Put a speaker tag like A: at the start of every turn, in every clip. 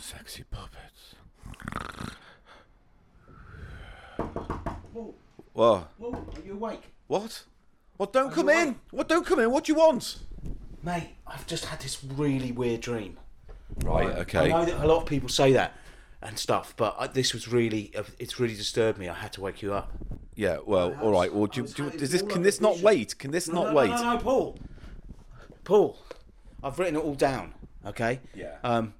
A: Sexy puppets.
B: Paul,
A: What?
B: Paul, are you awake?
A: What? What? Don't come
B: you
A: in.
B: awake?
A: What? Don't come in. What do you want?
B: Mate, I've just had this really weird dream.
A: Right. Okay.
B: I know that a lot of people say that and stuff, but I, this was really, uh, it's really disturbed me. I had to wake you up.
A: Yeah. Well. All right. Well. Do,
B: I
A: you-
B: was
A: do, you-
B: having
A: does this?
B: all
A: Can
B: of
A: this
B: the
A: not
B: vision.
A: wait? Can this
B: No,
A: not
B: no,
A: wait?
B: No, no, Paul. Paul, I've written it all down. Okay.
A: Yeah.
B: Um,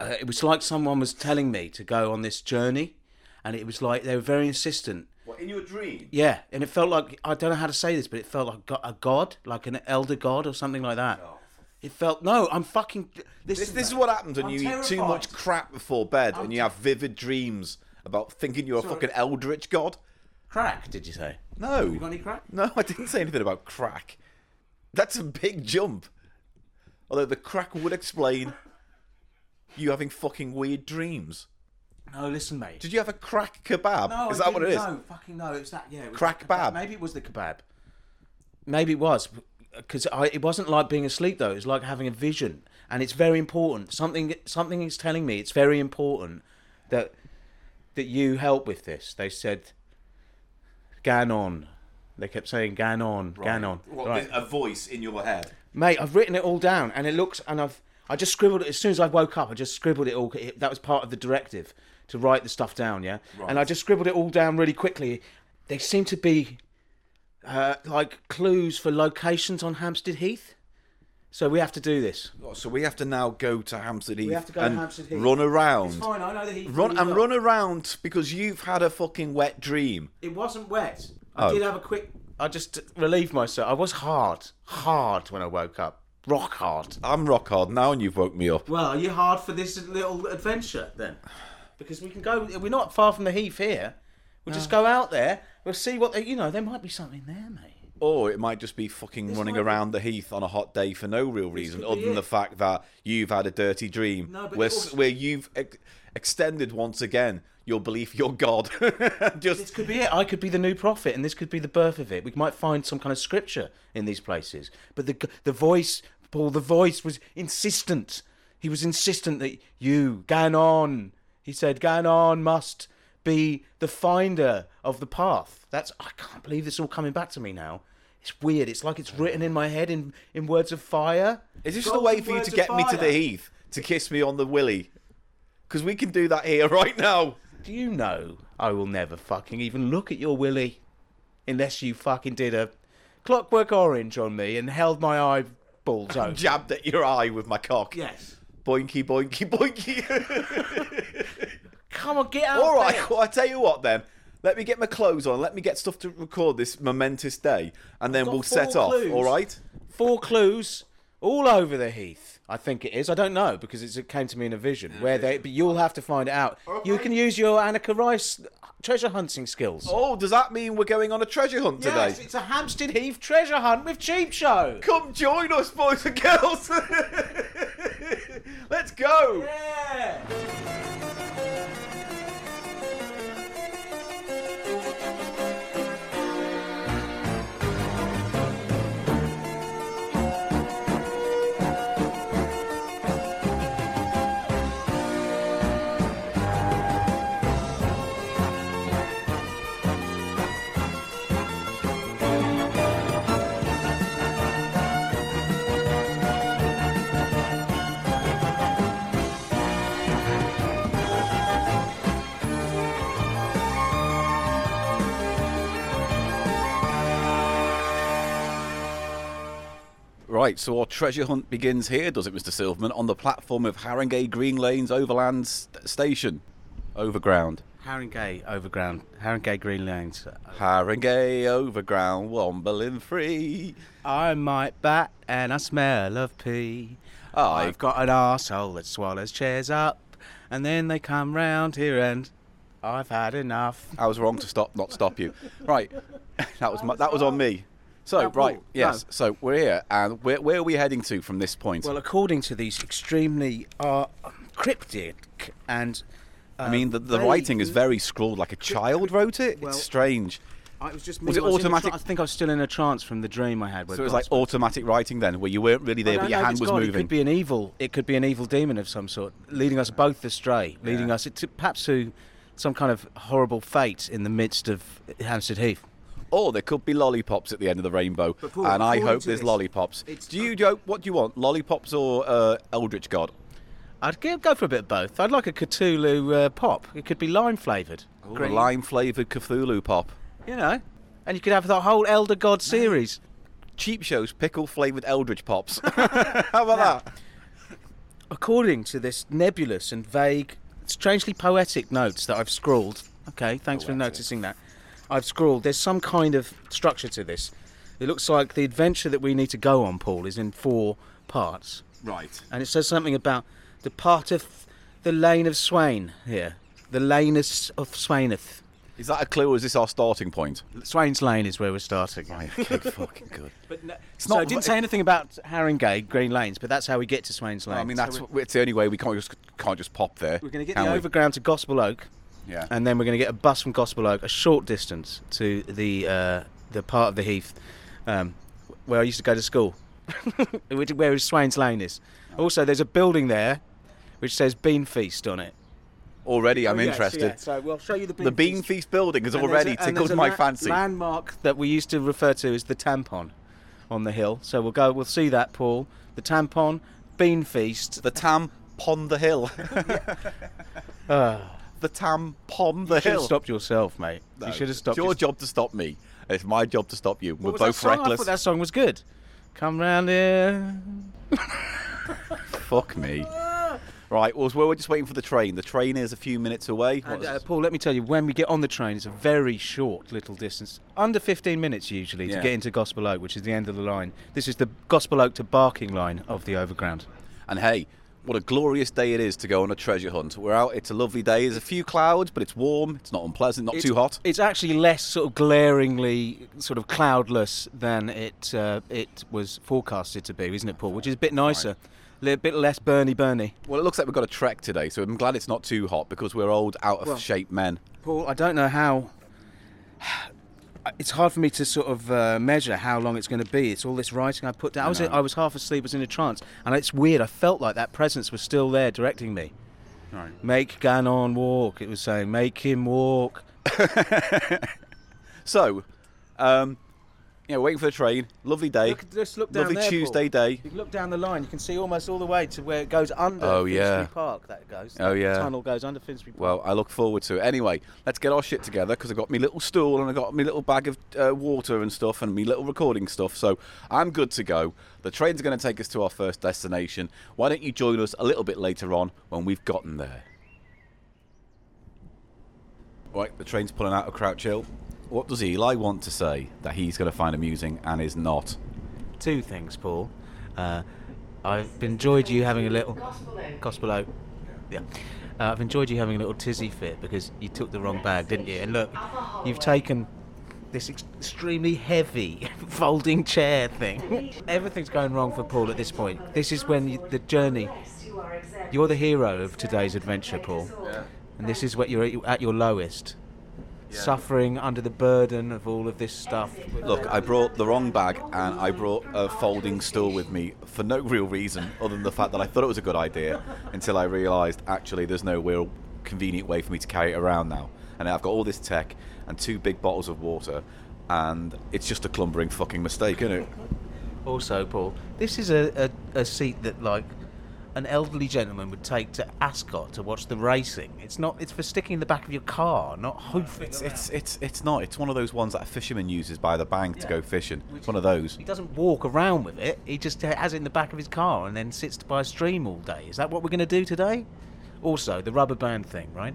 B: uh, it was like someone was telling me to go on this journey, and it was like they were very insistent.
A: What, in your dream?
B: Yeah, and it felt like I don't know how to say this, but it felt like go- a god, like an elder god or something like that. It felt no, I'm fucking. Oh. This,
A: This, this is what happens when
B: I'm
A: you eat too
B: terrified.
A: much crap before bed and you have vivid dreams about thinking you're a fucking eldritch god.
B: crack. Did you say?
A: No.
B: You got any crack?
A: No, I didn't say anything about crack. That's a big jump. Although the crack would explain you having fucking weird dreams.
B: No, listen, mate.
A: Did you have a crack kebab?
B: no,
A: is
B: I
A: that what it
B: didn't.
A: is?
B: No, fucking no. It was that. Yeah, it was
A: Crack
B: the
A: bab.
B: Maybe it was the kebab. Maybe it was because I. It wasn't like being asleep though. It was like having a vision, and it's very important. Something something is telling me it's very important that that you help with this. They said, Ganon. They kept saying Ganon, Ganon. Right.
A: A voice in your head.
B: Mate, I've written it all down, and it looks, and I've, I just scribbled it as soon as I woke up. I just scribbled it all. It, that was part of the directive to write the stuff down, yeah. And I just scribbled it all down really quickly. They seem to be uh, like clues for locations on Hampstead Heath, so we have to do this.
A: So we have to now go to Hampstead Heath
B: have to go to
A: and
B: Hampstead Heath.
A: run around.
B: I know the Heath.
A: Run and run around because you've had a fucking wet dream.
B: It wasn't wet.
A: I Oh. did
B: have a quick. I just relieved myself. I was hard, hard when I woke up, rock hard.
A: I'm rock hard now, and you've woke me up.
B: Well, are you hard for this little adventure then? Because we can go. We're not far from the Heath here. We'll just go out there. We'll see what they, you know. There might be something there, mate.
A: Or it might just be fucking running
B: might be-
A: around the heath on a hot day for no real reason,
B: could
A: other
B: be
A: than
B: it.
A: the fact that you've had a dirty dream
B: No, but
A: where,
B: it
A: s-
B: also-
A: where you've ex- extended once again your belief you're God.
B: This
A: just
B: could be it. I could be the new prophet, and this could be the birth of it. We might find some kind of scripture in these places. But the the voice, Paul, the voice was insistent. He was insistent that you, Ganon, he said, Ganon must be the finder of the path. That's I can't believe this all coming back to me now. It's weird. It's like it's written in my head in in words of fire.
A: is this
B: Got
A: the way
B: some
A: for you
B: words
A: to
B: of
A: get me to
B: fire.
A: the heath to kiss me on the willy? Because we can do that here right now.
B: Do you know I will never fucking even look at your willy unless you fucking did a clockwork orange on me and held my eyeballs open.
A: Jabbed at your eye with my cock.
B: yes.
A: Boinky, boinky, boinky.
B: Come on, get out.
A: All right,
B: there.
A: well, I tell you what then. Let me get my clothes on. Let me get stuff to record this momentous day, and then
B: got
A: we'll set
B: four
A: off.
B: clues.
A: All right.
B: Four clues all over the heath. I think it is. I don't know because it's, it came to me in a vision. where they, but you'll have to find it out. You can use your Annika Rice treasure hunting skills.
A: Oh, does that mean we're going on a treasure hunt today?
B: yes, it's a Hampstead Heath treasure hunt with Cheap Show.
A: Come join us, boys and girls. Let's go.
B: Yeah.
C: Right, so our treasure hunt begins here, does it, Mr. Silverman, on the platform of Haringey Green Lanes Overland st- Station. Overground.
B: Haringey Overground, Haringey Green Lanes,
C: Haringey Overground, Womberlin Free.
B: I might bat and I smell of pee.
C: Aye.
B: I've got an arsehole that swallows chairs up, and then they come round here and I've had enough.
C: I was wrong to stop, not stop you. Right, that was my, that was on me. So,
B: Paul,
C: right, yes,
B: no.
C: so we're here, and where, where are we heading to from this point?
B: Well, according to these extremely uh, cryptic and
C: I mean, the, the
B: uh, they-
C: writing is very scrawled, like a child wrote it.
B: Well,
C: it's strange.
D: I, it was just me.
A: Was it
D: I in a
A: automatic?
B: I think I was still in a trance from the dream I had. Where
A: So it was like automatic writing then, where you weren't really there,
B: I
A: but
B: don't
A: your
B: know if
A: hand
B: it's
A: was
B: God. It
A: moving.
B: could be an evil. It could be an evil demon of some sort, leading us both astray, leading us to, perhaps to some kind of horrible fate in the midst of Hampstead Heath.
A: or Oh, there could be lollipops at the end of the rainbow,
D: But Paul,
A: and I
D: according
A: hope
D: to
A: there's
D: this,
A: lollipops.
D: it's-
A: Do you do, what do you want, lollipops or uh, Eldritch God?
B: I'd go, go for a bit of both. I'd like a Cthulhu uh, pop. It could be lime flavored.
A: Or a lime flavored Cthulhu pop.
B: You know, and you could have the whole Elder God series.
A: Cheap shows pickle flavored Eldritch pops. How about that?
B: According to this nebulous and vague, strangely poetic notes that I've scrawled, okay, thanks for noticing that. I've scrawled, there's some kind of structure to this. It looks like the adventure that we need to go on, Paul, is in four parts.
A: Right.
B: And it says something about the part of the lane of Swain here. The lane of S- of Swaineth.
A: Is that a clue or is this our starting point?
B: Swain's Lane is where we're starting.
A: okay, fucking good.
D: But no,
B: So I
A: not-
B: didn't say anything about Haringey, Green Lanes, but that's how we get to Swain's Lane.
A: I mean, that's it's the only way we can't just can't just pop there.
B: We're going to get
A: can
B: the
A: we?
B: overground to Gospel Oak,
A: Yeah.
B: and then we're going to get a bus from Gospel Oak, a short distance to the uh, the part of the Heath um, where I used to go to school, which- where Swain's Lane is. Also, there's a building there which says Bean Feast on it.
A: already, I'm
B: Oh, yes,
A: interested.
B: yeah, so we'll show you the Bean
A: The Bean
B: Feast.
A: Feast building has
B: And there's
A: already
B: a- and there's
A: tickled
B: a
A: my
B: la-
A: fancy.
B: Landmark that we used to refer to as the tampon on the hill. So we'll go. We'll see that, Paul. The tampon, Bean Feast,
A: The Tam Pond the Hill. Uh. the Tam Pond the
B: You should
A: Hill.
B: have stopped yourself, mate. You
A: No,
B: should have stopped.
A: It's your
B: yourself.
A: job to stop me. It's my job to stop you. We're
B: What was that
A: both
B: song? I
A: reckless.
B: thought that song was good. Come round here.
A: Fuck me. Right, well, we're just waiting for the train. The train is a few minutes away. What
B: And,
A: is
B: uh,
A: this?
B: Paul, let me tell you, when we get on the train, it's a very short little distance, under 15 minutes usually,
A: Yeah.
B: to get into Gospel Oak, which is the end of the line. This is the Gospel Oak to Barking line of the Overground.
A: and hey, what a glorious day it is to go on a treasure hunt. We're out. It's a lovely day. There's a few clouds, but it's warm. It's not unpleasant. Not too
B: It's-
A: hot.
B: It's actually less sort of glaringly sort of cloudless than it uh, it was forecasted to be, isn't it, Paul? Which is a bit nicer, a little bit less burny burny.
A: Well, it looks like we've got a trek today, so I'm glad it's not too hot because we're old, out of shape men.
B: Paul, I don't know how. It's hard for me to sort of uh, measure how long it's going to be. It's all this writing I put down. I, was I was half asleep, was in a trance, and it's weird. I felt like that presence was still there, directing me. Right. Make Ganon walk. It was saying, make him walk.
A: So, um, yeah, waiting for the train. Lovely day.
B: Look, just look down
A: Lovely
B: there, Paul.
A: Tuesday day.
B: You can look down the line. You can see almost all the way to where it goes under.
A: Oh,
B: Finsbury
A: yeah.
B: Park. That goes.
A: Oh,
B: The
A: yeah.
B: Tunnel goes under Finsbury Park.
A: Well, I look forward to it. Anyway, let's get our shit together because I got my little stool and I got my little bag of uh, water and stuff and my little recording stuff. So I'm good to go. The train's going to take us to our first destination. Why don't you join us a little bit later on when we've gotten there? Right, the train's pulling out of Crouch Hill. What does Eli want to say that he's going to find amusing and is not?
B: two things, Paul. Uh, I've enjoyed you having a little
E: Gospel Oak.
B: gospel oak. Yeah. Uh, I've enjoyed you having a little tizzy fit because you took the wrong bag, didn't you? And look, you've taken this ex- extremely heavy folding chair thing. Everything's going wrong for Paul at this point. This is when you, the journey. You're the hero of today's adventure, Paul. And this is what you're at your lowest. Suffering under the burden of all of this stuff.
A: Look, I brought the wrong bag and I brought a folding stool with me for no real reason other than the fact that I thought it was a good idea until I realised actually there's no real convenient way for me to carry it around now. And I've got all this tech and two big bottles of water and it's just a clumbering fucking mistake, isn't it?
B: Also, Paul, this is a, a, a seat that like an elderly gentleman would take to Ascot to watch the racing. It's not. It's for sticking in the back of your car, not hoofing.
A: It's,
B: around.
A: it's, it's, it's not. It's one of those ones that a fisherman uses by the bank to go fishing. It's one of those.
B: He doesn't walk around with it. He just has it in the back of his car and then sits by a stream all day. Is that what we're going to do today? Also, the rubber band thing, right?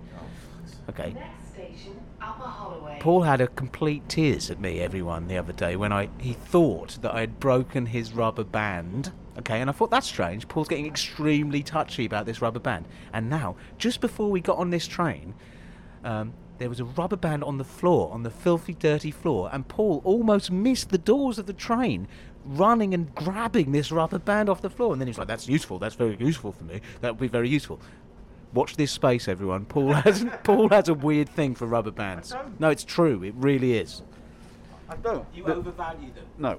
B: Okay.
E: Next station, Upper Holloway.
B: Paul had a complete tears at me, everyone, the other day when I he thought that I had broken his rubber band. Okay, and I thought that's strange. Paul's getting extremely touchy about this rubber band. And now, just before we got on this train, um, there was a rubber band on the floor, on the filthy, dirty floor, and Paul almost missed the doors of the train, running and grabbing this rubber band off the floor. And then he was like, "That's useful. That's very useful for me. That would be very useful." Watch this space, everyone. Paul has Paul has a weird thing for rubber bands. No, it's true. It really is.
A: I don't.
B: You
A: The-
B: overvalue them.
A: No.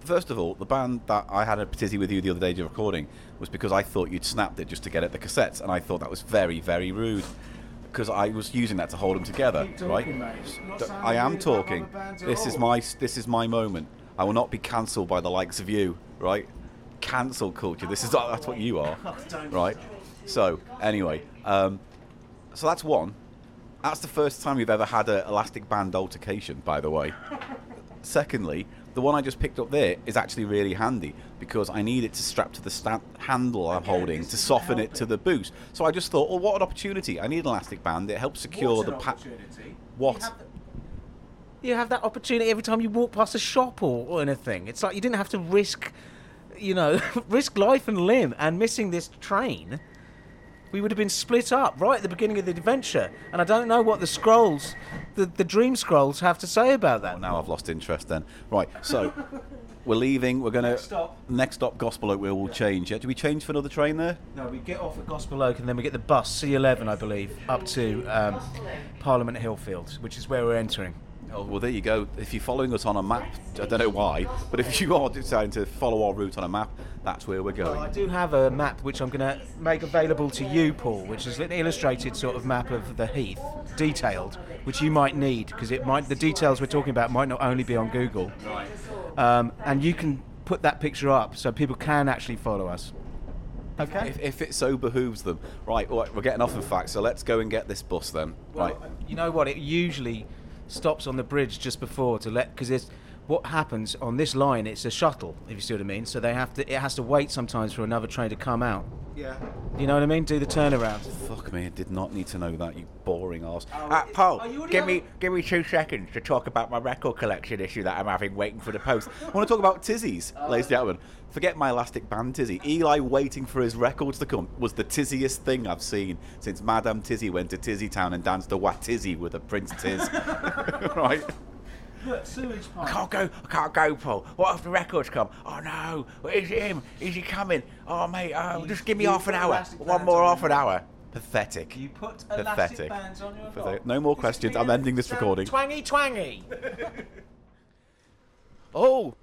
A: First of all, the band that I had a tizzy with you the other day during recording was because I thought you'd snapped it just to get at the cassettes, and I thought that was very, very rude. Because I was using that to hold them together,
D: Keep talking,
A: right?
D: mate. It's not
A: Don't-
D: sounding
A: I am
D: weird about other
A: talking.
D: bands at
A: This is
D: all.
A: my this is my moment. I will not be cancelled by the likes of you, right? Cancel culture. This is oh, that's what you are, right? So anyway, um, so that's one. That's the first time you've ever had an elastic band altercation, by the way. Secondly, the one I just picked up there is actually really handy because I need it to strap to the sta handle I'm holding
D: this
A: to
D: is
A: soften it
D: helping.
A: to the boost. So I just thought, well, what an opportunity! I need an elastic band. It helps secure
D: What's
A: the
D: an
A: pack.
D: opportunity?
A: What?
B: You have that opportunity every time you walk past a shop or, or anything. It's like you didn't have to risk, you know, risk life and limb and missing this train. We would have been split up right at the beginning of the adventure, and I don't know what the scrolls, the, the dream scrolls, have to say about that.
A: Well, now I've lost interest. Then right, so we're leaving. We're gonna next
D: stop.
A: Next stop, Gospel Oak. Wheel will change. Yeah, do we change for another train there?
B: No, we get off at Gospel Oak and then we get the bus, C11, I believe, up to um, Parliament Hillfield, which is where we're entering.
A: Oh well, there you go. If you're following us on a map, I don't know why, but if you are deciding to follow our route on a map, that's where we're
B: Well, I
A: going.
B: do have a map which I'm going to make available to you, Paul, which is an illustrated sort of map of the heath, detailed, which you might need because it might the details we're talking about might not only be on Google. Right. Um, and you can put that picture up so people can actually follow us. Okay.
A: If, if it so behooves them, right? All right, we're getting off in fact, so let's go and get this bus then. Right.
B: You know what? It usually stops on the bridge just before to let because it's what happens on this line. It's a shuttle, if you see what I mean. So they have to. It has to wait sometimes for another train to come out.
D: Yeah.
B: You know what I mean? Do the turnaround.
A: Fuck me, I did not need to know that, you boring arse. Ah, Paul,
B: are you already
A: give
B: on-
A: me give me two seconds to talk about my record collection issue that I'm having waiting for the post. I want to talk about tizzies, ladies and gentlemen. Forget my elastic band tizzy. Eli waiting for his records to come was the tizziest thing I've seen since Madame Tizzy went to Tizzy Town and danced the Wat Tizzy with a Prince Tiz. right?
D: Look, sewage
A: I
D: pipe.
A: can't go, I can't go, Paul. What if the records come? Oh no, is it him? Is he coming? Oh mate, oh, just give me
D: you
A: half an
D: put
A: hour.
D: elastic
A: One
D: bands
A: more
D: on
A: half
D: your
A: an hour. Pathetic.
D: You put
A: Pathetic.
D: elastic bands on your
A: Pathetic.
D: rock.
A: No more
D: This has
A: questions.
D: been
A: I'm
D: a
A: ending this
D: sound
A: recording.
B: Twangy, twangy.
A: Oh,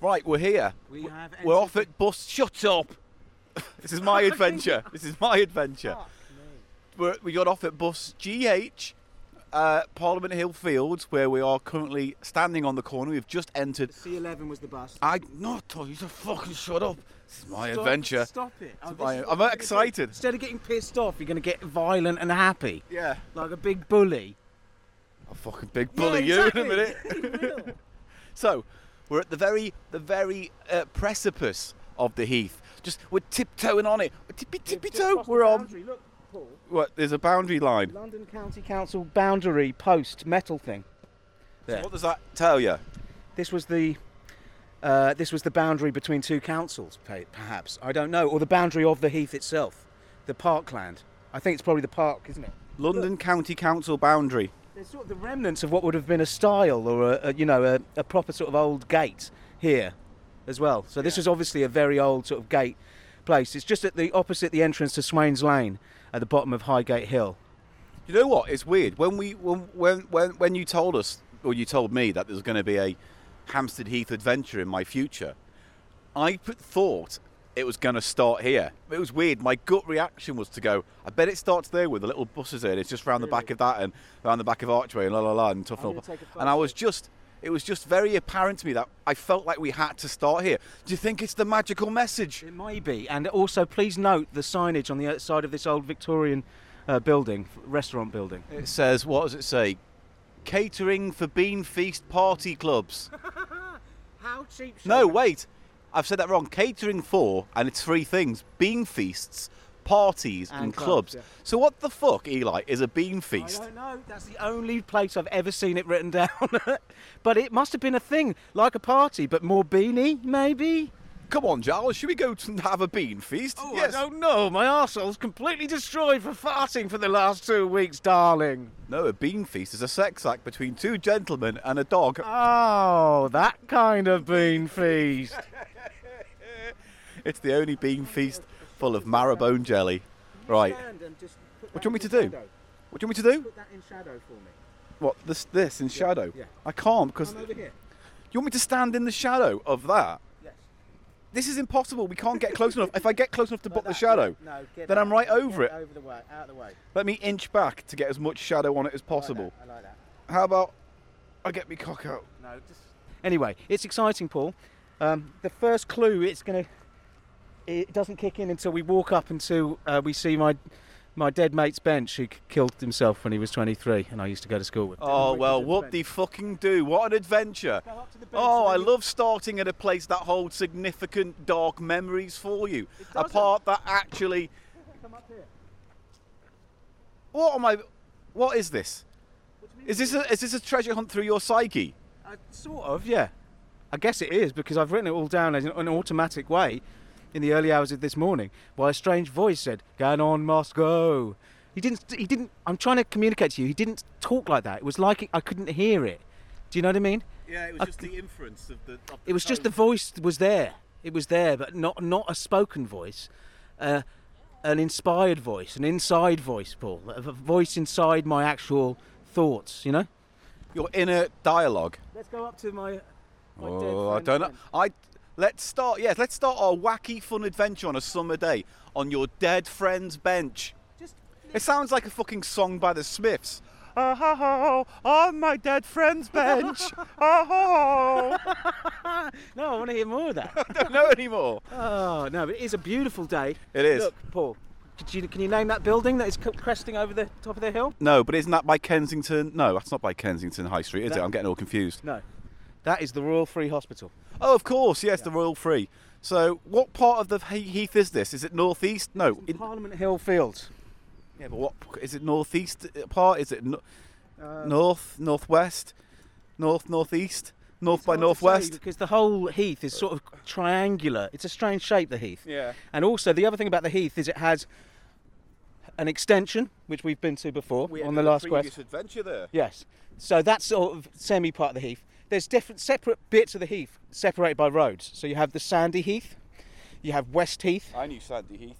A: right, we're here.
B: We have
A: We're off at bus. Shut up. this is my adventure. This is my adventure. We're, we got off at bus GH, uh, Parliament Hill Fields, where we are currently standing on the corner. We've just entered.
D: C11 was the bus.
A: I not told you to fucking shut up. This is my adventure.
D: Stop it. Oh, this
A: I,
D: is what
A: I'm
D: we're gonna
A: excited.
B: Instead of getting pissed off, you're going to get violent and happy,
A: Yeah.
B: like a big bully.
A: I'll fucking big bully
B: Yeah,
A: you in a minute.
B: minute.
A: So, we're at the very, the very uh, precipice of the heath. Just we're tiptoeing on it. We're tippy tippy toe. We're on.
B: Look, Paul,
A: What? There's a boundary line.
B: London County Council boundary post metal thing. There.
A: What does that tell you?
B: This was the. Uh, this was the boundary between two councils, pe- perhaps. I don't know. Or the boundary of the heath itself, the parkland. I think it's probably the park, isn't it?
A: London County Council boundary.
B: There's sort of the remnants of what would have been a style or a, a you know a, a proper sort of old gate here, as well. So this is obviously a very old sort of gate place. It's just at the opposite the entrance to Swains Lane, at the bottom of Highgate Hill.
A: You know what? It's weird. When we, when, when, when, when you told us, or you told me that there's going to be a Hampstead Heath adventure in my future, I put, thought it was going to start here. It was weird. My gut reaction was to go, I bet it starts there with the little buses in. It's just round the back of that and round the back of Archway and la la la and tough and all. And I was just, it was just very apparent to me that I felt like we had to start here. Do you think it's the magical message?
B: It may be, and also please note the signage on the outside of this old Victorian uh, building, restaurant building.
A: It says, what does it say? Catering for Bean Feast Party Clubs.
B: How cheap?
A: No, wait. I've said that wrong. Catering for, and it's three things bean feasts, parties, and,
B: And
A: clubs.
B: clubs, yeah.
A: So, what the fuck, Eli, is a bean
B: I
A: feast?
B: don't know. That's the only place I've ever seen it written down. but it must have been a thing, like a party, but more beanie, maybe.
A: Come on, Giles, should we go to have a bean feast?
B: Oh, I don't know. My arsehole's completely destroyed for farting for the last two weeks, darling.
A: No, a bean feast is a sex act between two gentlemen and a dog.
B: Uh, Oh, that kind of bean feast.
A: It's the only bean feast full of marrow bone jelly. Right.
B: Stand and just put
A: What
B: that
A: do you want me to
B: in
A: do?
B: shadow.
A: What do you want me to do?
B: Put that in shadow for me.
A: What this this in shadow?
B: yeah.
A: I can't because
B: I'm over here.
A: you want me to stand in the shadow of that.
B: Yes.
A: This is impossible. We can't get close enough. If I get close enough to block the
B: that-
A: shadow,
B: No, get
A: then
B: out.
A: I'm right over
B: Get
A: it.
B: Over the way, out of the way.
A: Let me inch back to get as much shadow on it as possible.
B: I like that.
A: How about I get me cock out?
B: No, just. Anyway, it's exciting, Paul. Um, the first clue, it's gonna. It doesn't kick in until we walk up until uh, we see my my dead mate's bench, who c- killed himself when he was 23, and I used to go to school with.
A: Oh
B: Wait,
A: well,
B: it's
A: whoop de fucking do! What an adventure!
B: Go up to the bench
A: Oh,
B: and
A: I
B: then-
A: love starting at a place that holds significant dark memories for you. A
B: doesn't.
A: part that actually.
B: Come up here.
A: What am I? What is this? Is this a, is this a treasure hunt through your psyche?
B: Uh, sort of, yeah. I guess it is because I've written it all down as an, an automatic way in the early hours of this morning. While a strange voice said, "Ganon must go." He didn't. He didn't. I'm trying to communicate to you. He didn't talk like that. It was like I couldn't hear it. Do you know what I mean?
A: Yeah, it
B: was I just c-
A: the inference of the.
B: It was just the voice was there. It was there, but not not a spoken voice, uh, an inspired voice, an inside voice, Paul, a a voice inside my actual thoughts. You know.
A: your inner dialogue.
B: Let's go up to my. my dead
A: Oh, I
B: friend's
A: don't know.
B: bench.
A: I let's start. Yes, let's start our wacky fun adventure on a summer day on your dead friend's bench.
B: Just
A: It sounds like a fucking song by the Smiths. Oh, oh, oh, on my dead friend's bench. Oh, oh, oh.
B: no, I want to hear more of that.
A: I don't know anymore.
B: Oh no, but it is a beautiful day.
A: It is.
B: Look, Paul, could you, can you name that building that is c- cresting over the top of the hill?
A: No, but isn't that by Kensington? No, that's not by Kensington High Street, is
B: That-
A: it? I'm getting all confused.
B: No, that is the Royal Free Hospital.
A: Oh, of course, yes, the Royal Free. So, what part of the he- Heath is this? Is it northeast? No, in-
B: Parliament Hill Fields.
A: Yeah, but what is it? Northeast part? Is it no,
B: Uh,
A: north, northwest, north, northeast, north by
B: Hard to say
A: northwest?
B: because the whole heath is sort of triangular. It's a strange shape, the heath.
A: Yeah.
B: And also the other thing about the heath is it has an extension, which we've been to before on the last quest.
A: adventure there.
B: Yes. So that's sort of semi part of the heath. There's different separate bits of the heath separated by roads. So you have the sandy heath, you have West Heath.
A: I knew Sandy Heath.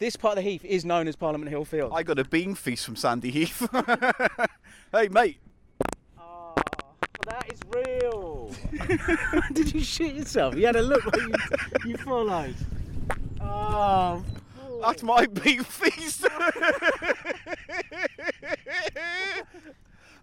B: This part of the heath is known as Parliament Hill Field.
A: I got a bean feast from Sandy Heath. hey, mate.
B: Ah, that is real. Did you shit yourself? You had a look like you, you followed. Oh,
A: That's my bean feast.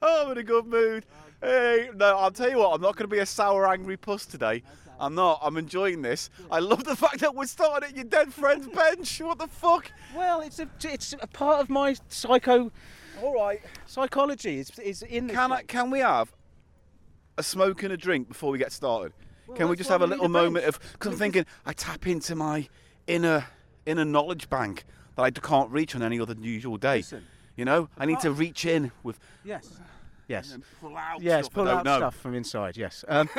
A: oh, I'm in a good mood. Hey, no, I'll tell you what, I'm not going to be a sour, angry puss today. I'm not. I'm enjoying this. I love the fact that we're starting at your dead friend's bench. What the fuck?
B: well, it's a it's a part of my psycho
A: All right.
B: psychology. It's, it's in this.
A: Can I,
B: place.
A: can we have a smoke and a drink before we get started? can we
B: that's
A: just
B: why
A: have a
B: we need
A: little
B: a
A: moment
B: bench.
A: of? Because I'm thinking, I tap into my inner inner knowledge bank that I d- can't reach on any other usual day.
B: Listen.
A: you know, I need to reach in with.
B: Yes. Yes.
A: Pull out
B: Yes,
A: stuff I
B: pull
A: don't
B: out
A: know.
B: stuff from inside. Yes. Um,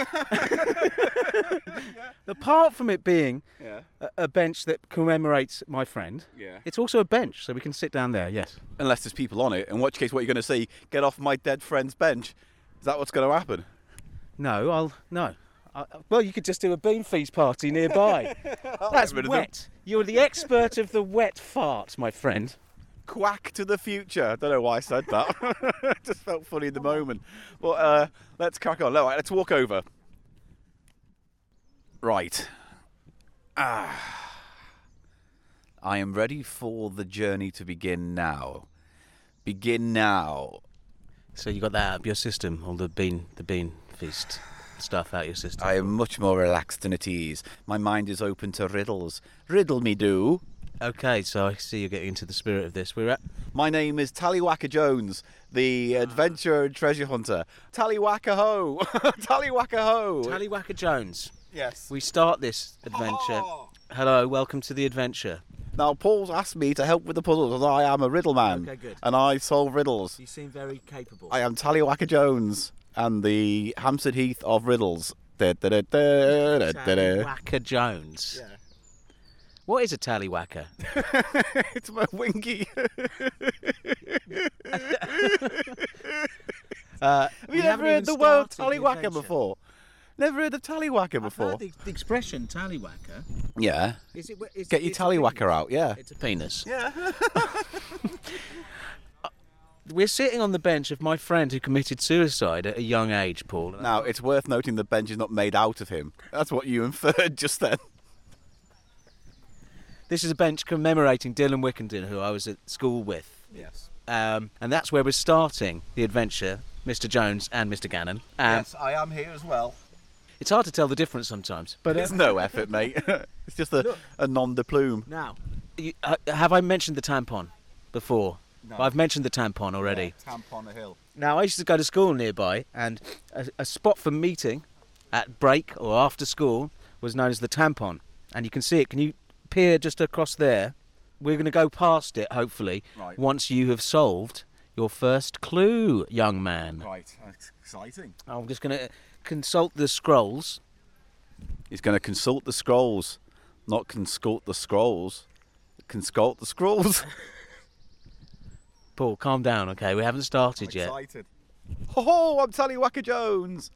B: apart from it being
A: Yeah.
B: a, a bench that commemorates my friend,
A: Yeah.
B: it's also a bench, so we can sit down there. Yes.
A: Unless there's people on it, in which case, what you're going to see? Get off my dead friend's bench. Is that what's going to happen?
B: No, I'll no. I, well, you could just do a bean feast party nearby. That's
A: rid of them.
B: wet. You're the expert of the wet fart, my friend.
A: quack to the future. I don't know why I said that. It just felt funny in the moment. But uh, let's crack on. All right, let's walk over. Right. Ah. I am ready for the journey to begin now. Begin now.
D: So you got that out of your system, all the bean, the bean feast stuff out of your system.
A: I am much more relaxed and at ease. My mind is open to riddles. Riddle me do.
D: Okay, so I see you're getting into the spirit of this. We're at
A: My name is Tallywacker Jones, the adventurer and treasure hunter. Tallywacker ho! Tallywacker ho!
D: Tallywhacker Jones.
A: yes.
D: We start this adventure. Hello, welcome to the adventure.
A: Now, Paul's asked me to help with the puzzles, and I am a riddle man.
D: Okay, good.
A: And I solve riddles.
D: You seem very capable.
A: I am Tallywacker Jones and the Hampstead Heath of riddles. Da, da, da, da, da, da, da.
D: Tallywhacker Jones. Yeah. What is a tallywhacker?
A: It's my winky.
D: Uh,
A: Have you ever heard the word Tallywacker before? Never heard of Tallywacker before?
D: Uh, the, expression tallywhacker.
A: Yeah.
D: Is it, Uh,
A: Get your Tallywacker out, yeah.
D: It's a penis.
A: Yeah.
B: We're sitting on the bench of my friend who committed suicide at a young age, Paul.
A: Now, it's worth noting the bench is not made out of him. That's what you inferred just then.
B: This is a bench commemorating Dylan Wickenden, who I was at school with.
A: Yes.
B: Um, and that's where we're starting the adventure, Mr. Jones and Mr. Gannon. Um,
A: I am here as well.
B: It's hard to tell the difference sometimes.
D: But uh,
A: It's no effort, mate. it's just a, a non de plume.
B: Now, you, uh, have I mentioned the tampon before? I've mentioned the tampon already.
A: Tampon a hill.
B: Now, I used to go to school nearby, and a, a spot for meeting at break or after school was known as the tampon. And you can see it. Can you peer just across there? We're going to go past it, hopefully,
A: Right.
B: once you have solved your first clue, young man.
A: Right, that's exciting.
B: I'm just going to consult the scrolls.
A: He's going to consult the scrolls, not consult the scrolls. Consult the scrolls.
B: Paul, calm down, okay? We haven't started yet.
A: Excited. Ho ho! I'm Tallywhacker Jones.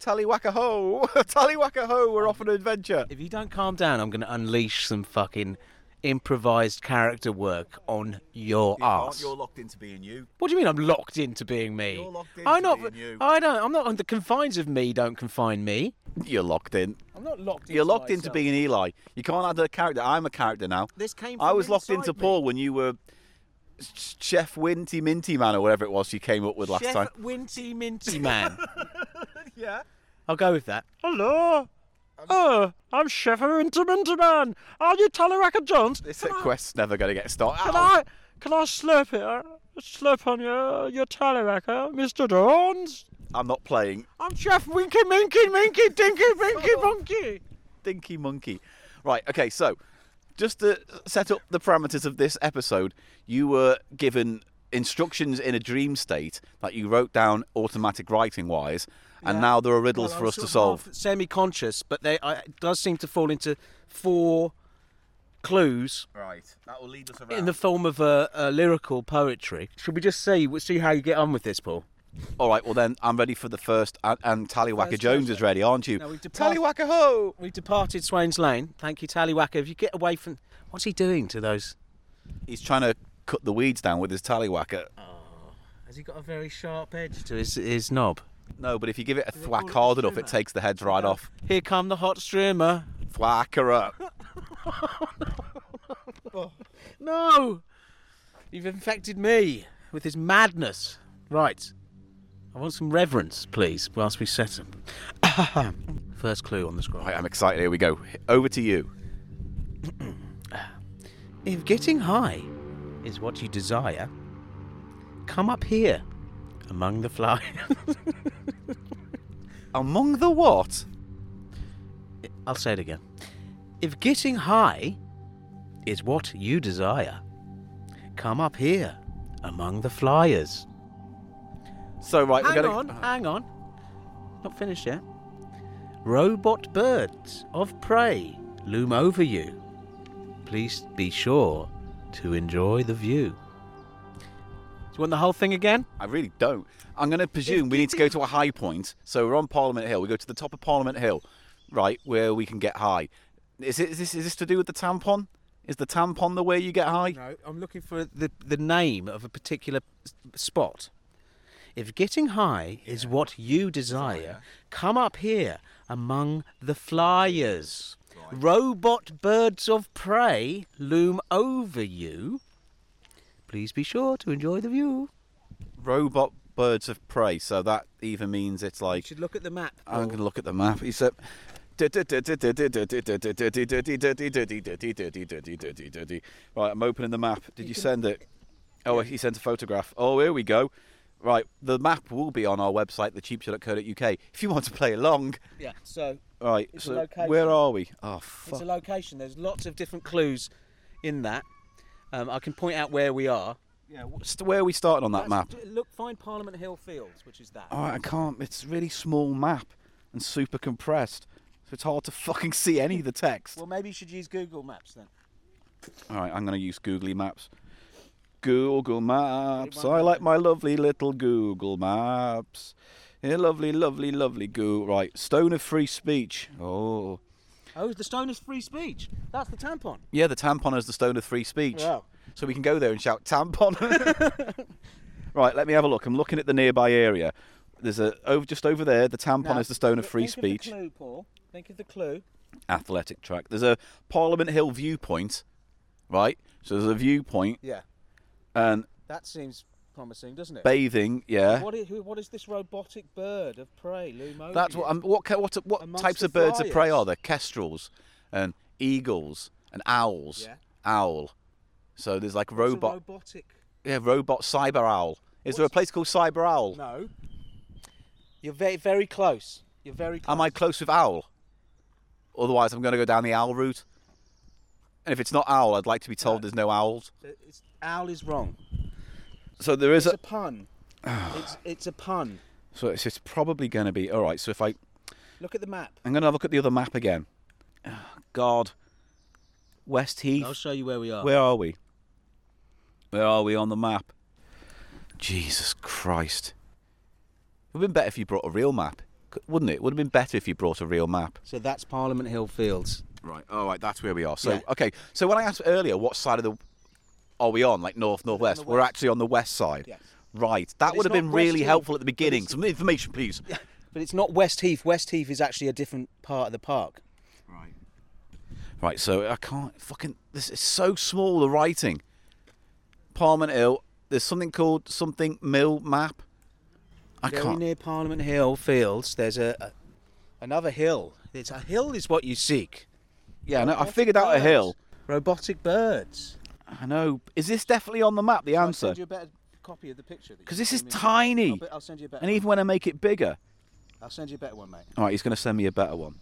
A: Tallywhacker ho! Tallywhacker ho! We're off on an adventure.
B: If you don't calm down, I'm going to unleash some fucking improvised character work on your ass.
A: locked into being you.
B: What do you mean I'm locked into being me?
A: You're locked
B: I'm
A: into
B: not.
A: being you.
B: I don't. I'm not. The confines of me don't confine me.
A: You're locked in.
B: I'm not locked.
A: You're locked into being Eli. You can't add a character. I'm a character now.
B: This came
A: I
B: from
A: was locked
B: inside
A: into
B: me.
A: Paul when you were S- Chef Winty Minty Man or whatever it was you came up with last
B: Chef
A: time.
B: Winty Minty Man.
A: Yeah.
B: I'll go with that. Um,
F: Hello. Oh, I'm Chef Winterminter Man. Are you Tallywhacker Jones?
A: This quest's never going to get Oh, started.
F: Can
A: Ow.
F: I can I slurp here? Slurp on your your Tallywhacker, Mr. Jones?
A: I'm not playing
F: I'm Chef Winky Minky Minky Dinky Binky Bunky.
A: Dinky Monkey. Right, okay, so just to set up the parameters of this episode, you were given instructions in a dream state that you wrote down automatic writing wise, and now there are riddles for us to solve.
B: Semi-conscious, but they I, it does seem to fall into four clues
A: Right, that will lead us around.
B: in the form of a, a lyrical poetry. Should we just see see how you get on with this, Paul?
A: All right, well then, I'm ready for the first, and, and Tallywhacker
B: First
A: Jones
B: question.
A: is ready, aren't you?
B: No, we've departed-
A: Tallywhacker ho!
B: We departed Swain's Lane. Thank you, Tallywhacker. If you get away from, what's he doing to those?
A: He's trying to cut the weeds down with his Tallywhacker.
B: Has he got a very sharp edge to his, his knob?
A: No, but if you give it a thwack hard enough, it takes the heads right off.
B: Here come the hot streamer.
A: Thwacker up.
B: No! You've infected me with his madness. Right. I want some reverence, please, whilst we set him. First clue on the scroll.
A: Right, I'm excited. Here we go. Over to you.
B: If getting high is what you desire, come up here among the flies.
A: Among the what?
B: I'll say it again. If getting high is what you desire, come up here among the flyers.
A: So right,
B: hang
A: we're gonna.
B: on, hang on. Not finished yet. Robot birds of prey loom over you. Please be sure to enjoy the view. Do you want the whole thing again?
A: I really don't. I'm going to presume we need to go to a high point. So we're on Parliament Hill. We go to the top of Parliament Hill, right, where we can get high. Is, it, is this is this to do with the tampon? Is the tampon the way you get high?
B: No, I'm looking for the, the name of a particular s- spot. If getting high is what you desire, come up here among the flyers. Robot birds of prey loom over you. Please be sure to enjoy the view.
A: Robot birds of prey. So that even means it's
B: You
A: like
B: should look at the map.
A: I'm going to look at the map. He said. Right, I'm opening the map. Did you send it? Oh, he sent a photograph. Oh, here we go. Right, the map will be on our website, thecheapshot.co.uk, if you want to play along.
B: Yeah, so
A: Right,
B: It's a
A: so
B: location.
A: where are we? Oh,
B: it's
A: fuck.
B: a location. There's lots of different clues in that. Um, I can point out where we are.
A: St- Where are we starting on that map? Oh.
B: That's- Look, find Parliament Hill Fields, which is that.
A: All right, I can't. It's a really small map and super compressed, so it's hard to fucking see any of the text.
B: Well, maybe you should use Google Maps then.
A: All right, I'm going to use Googly Maps. Google Maps.
B: won't
A: I like my lovely little Google Maps. Yeah, lovely, lovely, lovely goo. Right, stone of free speech. Oh.
B: Oh, the stone is free speech. That's the tampon.
A: Yeah, the tampon is the stone of free speech.
B: Wow.
A: So we can go there and shout tampon. Right, let me have a look. I'm looking at the nearby area. There's a over just over there. The tampon is the stone of free speech.
B: Think of the clue, Paul. Think of the clue.
A: Athletic track. There's a Parliament Hill viewpoint, right? So there's a viewpoint
B: Yeah,
A: and
B: that seems promising, doesn't it?
A: bathing. Yeah,
B: What is, who- what is this robotic bird of prey, Lumo?
A: that's what. I'm, what ca- what what
B: Amongst
A: types
B: the
A: of birds of prey
B: flyers.
A: are there? Kestrels and eagles and owls.
B: Yeah.
A: Owl. So there's like robot.
B: robotic.
A: yeah, robot cyber owl. Is there a
B: What's-
A: place called Cyber Owl?
B: No. You're very very close. You're very close.
A: Am I close with owl? Otherwise, I'm going to go down the owl route. And if it's not owl, I'd like to be told there's no owls.
B: It's, owl is wrong.
A: So there is
B: It's
A: a.
B: a pun. it's it's a pun.
A: So it's just probably going to be all right. So if I,
B: Look at the map.
A: I'm going to have a look at the other map again. Ah, God, West Heath.
B: I'll show you where we are.
A: Where are we? Where are we on the map? Jesus Christ! It would have been better if you brought a real map, c- wouldn't it? Would have been better if you brought a real map.
B: So that's Parliament Hill Fields.
A: Right. All right. That's where we are. So
B: Yeah.
A: okay. So when I asked earlier what side of the are we on, like north northwest, we're
B: west.
A: actually on the west side.
B: Yes.
A: Right. That
B: it's
A: would have been
B: not
A: really
B: west Heath,
A: helpful at the
B: but
A: beginning.
B: it's-
A: Some information, please.
B: But it's not West Heath. West Heath is actually a different part of the park.
A: Right. So I can't fucking. This is so small. The writing. Parliament Hill. There's something called something mill map. I
B: Very
A: can't.
B: near Parliament Hill Fields, there's a, a another hill. It's a hill is what you seek.
A: Yeah. No, I figured out a hill.
B: Robotic birds.
A: I know. Is this definitely on the map? The
B: I'll
A: answer.
B: send you a better copy of the picture. that you
A: Because this is
B: sent me. I'll,
A: tiny.
B: be- I'll send you a better.
A: And even when I make it bigger.
B: one. I'll send you a better one, mate.
A: All right. He's going to send me a better one.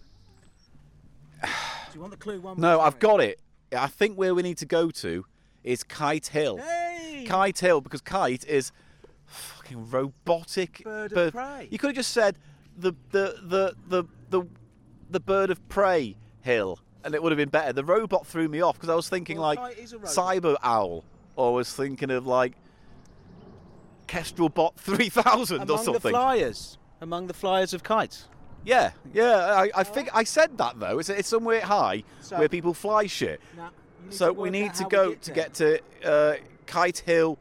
B: Do you want the clue one?
A: No, I've got it. I think where we need to go to is Kite Hill.
B: Hey!
A: Kite Hill, because Kite is fucking robotic.
B: Bird of prey.
A: You could have just said the the the the the, the bird of prey hill, and it would have been better. The robot threw me off because I was thinking
B: Well,
A: like
B: Kite is a robot.
A: Cyber Owl, or I was thinking of like Kestrel Bot 3000 or
B: Among the
A: something.
B: flyers. Among the flyers of kites.
A: yeah, yeah. I, I think I said that though. It's it's somewhere high
B: Oh. So-
A: where people fly shit.
B: Now, you need
A: So
B: to
A: we
B: work
A: need
B: out
A: to
B: how we
A: go to
B: there.
A: get to uh, Kite Hill.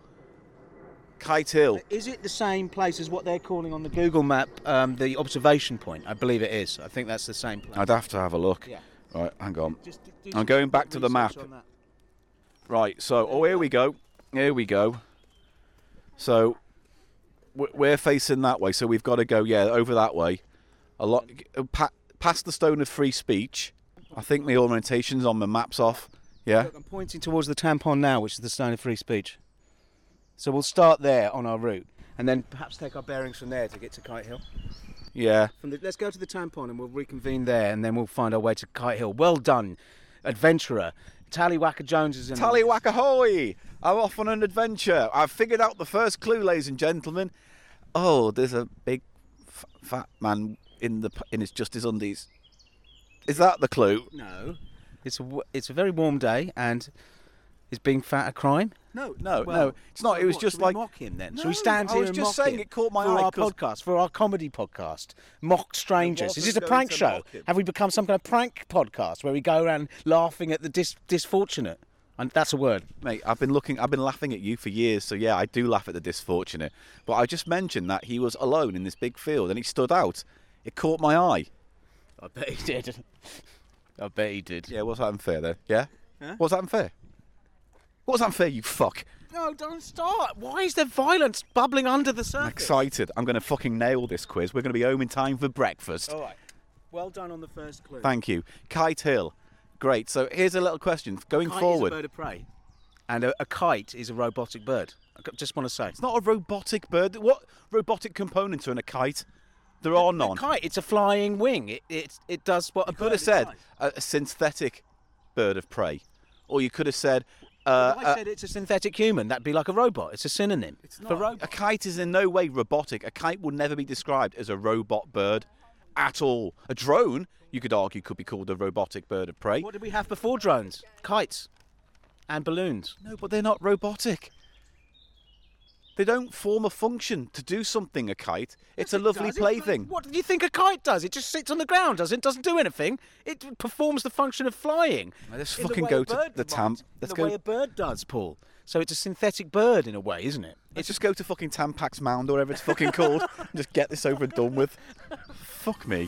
A: Kite Hill.
B: Is it the same place as what they're calling on the Google map um, the observation point? I believe it is. I think that's the same place.
A: I'd have to have a look.
B: Yeah.
A: Right, hang on.
B: Just do- do
A: I'm
B: some
A: going back to the
B: research
A: map.
B: on that.
A: Right, so oh here we go. Here we go. So w- we're facing that way, so we've got to go yeah over that way. A lot uh, pa- past the stone of free speech. I think the orientation's on the maps off. Yeah.
B: Look, I'm pointing towards the tampon now, which is the stone of free speech. So we'll start there on our route, and then perhaps take our bearings from there to get to Kite Hill.
A: Yeah.
B: From the, let's go to the tampon, and we'll reconvene there, and then we'll find our way to Kite Hill. Well done, adventurer. Tallywhacker Jones is in. on this.
A: Tallywhack ahoy! I'm off on an adventure. I've figured out the first clue, ladies and gentlemen. Oh, there's a big f- fat man in the p- in his just his undies. Is that the clue?
B: No, it's a, w- it's a very warm day, and is being fat a crime?
A: No, no,
B: Well,
A: no. It's not.
B: so
A: It was
B: what,
A: just
B: shall we
A: like
B: mock him then.
A: No,
B: so we stand
A: I
B: here
A: was
B: and
A: just
B: mock
A: saying
B: him
A: it caught my
B: for
A: eye
B: our
A: 'cause-
B: podcast, for our comedy podcast, mock strangers. Is this a
A: wasn't going
B: prank
A: to
B: show?
A: mock him.
B: Have we become some kind of prank podcast where we go around laughing at the dis- disfortunate? And that's a word.
A: Mate, I've been looking. I've been laughing at you for years. So yeah, I do laugh at the disfortunate. But I just mentioned that he was alone in this big field and he stood out. It caught my eye.
B: I bet he did. I bet he did.
A: Yeah, was that unfair though? Yeah. Was that unfair? Was that unfair? You fuck.
B: No, don't start. Why is there violence bubbling under the surface?
A: Excited. I'm going to fucking nail this quiz. We're going to be home in time for breakfast.
B: All right. Well done on the first clue.
A: Thank you. Kite Hill. Great. So here's a little question going
B: Kite
A: forward.
B: is a bird of prey, and a, a kite is a robotic bird. I c- just want to say.
A: It's not a robotic bird. What robotic components are in a kite? There are none.
B: A kite. It's a flying wing. It it, it does what a
A: could
B: bird
A: have said
B: does.
A: a, a synthetic bird of prey, or you could have said uh,
B: If I said it's a synthetic human, that'd be like a robot. It's a synonym for
A: a, a
B: robot.
A: kite is in no way robotic. A kite will never be described as a robot bird at all. A drone, you could argue, could be called a robotic bird of prey.
B: What did we have before drones? Kites and balloons.
A: No, but they're not robotic. They don't form a function to do something, a kite. It's a lovely
B: does. It-
A: plaything.
B: What do you think a kite does? It just sits on the ground, doesn't it? Doesn't do anything. It performs the function of flying.
A: Let's
B: in the
A: fucking
B: way
A: go
B: a
A: to
B: bird
A: the
B: might,
A: tam.
B: in
A: Let's
B: the
A: go.
B: way a bird does, Paul. So it's a synthetic bird in a way, isn't it?
A: Let's just go to fucking Tampax Mound or whatever it's fucking called and just get this over and done with. Fuck me.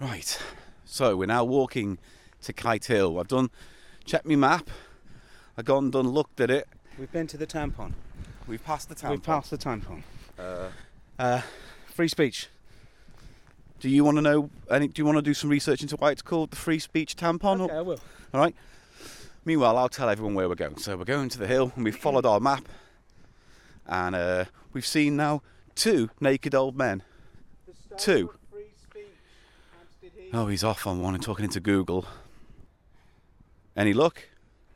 A: Right. So we're now walking to Kite Hill. I've done checked my map. I've gone and done looked at it.
B: We've been to the tampon.
A: We've passed the town.
B: We've passed the tampon. Uh, free speech.
A: Do you want to know? Any, do you want to do some research into why it's called the free speech tampon?
B: I will.
A: All right. Meanwhile, I'll tell everyone where we're going. So we're going to the hill, and we've followed our map, and uh, we've seen now two naked old men. Two. Oh, he's off on one and talking into Google. Any luck?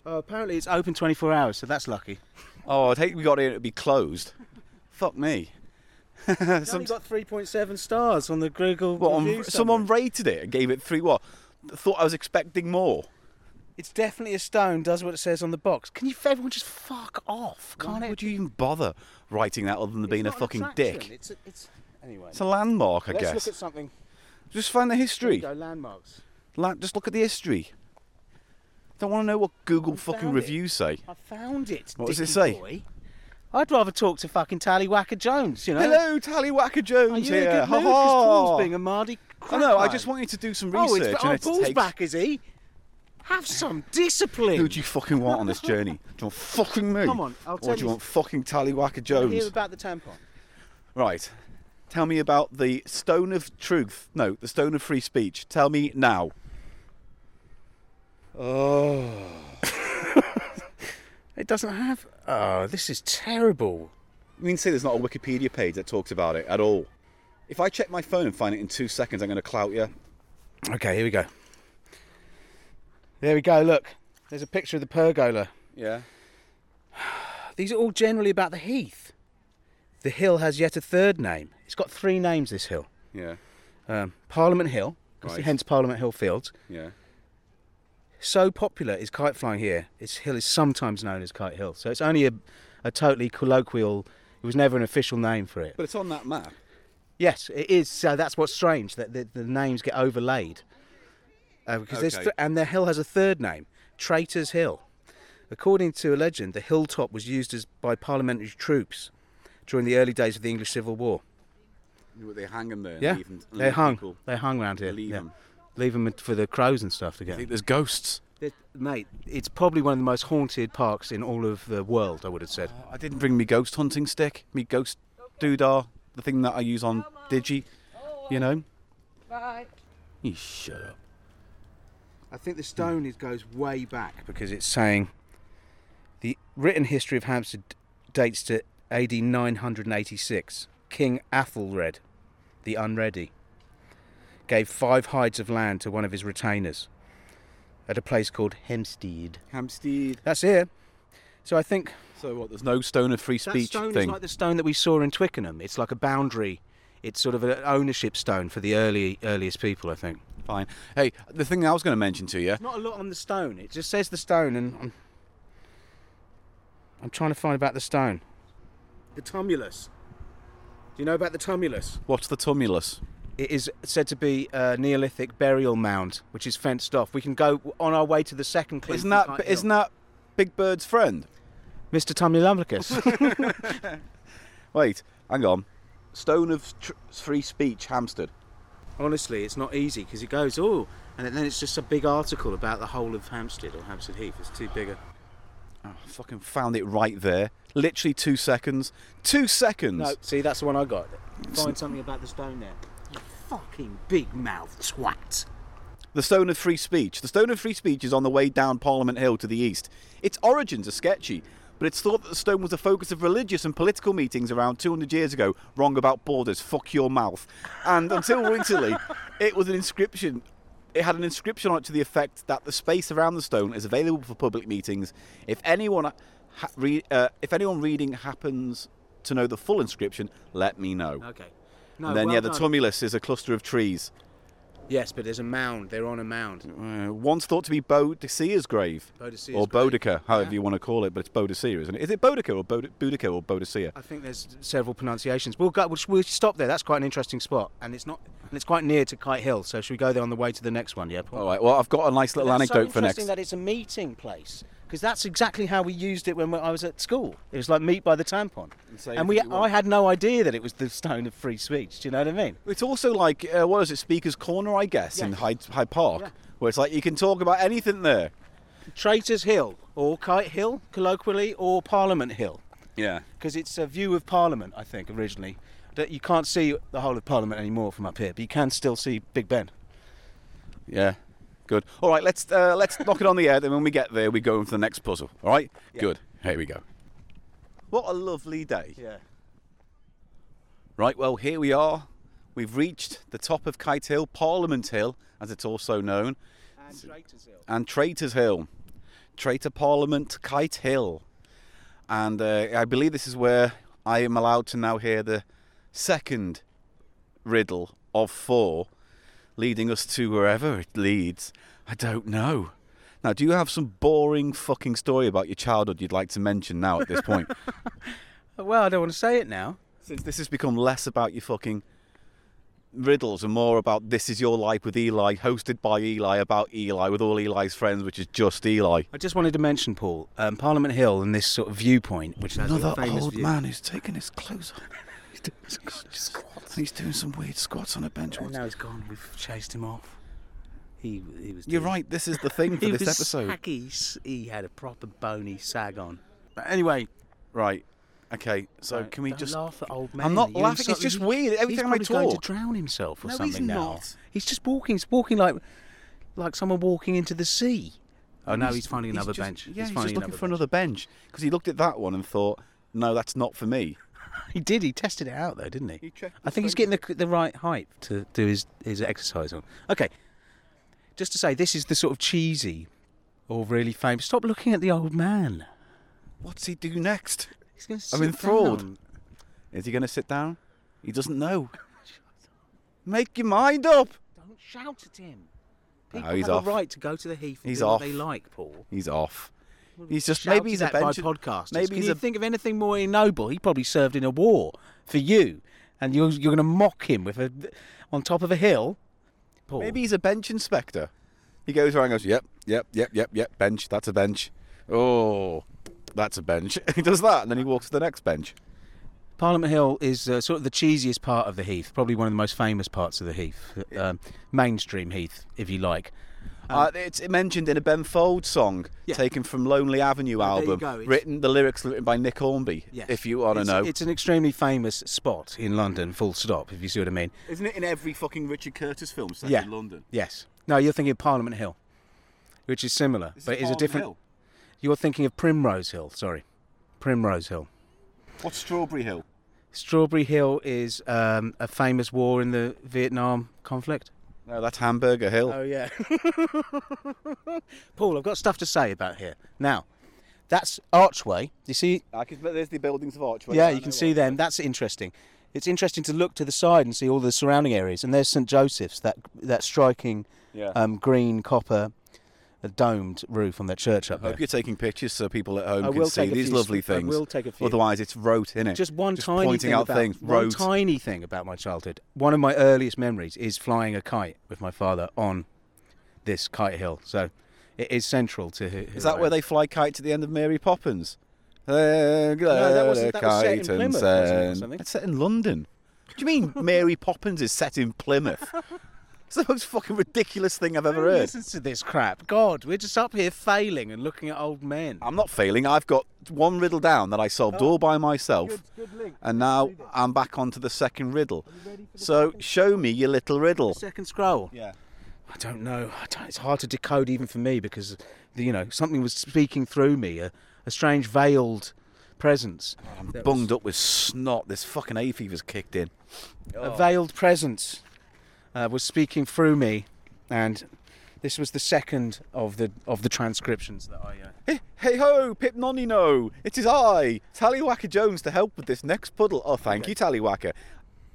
B: Oh, apparently it's open 24 hours, so that's lucky.
A: Oh, I'd hate we got in it'd be closed. Fuck me.
B: Some got 3.7 stars on the Google.
A: What, on-
B: review
A: someone
B: summary.
A: rated it and gave it three. What? Thought I was expecting more.
B: It's definitely a stone. Does what it says on the box. Can you everyone just fuck off? Can't
A: Why
B: it?
A: would you even bother writing that other than being a
B: It's not an
A: fucking
B: attraction,
A: dick?
B: It's, a, it's anyway.
A: It's a landmark, I
B: Let's
A: guess.
B: look at something.
A: Just find the
B: Here we
A: history.
B: go, landmarks.
A: Land, just look at the history. Don't want to know what Google fucking
B: found it.
A: reviews say.
B: I found it.
A: What does it
B: dicky
A: say?
B: boy. I'd rather talk to fucking Tallywhacker Jones. You know.
A: Hello, Tallywhacker Jones
B: Are you in
A: here.
B: a good
A: Ha
B: mood?
A: ha.
B: 'Cause Paul's being a Mardy.
A: I know. I just want you to do some
B: Oh,
A: research.
B: it's,
A: and
B: oh
A: it
B: Paul's
A: takes-
B: back, is he? Have some discipline.
A: Who do you fucking want on this journey? Do you want fucking me?
B: Come on, I'll
A: Or
B: tell
A: do you
B: you-
A: want fucking Tallywhacker
B: Wanna Hear
A: Jones?
B: about the tampon.
A: Right. Tell me about the stone of truth. No, the stone of free speech. Tell me now.
B: It doesn't have. Oh, this is terrible.
A: You mean to say there's not a Wikipedia page that talks about it at all? If I check my phone and find it in two seconds, I'm going to clout you.
B: Okay, here we go. There we go. Look, there's a picture of the pergola.
A: Yeah.
B: These are all generally about the heath. The hill has yet a third name. It's got three names. This hill,
A: Yeah.
B: um, Parliament Hill, 'cause
A: Right.
B: hence Parliament Hill Fields.
A: Yeah.
B: So popular is kite flying here. Its hill is sometimes known as Kite Hill. So it's only a, a totally colloquial. It was never an official name for it.
A: But it's on that map.
B: Yes, it is. So that's what's strange that the, the names get overlaid. Uh, because there's
A: Okay.
B: th- and the hill has a third name, Traitors Hill. According to a legend, the hilltop was used as by parliamentary troops during the early days of the English Civil War.
A: They hang them there. and
B: Yeah,
A: leave them- and
B: they
A: leave
B: hung.
A: people.
B: They hung around here.
A: Leave
B: yeah.
A: 'em.
B: Leave 'em for the crows and stuff to get.
A: there's ghosts.
B: Th- Mate, it's probably one of the most haunted parks in all of the world. I would have said.
A: I didn't bring me ghost hunting stick. Me ghost doodah, the thing that I use on Digi. You know.
G: Bye.
A: You shut up.
B: I think the stone is, goes way back because it's saying the written history of Hampstead dates to AD 986. King Athelred, the Unready, gave five hides of land to one of his retainers at a place called Hempstead.
A: Hampstead.
B: That's it. So I think
A: So what? There's no stone of free
B: that
A: speech
B: stone
A: thing.
B: is like the stone that we saw in Twickenham. It's like a boundary. It's sort of an ownership stone for the early earliest people, I think.
A: Fine. Hey, the thing I was going to mention to you.
B: Not a lot on the stone. It just says the stone, and I'm, I'm trying to find about the stone. The tumulus. Do you know about the tumulus?
A: What's the tumulus?
B: It is said to be a Neolithic burial mound, which is fenced off. We can go on our way to the second. cliff
A: Isn't
B: we
A: that
B: can't
A: isn't
B: heal.
A: that Big Bird's friend?
B: Mr. Tumulumbricus?
A: Wait, hang on. Stone of tr- free speech, Hampstead.
B: Honestly, it's not easy because it goes oh, and then it's just a big article about the whole of Hampstead or Hampstead Heath. It's too big. A...
A: Oh, fucking found it right there. Literally two seconds. Two seconds.
B: No, see, that's the one I got. Find something about the stone there. You fucking big mouth twat.
A: The Stone of Free Speech. The Stone of Free Speech is on the way down Parliament Hill to the east. Its origins are sketchy, but it's thought that the stone was the focus of religious and political meetings around 200 years ago. Wrong about borders, fuck your mouth. And until recently, it was an inscription It had an inscription on it to the effect that the space around the stone is available for public meetings. If anyone, ha- re- uh, if anyone reading happens to know the full inscription, let me know.
B: Okay.
D: No,
A: and then,
D: well
A: yeah, the
D: done.
A: tumulus is a cluster of trees.
B: Yes, but there's a mound. They're on a mound.
A: Uh, once thought to be Boadicea's grave.
B: Boadicea's
A: Or
B: grave.
A: Boudica, however you want to call it, but it's Boadicea, isn't it? Is it Boudica or Boud- Boudicca or Boadicea?
D: I think there's several pronunciations. We'll go. We'll, we'll stop there. That's quite an interesting spot, and it's not. And it's quite near to Kite Hill. So should we go there on the way to the next one? Yeah. Paul?
A: All right, well, I've got a nice Oh, little
B: That's so
A: anecdote for
B: interesting
A: next.
B: that it's a meeting place because that's exactly how we used it when I was at school. It was like meet by the tampon, and,
A: say
B: we
A: anything you want.
B: I had no idea that it was the stone of free speech. Do you know what I mean?
A: It's also like, uh, what is it, Speaker's Corner, I guess, in Hyde, Hyde Park,
B: Yeah.
A: where it's like you can talk about anything there.
B: Traitors Hill or Kite Hill, colloquially, or Parliament Hill
A: Yeah.
B: because it's a view of Parliament. I think originally that you can't see the whole of Parliament anymore from up here, but you can still see Big Ben.
A: Yeah. Good. All right, let's uh, let's knock it on the air. Then when we get there, we go into the next puzzle. All right. Good. Here we go. What a lovely day.
B: Yeah.
A: Right. Well, here we are. We've reached the top of Kite Hill, Parliament Hill, as it's also known,
B: And Traitors Hill.
A: and Traitors Hill, Traitor Parliament, Kite Hill, and uh, I believe this is where I am allowed to now hear the second riddle of four, leading us to wherever it leads. I don't know. Now, do you have some boring fucking story about your childhood you'd like to mention now at this point?
B: Oh, Well, I don't want to say it now.
A: Since this has become less about your fucking riddles and more about this is your life with Eli, hosted by Eli, about Eli, with all Eli's friends, which is just Eli.
B: I just wanted to mention, Paul, um, Parliament Hill and this sort of viewpoint, which has
A: Another
B: a famous
A: old
B: view.
A: man who's taking his clothes off. He's doing some weird squats on a bench.
B: And Oh, now he's gone. We've chased him off. He, he was.
A: You're
B: doing-
A: right. This is the thing for
B: He
A: this
B: was
A: episode.
B: saggy. s- He had a proper bony sag on. But anyway,
A: Right. Okay. So
B: don't-
A: can we
B: don't
A: just?
B: laugh at old man.
A: I'm not
B: You
A: laughing. It's
B: insult-
A: just
B: he-
A: weird. Every
B: he's
A: time I
B: probably going to
A: talk.
B: drown himself or
A: No, he's
B: something now.
A: not.
B: He's just walking. He's walking like, like someone walking into the sea. Oh no, he's, finding another
A: just-
B: bench.
A: Yeah, he's,
B: finding
A: just looking for
B: bench.
A: another bench because he looked at that one and thought, "No, that's not for me."
B: He did. He tested it out though, didn't he?
A: He checked
B: I
A: the
B: think he's getting the, the right height to do his, his exercise on. Okay. Just to say, this is the sort of cheesy or really famous. Stop looking at the old man.
A: What's he do next?
B: He's going to
A: I'm enthralled. Is he going to sit down? He doesn't know. Make your mind up.
B: Don't shout at him.
A: No,
B: People
A: he's
B: have
A: off.
B: a right to go to the heath and
A: He's
B: do what they
A: off.
B: like, Paul.
A: He's off. He's just
B: Shouted
A: maybe he's a
B: at by
A: bench.
B: podcasters.
A: Maybe
B: Can
A: he's
B: you
A: a
B: think of anything more ignoble? He probably served in a war for you, and you're you're going to mock him with a on top of a hill. Paul.
A: maybe he's a bench inspector. He goes around and goes, "Yep, yep, yep, yep, yep. Bench. That's a bench. Oh, that's a bench." he does that, and then he walks to the next bench.
B: Parliament Hill is uh, sort of the cheesiest part of the Heath, probably one of the most famous parts of the Heath, um, mainstream Heath, if you like.
A: uh, it's mentioned in a Ben Fold song
B: Yeah.
A: taken from Lonely Avenue
B: there you
A: album.
B: go, it's-
A: Written the lyrics written by Nick Hornby. If you want to
B: It's-
A: know,
B: it's an extremely famous spot in London. Full stop. If you see what I mean.
A: isn't it in every fucking Richard Curtis film set
B: yeah. Yes. No, you're thinking of Parliament Hill, which is similar, but is a different. You're thinking of Primrose Hill. Sorry, Primrose Hill.
A: What's Strawberry Hill?
B: Strawberry Hill is um, a famous war in the Vietnam conflict.
A: No, that's Hamburger Hill.
B: Oh yeah. Paul, I've got stuff to say about here. Now, that's archway. You see?
A: I can, there's the buildings of Archway.
B: yeah, you can see them. That's interesting. It's interesting to look to the side and see all the surrounding areas. And there's St Joseph's, that that striking
A: Yeah.
B: um, green copper uh, domed roof on that church up
A: I
B: there.
A: hope you're taking pictures so people at home
B: I
A: can
B: will
A: see
B: take a
A: these
B: few,
A: lovely
B: Steve. I
A: things.
B: will take a few.
A: Otherwise, it's rote, innit?
B: Just one
A: Just
B: tiny
A: pointing
B: thing
A: out
B: about,
A: things.
B: One
A: rote.
B: tiny thing about my childhood. One of my earliest memories is flying a kite with my father on this kite hill. So it is central to. Who,
A: Is that where they fly kites at the end of Mary Poppins? Uh, No,
B: that wasn't- that was set in Plymouth, wasn't it, or something?
A: It's set in London. Do you mean Mary Poppins is set in Plymouth? It's the most fucking ridiculous thing I've ever heard.
B: Listen to this crap. God, we're just up here failing and looking at old men.
A: I'm not failing. I've got one riddle down that I solved
B: Oh,
A: all by myself. And now I'm back onto the second riddle. So show me your little riddle.
B: Second scroll.
A: Yeah.
B: I don't know. I don't, it's hard to decode even for me because, you know, something was speaking through me, a, a strange veiled presence.
A: I'm bunged up with snot. This fucking hay fever's kicked in.
B: Oh. A veiled presence uh, was speaking through me, and This was the second of the of the transcriptions that I. Uh,
A: Hey ho, Pip Nonino! It is I, Tallywacker Jones, to help with this next puddle. Oh, thank you, Tallywacker.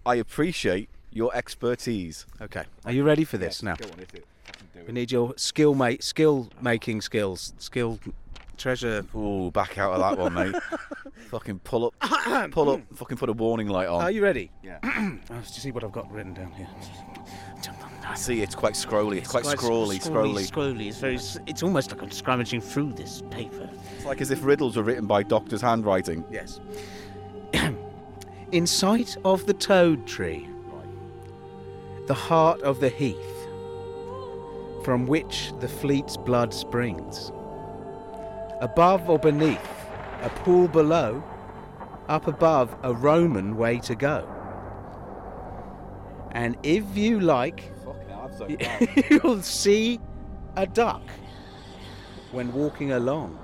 A: I appreciate your expertise.
B: Okay. Are you ready for this now? We need your skill mate skill making skills. Skill treasure
A: Ooh, back out of that one, mate. fucking pull up, pull up, fucking put a warning light on.
B: Are you ready?
A: Yeah.
B: Oh, do you see what I've got written down here?
A: See, it's quite scrolly. It's quite, scrawly, scrolly.
H: scrolly. It's very. s- It's almost like I'm scrummaging through this paper.
A: It's like as if riddles were written by doctor's handwriting.
B: Yes. In sight of the toad tree, the heart of the heath, from which the fleet's blood springs. Above or beneath, a pool below, up above, a Roman way to go. And if you like, you'll see a duck when walking along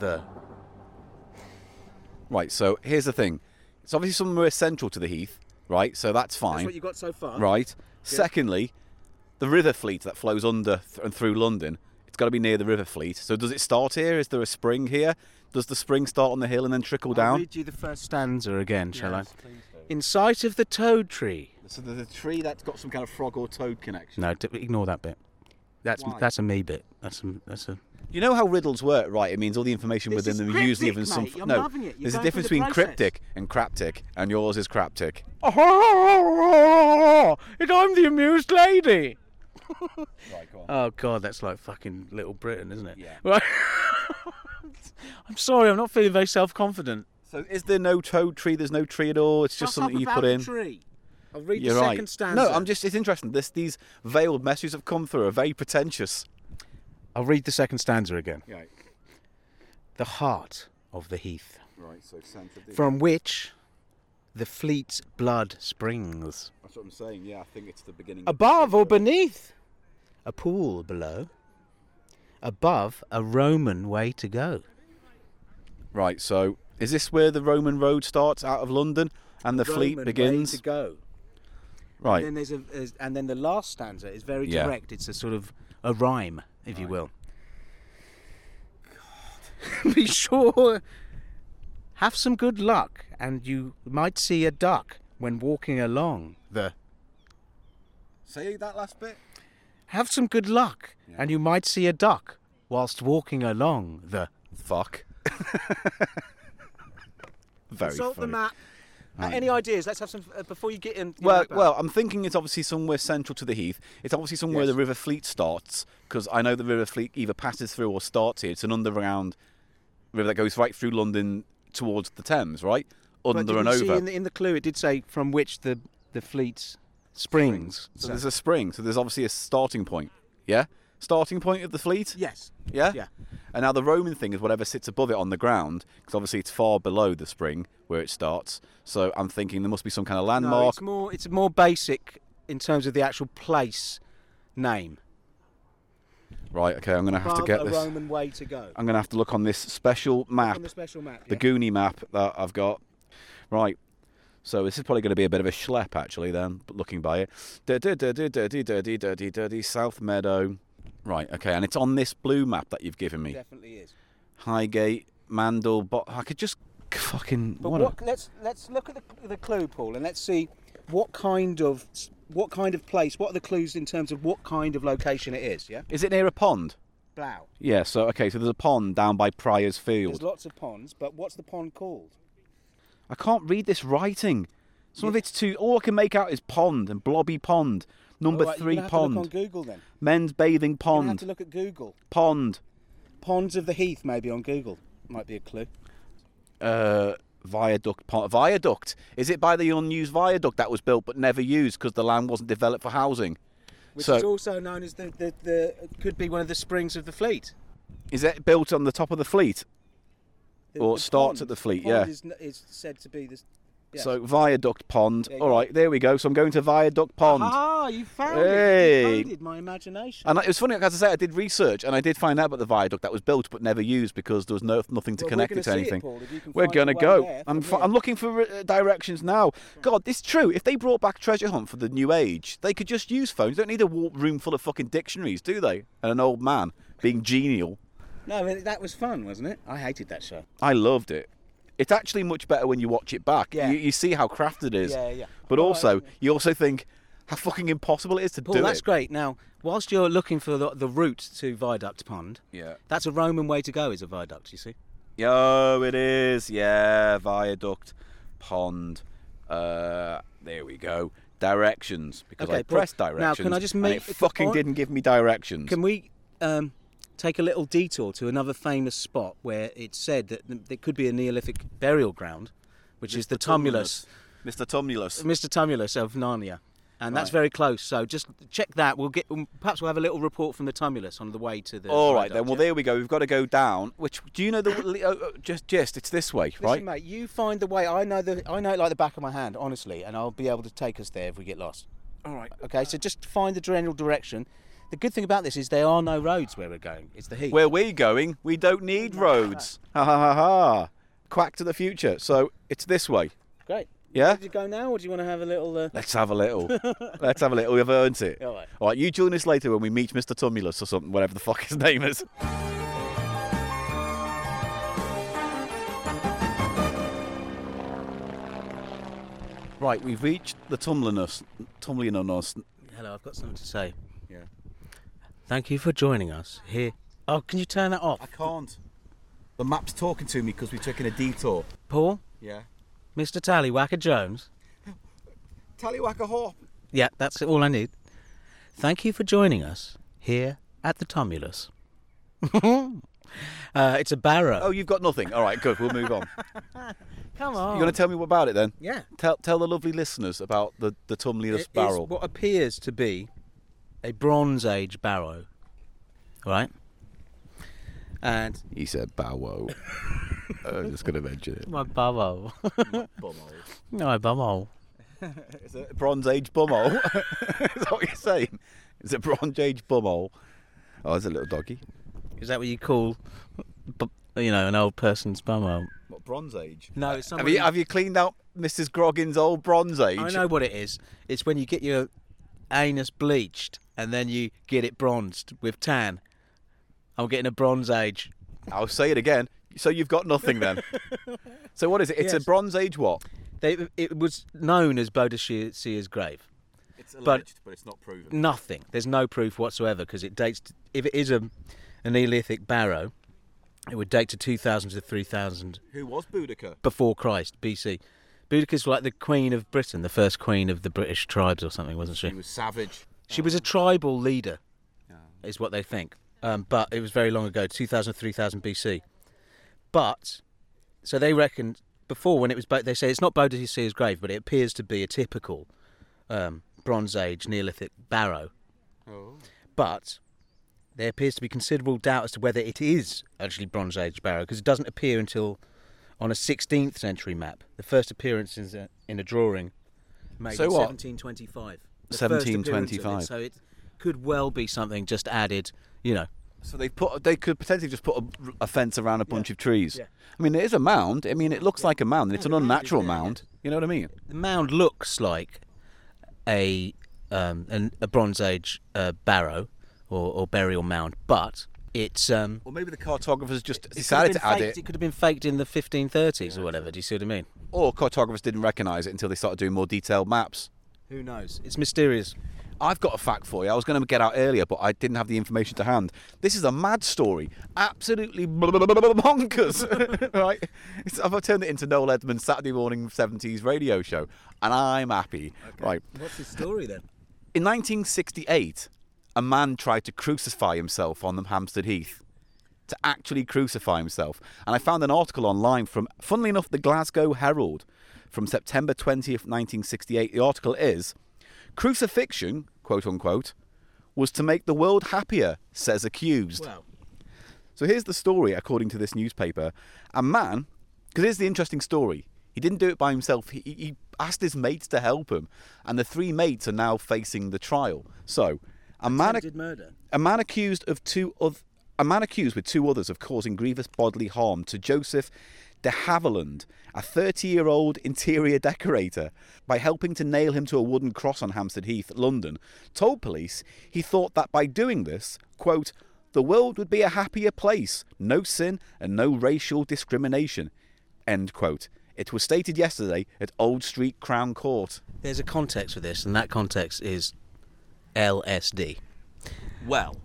B: the
A: Right, so here's the thing. It's obviously somewhere central to the heath, right? So that's fine.
B: you got so far.
A: right? Secondly, the river fleet that flows under th- and through London, it's got to be near the river fleet. So does it start here? Is there a spring here? Does the spring start on the hill and then trickle
B: I'll
A: down?
B: read you the first stanza again, shall I? In sight of the toad tree.
A: So there's a tree that's got some kind of frog or toad connection.
B: No, d- ignore that bit. That's that's a me bit. That's a, that's a.
A: You know how riddles work, right? It means all the information
B: This
A: within
B: is
A: them are usually given
B: cryptic,
A: some.
B: mate. You're
A: no,
B: loving it. You're
A: there's a
B: going through
A: difference
B: the
A: between
B: process.
A: cryptic and craptic, and yours is craptic.
B: Oh, and I'm the amused lady. Oh God, that's like fucking Little Britain, isn't it? Yeah. Right. I'm sorry, I'm not feeling very self-confident.
A: So is there no toad tree? There's no tree at all. It's just something you put in.
B: Tree. I'll read
A: You're
B: the
A: right.
B: second stanza.
A: No, I'm just. It's interesting. This these veiled messages have come through are very pretentious.
B: I'll read the second stanza again.
A: Right.
B: The heart of the heath,
A: Right. So central.
B: from which the fleet's blood springs.
A: That's what I'm saying. Yeah, I think it's the beginning.
B: Above or beneath? A pool below. Above, a Roman way to go.
A: Right. So is this where the Roman road starts out of London and the fleet begins?
B: go.
A: Right.
B: Then there's a, there's- and then the last stanza is very
A: Yeah.
B: direct. It's a sort of a rhyme, if you will. Be sure, have some good luck, and you might see a duck when walking along the.
A: Say that last bit.
B: Have some good luck, and you might see a duck whilst walking along the.
A: Fuck. very funny.
B: Uh, any ideas? Let's have some uh, before you get in. your
A: Well,
B: map out.
A: well, I'm thinking it's obviously somewhere central to the heath. It's obviously somewhere the River Fleet starts because I know the River Fleet either passes through or starts here. It's an underground river that goes right through London towards the Thames, right?
B: But
A: Under
B: did
A: and
B: you see
A: over.
B: in the, in the clue it did say from which the the fleet springs.
A: so there's a spring. So there's obviously a starting point. Yeah, starting point of the fleet.
B: yes.
A: Yeah.
B: Yeah.
A: And now the Roman thing is whatever sits above it on the ground, because obviously it's far below the spring where it starts. So I'm thinking there must be some kind of
B: No,
A: landmark.
B: it's more it's more basic in terms of the actual place name.
A: Right. Okay. I'm gonna have to
B: Above
A: get
B: a
A: this.
B: Roman way to go
A: I'm gonna have to look on this special map.
B: on the special map.
A: the
B: yeah.
A: Goonie map that I've got. Right. So this is probably going to be a bit of a schlep, actually. Then, but looking by it, dirty, dirty, dirty, dirty, dirty, dirty South Meadow. Right. Okay. And it's on this blue map that you've given me.
B: definitely is.
A: Highgate, Mandel. But I could just fucking.
B: But
A: what
B: what,
A: a-
B: let's let's look at the, the clue, Paul, and let's see what kind of what kind of place. What are the clues in terms of what kind of location it is? Yeah.
A: Is it near a pond?
B: Blow.
A: Yeah. So okay. So there's a pond down by Prior's Field.
B: There's lots of ponds, but what's the pond called?
A: I can't read this writing. Some of it's too. All I can make out is pond and blobby pond. Number
B: All right, you're
A: three
B: gonna have
A: pond.
B: To look on Google then.
A: Men's bathing
B: You're gonna have
A: pond.
B: to look at Google.
A: Pond.
B: Ponds of the Heath, maybe on Google. Might be a clue.
A: uh, viaduct pond. Viaduct. Is it by the unused viaduct that was built but never used because the land wasn't developed for housing?
B: Which
A: so
B: is also known as the, the, the could be one of the springs of the fleet.
A: is it built on the top of the fleet?
B: The,
A: Or starts at the fleet, yeah.
B: Is, n- is said to be the,
A: So viaduct pond. All right, there we go. So I'm going to viaduct pond.
D: Ah, you found it.
A: Hey.
D: You founded my imagination.
A: And it was funny, like, as I say, I did research and I did find out about the viaduct that was built but never used because there was no nothing to
D: Well, we're
A: connect it
D: gonna
A: to
D: see it,
A: anything.
D: Paul, if you can
A: we're
D: find your
A: gonna
D: way
A: go.
D: there
A: I'm,
D: from
A: fi- I'm looking for uh, directions now. God, it's true. If they brought back Treasure Hunt for the new age, they could just use phones. They don't need a wa- room full of fucking dictionaries, do they? And an old man being genial.
B: No, but that was fun, wasn't it? I hated that show.
A: I loved it. It's actually much better when you watch it back.
B: Yeah.
A: You, you see how crafted it is.
B: Yeah, yeah.
A: But
B: Oh,
A: also, you also think how fucking impossible it is to
B: Paul,
A: do
B: that's
A: it.
B: great. Now, whilst you're looking for the, the route to Viaduct Pond,
A: Yeah.
B: that's a Roman way to go, is a viaduct, you see?
A: Yo, it is. Yeah, viaduct, pond. Uh, there we go. Directions because
B: Okay,
A: I
B: Paul,
A: pressed
B: now, can
A: directions.
B: I just make-
A: And it fucking
B: or-
A: didn't give me directions.
B: Can we um, take a little detour to another famous spot where it's said that th- there could be a Neolithic burial ground, which is the Tumulus,
A: Mr. Tumulus.
B: Mr. Tumulus of Narnia. And that's very close, so just check that. We'll get. um, Perhaps we'll have a little report from the tumulus on the way to the.
A: All right then.
B: viaduct,
A: Well,
B: yeah?
A: there we go. We've got to go down. Which do you know the oh, oh, just just it's this way, right?
B: Listen, mate, you find the way. I know the. I know it like the back of my hand, honestly, and I'll be able to take us there if we get lost.
A: All right.
B: Okay, so just find the general direction. The good thing about this is there are no roads where we're going. It's the heat.
A: Where we're going, we don't need roads. Ha ha ha ha. Quack to the future. So it's this way.
B: Great.
A: Yeah.
B: Did you go now, or do you want to have a little? Uh...
A: Let's have a little. Let's have a little. We've earned it.
B: All right.
A: All right. You join us later when we meet Mr. Tumulus or something, whatever the fuck his name is. Right, we've reached the Tumlinus. Tumlinus.
B: Hello, I've got something to say. Yeah. Thank you for joining us here. Oh, can you turn that off,
A: can't. The map's talking to me because we're taking a detour.
B: Paul?
A: Yeah.
B: Mr. Tallywhacker Jones.
A: Tallywhacker hop.
B: Yeah, that's all I need. Thank you for joining us here at the Tumulus. uh, it's a barrow.
A: Oh, you've got nothing. All right, good. We'll move on.
B: come on.
A: You want to tell me about it then?
B: Yeah.
A: Tell tell the lovely listeners about the the Tumlinus
B: It is
A: barrel.
B: what appears to be a Bronze Age barrow, right? And
A: He said bow I was just going to mention it.
B: my bumhole. my bumhole.
A: It's a Bronze Age bumhole. Is that what you're saying? It's a Bronze Age bumhole. Oh, it's a little doggy.
B: Is that what you call, bu- you know, an old person's bumhole?
A: What, Bronze Age?
B: No, it's
A: Have you, have you cleaned out Mrs. Grogan's old Bronze Age?
B: I know what it is. It's when you get your anus bleached and then you get it bronzed with tan. I'm getting a Bronze Age.
A: I'll say it again. So you've got nothing then. so what is it? It's a
B: Yes.
A: Bronze Age what?
B: They, it was known as Boadicea's grave.
A: It's
B: alleged,
A: but it's not proven.
B: Nothing. There's no proof whatsoever because it dates. To, if it is a, a Neolithic barrow, it would date to 2000 to 3000
A: Who was Boudicca?
B: before Christ BC. Boudicca's like the queen of Britain, the first queen of the British tribes or something, wasn't she?
A: savage.
B: She was a tribal leader, is what they think. Um, but it was very long ago, 2000, 3000 BC. But, so they reckoned before when it was, Bo- they say it's not Boadicea's grave, but it appears to be a typical um, Bronze Age Neolithic barrow. But there appears to be considerable doubt as to whether it is actually Bronze Age barrow because it doesn't appear until on a 16th century map. The first appearance is uh, in a drawing made
A: So
B: in
A: what?
B: 1725. The first appearance of it,
A: 1725.
B: So it could well be something just added, you know.
A: So they put they could potentially just put a, a fence around a bunch of trees. I mean, it is a mound. I mean, it looks like a mound. and It's an unnatural mound. You know what I mean?
B: The mound looks like a um, an, a Bronze Age uh, barrow or, or burial mound, but it's um,
A: Or maybe the cartographers just
B: it
A: decided
B: could have
A: to
B: been
A: add
B: faked-
A: it,
B: It could have been faked in the 1530s or whatever. Do you see what I mean?
A: or cartographers didn't recognise it until they started doing more detailed maps.
B: Who knows? It's mysterious.
A: I've got a fact for you. I was going to get out earlier, but I didn't have the information to hand. This is a mad story. Absolutely bonkers. right? It's, I've turned it into Noel Edmonds' Saturday morning 70s radio show, and I'm happy. Right.
B: What's the story then?
A: In 1968, a man tried to crucify himself on the Hampstead Heath. To actually crucify himself. And I found an article online from, funnily enough, the Glasgow Herald from September 20th, 1968. The article is Crucifixion, quote unquote, was to make the world happier, says accused.
B: Wow.
A: So here's the story, according to this newspaper. A man, because here's the interesting story. He didn't do it by himself. He, he asked his mates to help him, and the three mates are now facing the trial. So, a man,
I: Attempted murder.
A: a man accused of two oth- a man accused with two others of causing grievous bodily harm to Joseph de Haviland, a 30-year-old interior decorator, by helping to nail him to a wooden cross on Hampstead Heath, London, told police he thought that by doing this, quote, the world would be a happier place, no sin and no racial discrimination. End quote. It was stated yesterday at Old Street Crown Court.
B: There's a context for this, and that context is LSD. Well,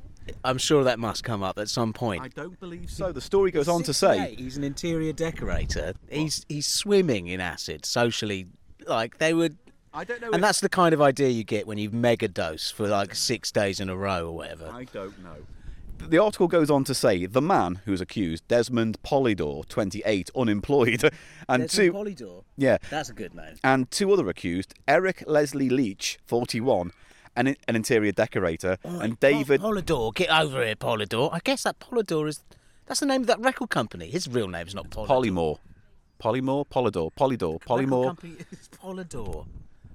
B: I'm sure that must come up at some point.
A: I don't believe so. The story goes on to say
B: 68, he's an interior decorator. He's he's swimming in acid socially. Like they would.
A: I don't know
B: And
A: if-
B: that's the kind of idea you get when you mega dose for like six days in a row or whatever.
A: I don't know. The article goes on to say the man who is accused, Desmond Polydor, 28, unemployed, and two
B: Polydor.
A: yeah,
B: That's a good name.
A: and two other accused, Eric Leslie Leach, 41, an, an interior decorator, and David.
B: Polydor, get over here, Polydor. I guess that Polydor is. That's the name of that record company. His real name's not Polydor.
A: Polymore, Polymore, Polydor, Polydor,
B: Record
A: Polymore.
B: company is Polydor.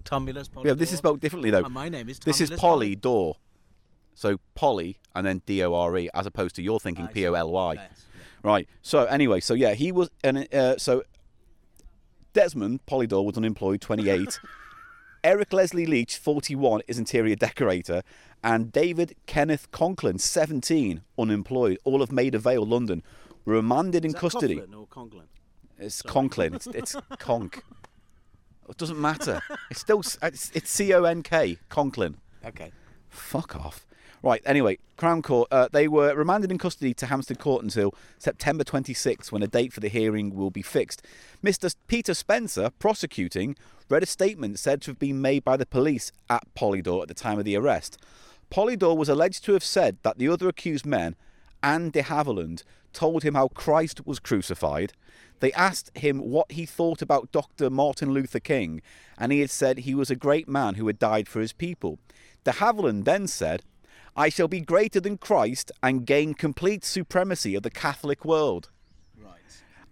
B: Tumulus Polydor.
A: Yeah, this is spelled differently though.
B: And my name is
A: This is
B: Tumulus Polly.
A: Polydor. So Polly and then D O R E, as opposed to you're thinking P O L Y. Right. So anyway, so yeah, he was, and uh, so Desmond Polydor was unemployed, 28. Eric Leslie Leach, 41, is interior decorator, and David Kenneth Conklin, 17, unemployed, all of Maida Vale, London, were remanded in custody. It's Conklin. It's, it's Conk. It doesn't matter. It's still s- it's, it's C O N K Conklin.
B: Okay.
A: Fuck off. Right, anyway, Crown Court, uh, they were remanded in custody to Hampstead Court until September 26, when a date for the hearing will be fixed. Mr. Peter Spencer, prosecuting, read a statement said to have been made by the police at Polydor at the time of the arrest. Polydor was alleged to have said that the other accused men, Anne de Haviland, told him how Christ was crucified. They asked him what he thought about Dr. Martin Luther King, and he had said he was a great man who had died for his people. De Haviland then said, I shall be greater than Christ and gain complete supremacy of the Catholic world. Right.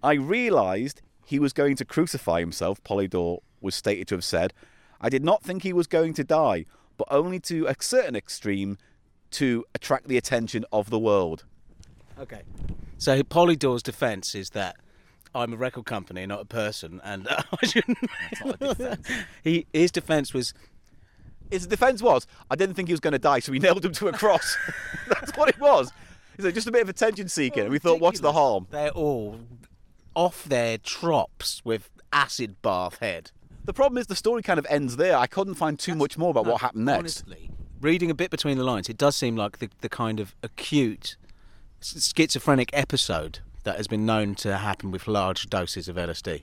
A: I realised he was going to crucify himself, Polydor was stated to have said. I did not think he was going to die, but only to a certain extreme to attract the attention of the world.
B: Okay. So Polydor's defence is that I'm a record company, not a person, and uh, I shouldn't. he his defence was
A: His defence was, I didn't think he was going to die, so we nailed him to a cross. That's what it was. It's like just a bit of attention seeking, and we thought, what's the harm?
B: they're all off their trops with acid bath head.
A: The problem is the story kind of ends there. I couldn't find too much more about what happened next.
B: Honestly, reading a bit between the lines, it does seem like the the kind of acute s- schizophrenic episode that has been known to happen with large doses of LSD.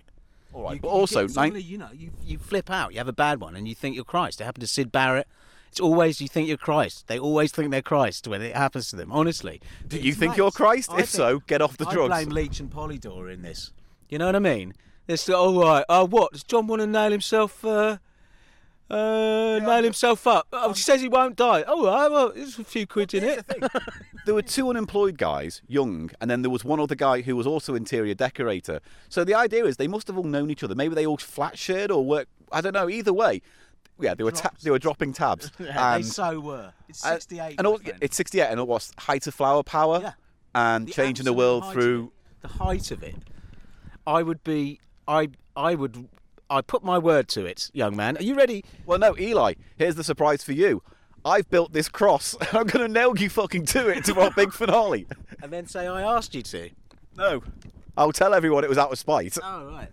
A: All right,
B: You-
A: but
B: you
A: also, nine-
B: get suddenly, you know, you, you flip out. You have a bad one, and you think you're Christ. It happened to Sid Barrett. It's always you think you're Christ. They always think they're Christ when it happens to them. Honestly, do
A: you think you're Christ? If so, get off the
B: I
A: drugs.
B: blame Leach and Polydor in this. You know what I mean? They're still all right. Oh, what does John want to nail himself? Uh, uh, nail himself up. Oh, she says he won't die. All right, well, there's a few quid in it.
A: there were two unemployed guys, young, and then there was one other guy who was also interior decorator. So the idea is they must have all known each other. Maybe they all flat shared or work. I don't know. Either way, yeah, they were ta- they were dropping tabs.
B: they
A: and,
B: so were. It's
A: Um, uh,
B: 68.
A: and
B: my
A: all,
B: friend.
A: it's sixty-eight, and it was height of flower power,
B: Yeah.
A: and changing the
B: absolute
A: world
B: height
A: through.
B: of it, the height of it. I would be. I. I would. I put my word to it, young man. Are you ready?
A: Well, no, Eli. Here's the surprise for you. I've built this cross. I'm going to nail you fucking to it to our big finale.
B: And then say I asked you to.
A: No, I'll tell everyone it was out of spite.
B: Oh right.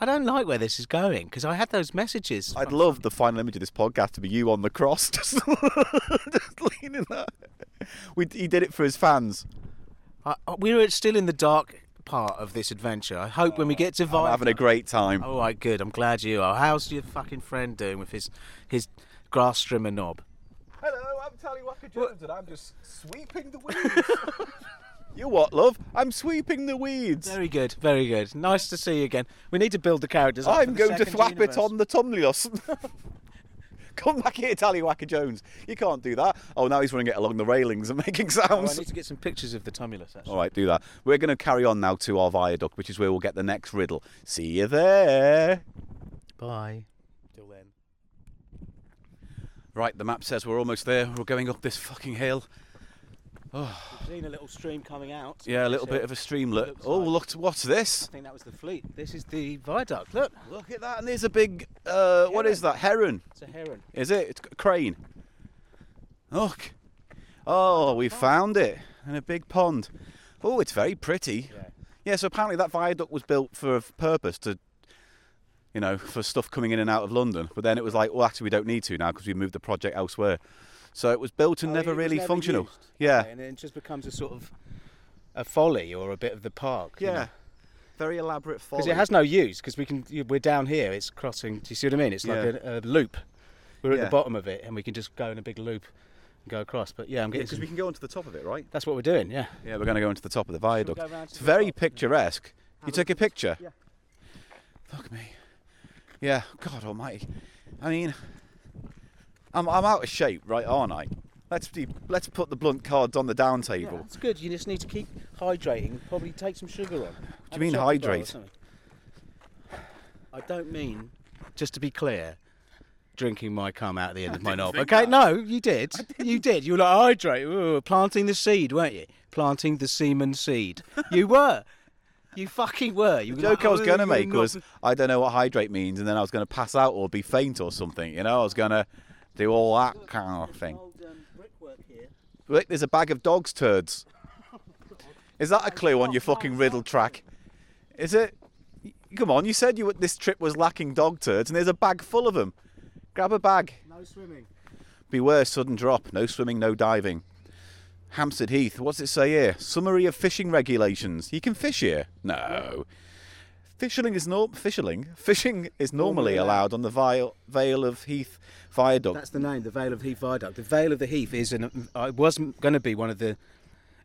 B: I don't like where this is going because I had those messages.
A: I'd love the final image of this podcast to be you on the cross, just, just leaning there. We, he did it for his fans.
B: I, I- we're still in the dark part of this adventure. I hope when we get to
A: Oh, I'm
B: Vive.
A: having a great time.
B: All right, good. I'm glad you are. How's your fucking friend doing with his his grass trimmer knob?
A: Hello, I'm Tally Wacker Jones, and I'm just sweeping the weeds. you what, love? I'm sweeping the weeds.
B: Very good, very good. Nice to see you again. We need to build the characters. up for
A: I'm
B: the
A: going to
B: second
A: flap
B: universe.
A: it on the tumnus. Come back here, Tallywhacker Jones. You can't do that. Oh, now he's running it along the railings and making
B: Oh, I
A: sounds.
B: need to get some pictures of the tumulus. Actually.
A: All right, do that. We're going to carry on now to our viaduct, which is where we'll get the next riddle. See you there.
D: Bye.
B: Till then.
A: Right, the map says we're almost there. We're going up this fucking hill.
B: I've seen a little stream coming out.
A: Yeah, a little bit of a streamlet.
B: Looks
A: Oh,
B: like-
A: look, what's this?
B: I think that was the fleet. This is the viaduct. Look,
A: Look at that, and there's a big, uh, what is that? Heron,
B: it's a heron.
A: is it? It's a crane. Look. Oh, we found it in a big pond. Oh, it's very pretty.
B: Yeah.
A: Yeah, so apparently that viaduct was built for a purpose to, you know, for stuff coming in and out of London. But then it was like, well, actually, we don't need to now because we moved the project elsewhere. So it was built and
B: Oh,
A: never
B: it was
A: really
B: never
A: functional.
B: used.
A: Yeah.
B: Okay, and it just becomes a sort of a folly or a bit of the park. you
A: Yeah.
B: know.
A: Very elaborate folly.
B: Because it has no use. Because we can, we're down here. It's crossing. Do you see what I mean? It's like
A: Yeah.
B: a, a loop. We're at
A: Yeah.
B: the bottom of it, and we can just go in a big loop and go across. But yeah, I'm getting.
A: because we can
B: some-
A: go onto the top of it, right?
B: that's what we're doing. Yeah.
A: Yeah, we're going to go into the top of the viaduct.
B: go round to
A: It's
B: the
A: very
B: top?
A: picturesque. You took a picture? Yeah. Fuck me. Yeah, God almighty. I mean, I'm, I'm out of shape, right, aren't I? Let's, be, let's put the blunt cards on the down table.
B: It's good. You just need to keep hydrating. Probably take some sugar on. What
A: mean hydrate?
B: I don't mean. Just to be clear, drinking my cum out the end of my knob.
A: think
B: Okay,
A: that.
B: no, you did. You did. You were like hydrate. Ooh, planting the seed, weren't you? Planting the semen seed. You were. You fucking were. You were
A: The joke I was
B: like,
A: going
B: "Oh,
A: to make
B: you're
A: was
B: not-"
A: I don't know what hydrate means, and then I was going to pass out or be faint or something. You know, I was going to do all that kind of thing.
B: Old, um, brickwork here.
A: Look, there's a bag of dog's turds. Is that a clue on your fucking riddle track? Is it? Y- Come on, you said you were- this trip was lacking dog turds, and there's a bag full of them. Grab a bag.
B: No swimming.
A: Beware sudden drop. No swimming, no diving. Hampstead Heath. What's it say here? Summary of fishing regulations. You can fish here. No. Fishing is norm. Fishing. Fishing is normally allowed on the Vi- Vale of Heath viaduct.
B: That's the name, the Vale of Heath Viaduct. The Vale of the Heath is an. uh, It was going to be one of the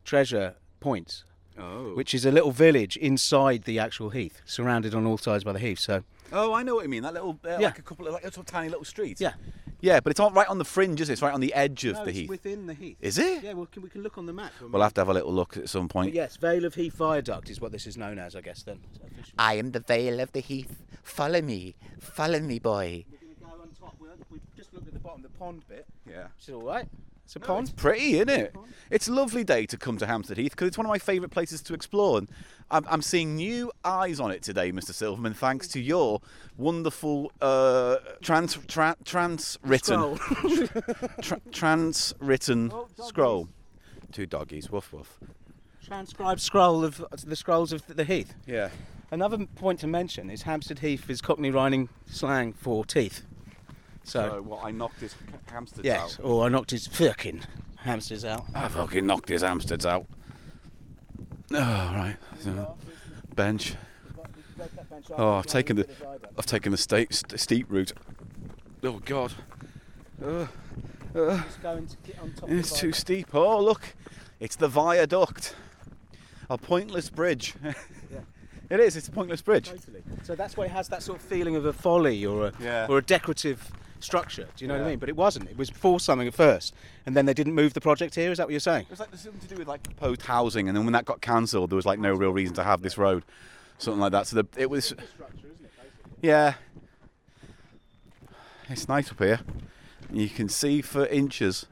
B: treasure points,
A: oh.
B: which is a little village inside the actual heath, surrounded on all sides by the heath. So
A: Oh, I know what you mean. That little, uh,
B: Yeah.
A: like a couple of like a sort of tiny little streets.
B: Yeah.
A: yeah, but it's not right on the fringe, is it? It's right on the edge of the heath.
B: within the heath.
A: Is it?
B: Yeah, well, can, we can look on the map.
A: We'll have to have a little look at some point.
B: Yes, Vale of Heath Viaduct is what this is known as, I guess. Then.
J: I am the Vale of the Heath. Follow me, follow me, boy.
B: We're going to go on top. We're, we've just looked at the bottom, the pond bit.
A: Yeah.
B: Which is all right. It's a
A: It's pretty, isn't it? It's a lovely day to come to Hampstead Heath because it's one of my favourite places to explore. And I'm, I'm seeing new eyes on it today, Mr. Silverman, thanks to your wonderful uh, trans tra- trans written tra- trans written scroll. Two doggies, woof woof.
B: Transcribed scroll of the scrolls of the heath.
A: Yeah.
B: Another m- point to mention is Hampstead Heath is Cockney rhyming slang for teeth. So,
A: what I knocked his hamsters
B: yes, or I knocked his fucking hamsters out.
A: Oh, I fucking knocked his hamsters out. Oh, right. So, bench. Oh, I've taken the, I've taken the sta- st- steep route. Oh God, it's too steep. Oh look, it's the viaduct, a pointless bridge. It is. It's a pointless bridge.
B: So that's why it has that sort of feeling of a folly or a
A: Yeah.
B: or a decorative structure. Do you know what
A: Yeah.
B: I mean? But it wasn't. It was for something at first, and then they didn't move the project here. Is that what you're saying?
A: It was like there's something to do with like proposed housing, and then when that got cancelled, there was like no real reason to have this road, something like that. So the, it was. Yeah. It's nice up here. You can see for inches.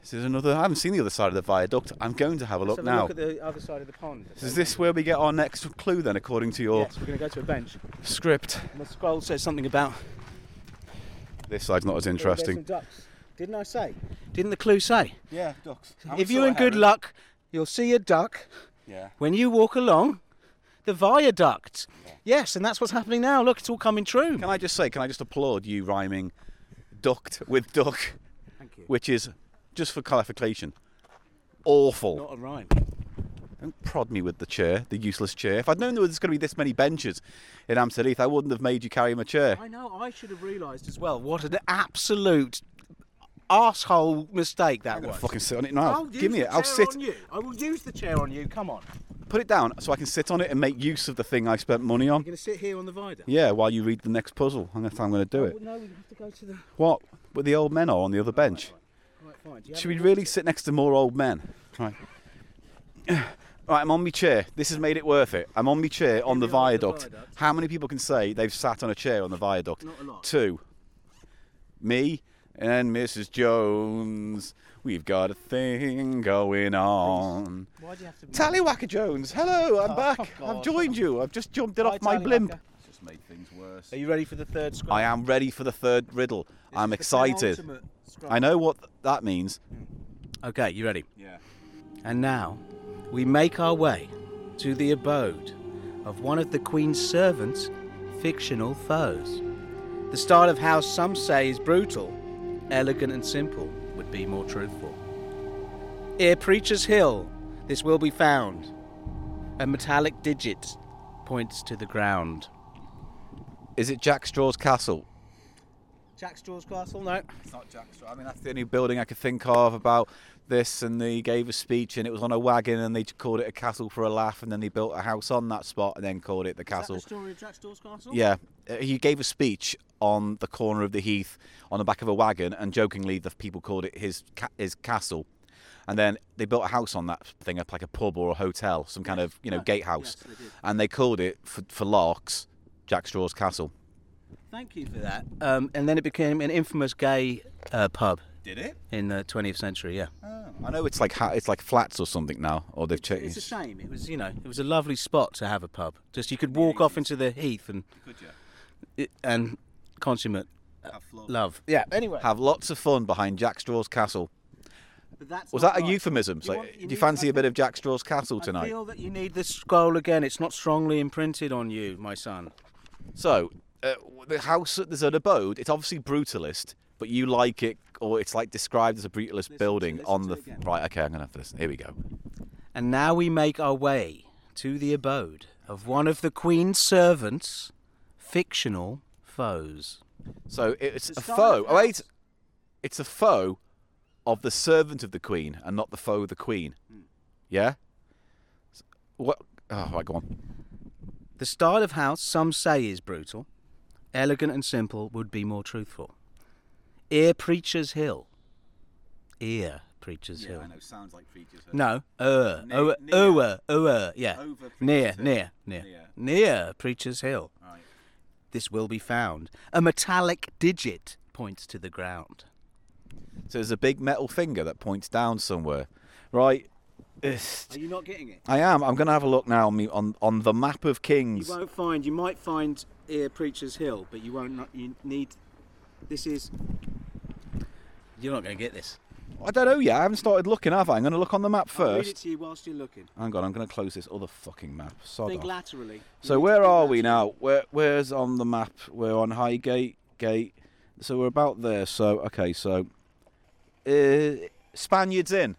A: This is another. I haven't seen the other side of the viaduct. I'm going to have a look
B: Let's have a
A: now.
B: look at the other side of the pond.
A: is this where we get our next clue then, according to your
B: Yes, we're going to go to a bench,
A: script?
B: and the scroll says something about
A: This side's not as interesting.
B: Didn't I say? Didn't the clue say?
A: Yeah, ducks.
B: if you're in good luck, you'll see a duck
A: Yeah.
B: when you walk along the viaduct. Yes, and that's what's happening now. Look, it's all coming true.
A: Can I just say, can I just applaud you rhyming ducked with duck?
B: Thank you.
A: Which is, just for clarification, awful.
B: Not a rhyme.
A: Don't prod me with the chair, the useless chair. If I'd known there was going to be this many benches in Amsterdam, Heath, I wouldn't have made you carry my chair.
B: I know. I should have realised as well what an absolute asshole mistake that
A: I'm going
B: was.
A: to fucking sit on it now.
B: I'll
A: Give
B: use
A: me
B: the
A: it. I'll
B: chair
A: sit.
B: on you. I will use the chair on you. Come on.
A: Put it down so I can sit on it and make use of the thing I spent money on.
B: going to sit here on the viaduct.
A: Yeah, while you read the next puzzle. I'm gonna, I'm gonna do it.
B: No, we have to go to the.
A: What? With the old men are on the other bench.
B: Right, fine.
A: Should we really sit next to more old men? Right. Right, I'm on my chair. This has made it worth it. I'm on my chair on the
B: we are on the
A: viaduct.
B: viaduct.
A: How many people can say they've sat on a chair on the viaduct?
B: Not a lot.
A: Two. Me and Mrs. Jones. We've got a thing going on.
B: Why do you have to be?
A: Tallywhacker Jones, hello, I'm back. I've joined you. I've just jumped it off my blimp. Just made things worse.
B: Are you ready for the third scroll?
A: I am ready for the third riddle. I'm excited. I know what th- that means.
B: Okay, you ready?
A: Yeah.
B: And now, we make our way to the abode of one of the Queen's servants' fictional foes. The style of house some say is brutal, elegant and simple would be more truthful. Ere Preacher's Hill, this will be found. A metallic digit points to the ground.
A: Is it Jack Straw's castle?
B: Jack Straw's castle? No.
A: It's not Jack Straw. I mean, that's the only building I could think of about this. And they gave a speech, and it was on a wagon, and they called it a castle for a laugh, and then they built a house on that spot, and then called it the castle.
B: story of Jack Straw's castle?
A: Yeah, Uh, he gave a speech on the corner of the heath on the back of a wagon, and jokingly, the people called it his ca- his castle. And then they built a house on that thing, up like a pub or a hotel, some kind of you know gatehouse, and they called it for, for larks, Jack Straw's Castle.
B: Thank you for that. Um, and then it became an infamous gay uh, pub
A: Did it?
B: in the 20th century, yeah.
A: I know it's like ha- it's like flats or something now, or they've changed.
B: It's a shame. It was, you know, it was a lovely spot to have a pub. Just you could walk off into the heath and it, and consummate uh, love. Yeah. Anyway,
A: Have lots of fun behind Jack Straw's Castle.
B: but that's
A: Was
B: not
A: that a
B: right.
A: euphemism? It's
B: You
A: like,
B: want-
A: do you
B: need-
A: fancy
B: I
A: a bit
B: think-
A: of Jack Straw's Castle
B: I
A: tonight?
B: feel that you need this scroll again. It's not strongly imprinted on you, my son.
A: So, uh, the house, there's an abode. It's obviously brutalist, but you like it, or it's like described as a brutalist building on the. Right, okay, I'm going to have to listen. Here we go.
B: And now we make our way to the abode of one of the queen's servants' fictional foes.
A: So, it's a
B: style
A: foe.
B: of
A: Oh, wait. It's a foe of the servant of the queen and not the foe of the queen.
B: Hmm.
A: Yeah? S- What? Oh, right, go on.
B: The style of house some say is brutal, elegant and simple would be more truthful. Ear Preacher's Hill. Ear Preacher's Hill.
A: Sounds like features.
B: No, er,
A: Ne-
B: er,
A: near.
B: er, er, yeah.
A: Over Preacher's
B: Near,
A: Hill.
B: near, near,
A: Near.
B: near Preacher's Hill. This will be found. A metallic digit points to the ground.
A: So, there's a big metal finger that points down somewhere. Right. Ugh.
B: Are you not getting it?
A: I am. I'm going to have a look now on, me, on on the map of
B: You
A: kings.
B: won't find. You might find Ear Preacher's Hill, but you won't. Not, you need. This is. You're not going to get this.
A: I don't know yet. I haven't started looking, have I? I'm going to look on the map
B: I'll read it
A: first.
B: to you whilst you're looking.
A: Hang on. I'm going to close this other fucking map. Sod
B: Think
A: off.
B: laterally.
A: So where are we now? Where where's on the map? We're on Highgate Gate. So we're about there. So okay. So uh, Spaniards in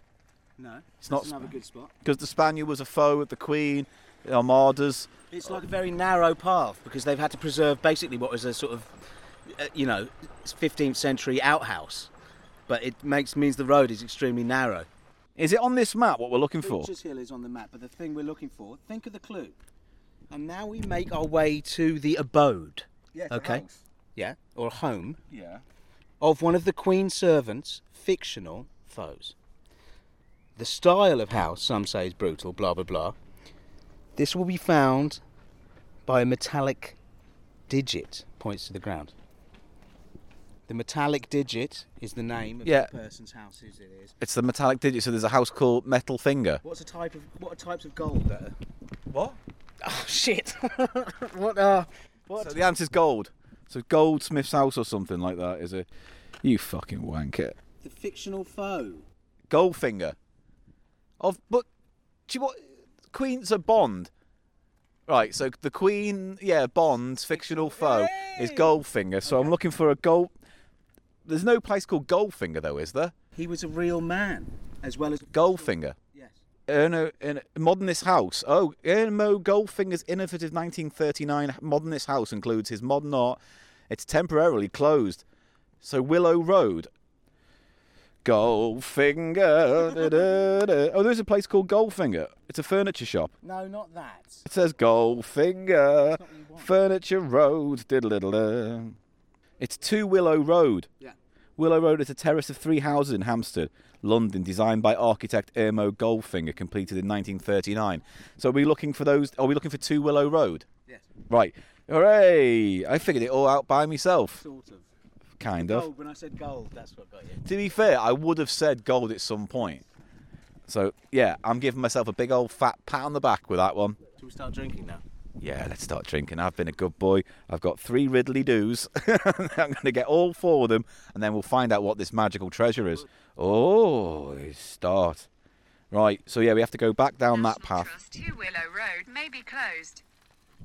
B: No,
A: It's not
B: that's another
A: Spa-
B: good spot.
A: because the Spaniard was a foe of the Queen, the Armadas.
B: It's like a very narrow path because they've had to preserve basically what was a sort of, uh, you know, 15th century outhouse, but it makes means the road is extremely narrow.
A: Is it on this map what we're looking for?
B: Preacher's Hill is on the map, but the thing we're looking for. Think of the clue. And now we make our way to the abode. Yeah. Okay. Yeah. Or home. Yeah. Of one of the Queen's servants' fictional foes. The style of house, some say, is brutal. Blah blah blah. This will be found by a metallic digit. Points to the ground. The metallic digit is the name of
A: Yeah.
B: the person's house. Whose it is.
A: It's the metallic digit. So there's a house called Metal Finger.
B: What's a type of what are types of gold that are
A: What?
B: Oh shit! what? Uh,
A: So the answer's gold. So Goldsmith's house or something like that is a. You fucking wanker.
B: the fictional foe.
A: Goldfinger. Of but, do you what? Queen's a Bond. Right. So the Queen, yeah, Bond's fictional foe is Goldfinger. So I'm looking for a gold. There's no place called Goldfinger though, is there?
B: He was a real man, as well as
A: Goldfinger.
B: Yes.
A: Erno, in modernist house. Oh, Erno Goldfinger's innovative 1939 modernist house includes his modern art. It's temporarily closed. So Willow Road. Goldfinger. da, da, da. Oh, there's a place called Goldfinger. It's a furniture shop.
B: No, not that.
A: It says Goldfinger, Furniture Road. diddle-diddle-da. It's Two Willow Road. Yeah. Willow Road is a terrace of three houses in Hampstead, London, designed by architect Ermo Goldfinger, completed in 1939. So are we looking for those? Are we looking for Two Willow Road? Yes. Right. Hooray! I figured it all out by myself.
B: Sort of.
A: Kind of.
B: when I said gold, that's what got you.
A: To be fair, I would have said gold at some point. So yeah, I'm giving myself a big old fat pat on the back with that one.
B: Should we start drinking now?
A: Yeah, let's start drinking. I've been a good boy. I've got three Ridley doos. I'm going to get all four of them, and then we'll find out what this magical treasure is. Oh, it's start. Right. So yeah, we have to go back down that path.
E: Trust Two Willow Road may be closed.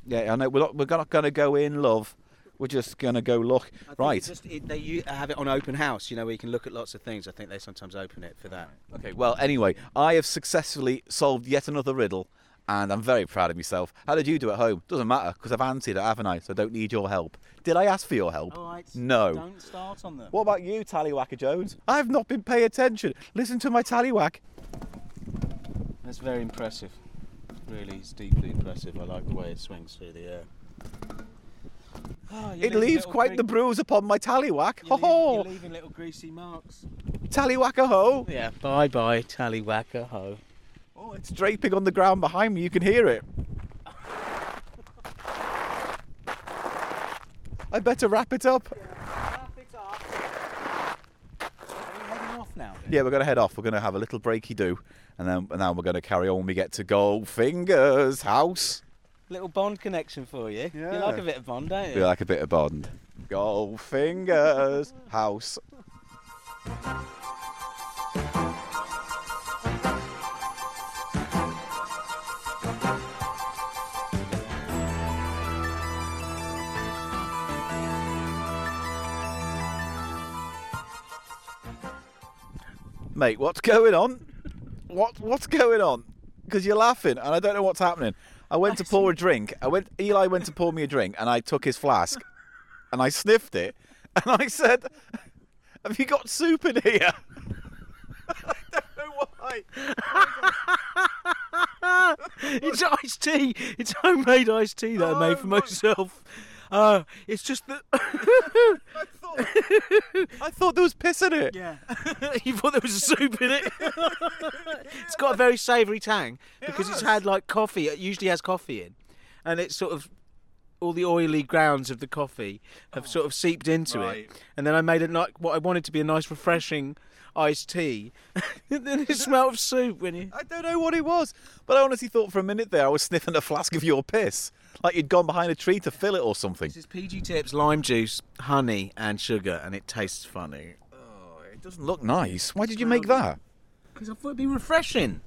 A: Yeah, I know. We're not. We're not going to go in, love. We're just going to go look. Right.
B: Just, it, they u- have it on open house, you know, where you can look at lots of things. I think they sometimes open it for that.
A: Okay, well, anyway, I have successfully solved yet another riddle, and I'm very proud of myself. How did you do at home? Doesn't matter, because I've answered it, haven't I? So I don't need your help. Did I ask for your help?
B: Oh,
A: no.
B: Don't start on them.
A: What about you, Tallywacker Jones? I've not been paying attention. Listen to my Tallywack.
B: That's very impressive. Really, it's deeply impressive. I like the way it swings through the air. Oh, you're
A: It
B: leaving
A: leaves
B: little
A: quite the
B: gre-
A: bruise upon my Tallywack. Ho
B: You're, leaving,
A: ho!
B: you're leaving little greasy marks.
A: Tallywacker ho!
B: Yeah. Bye bye, tallywhacker ho.
A: Oh, it's draping on the ground behind me. You can hear it. I better wrap it up.
B: Heading off now.
A: Yeah, we're going to head off. We're going to have a little breaky do, and then and now we're going to carry on when we get to Goldfinger's house.
B: Little Bond connection for you. You
A: Yeah.
B: like a bit of Bond, don't you?
A: We like a bit of Bond. Goldfinger's house. Mate, what's going on? What what's going on? Because you're laughing, and I don't know what's happening. I went to pour a drink. I went. Eli went to pour me a drink, and I took his flask, and I sniffed it, and I said, "Have you got soup in here?" I don't know why.
K: It's iced tea. It's homemade iced tea that I made for myself. Uh, it's just that
A: I thought, I thought there was piss in it.
K: yeah. you thought there was a soup in it. it's got a very savoury tang because it's had like coffee. It usually has coffee in, and it's sort of all the oily grounds of the coffee have sort of seeped into it. And then I made it like what I wanted to be a nice, refreshing iced tea. and then it smelled of soup when you.
A: I don't know what it was, but I honestly thought for a minute there I was sniffing a flask of your piss, like you'd gone behind a tree to fill it or something.
B: This is PG Tips lime juice, honey, and sugar, and it tastes funny.
A: It doesn't look nice. Why did you make that?
B: Because I thought it'd be refreshing,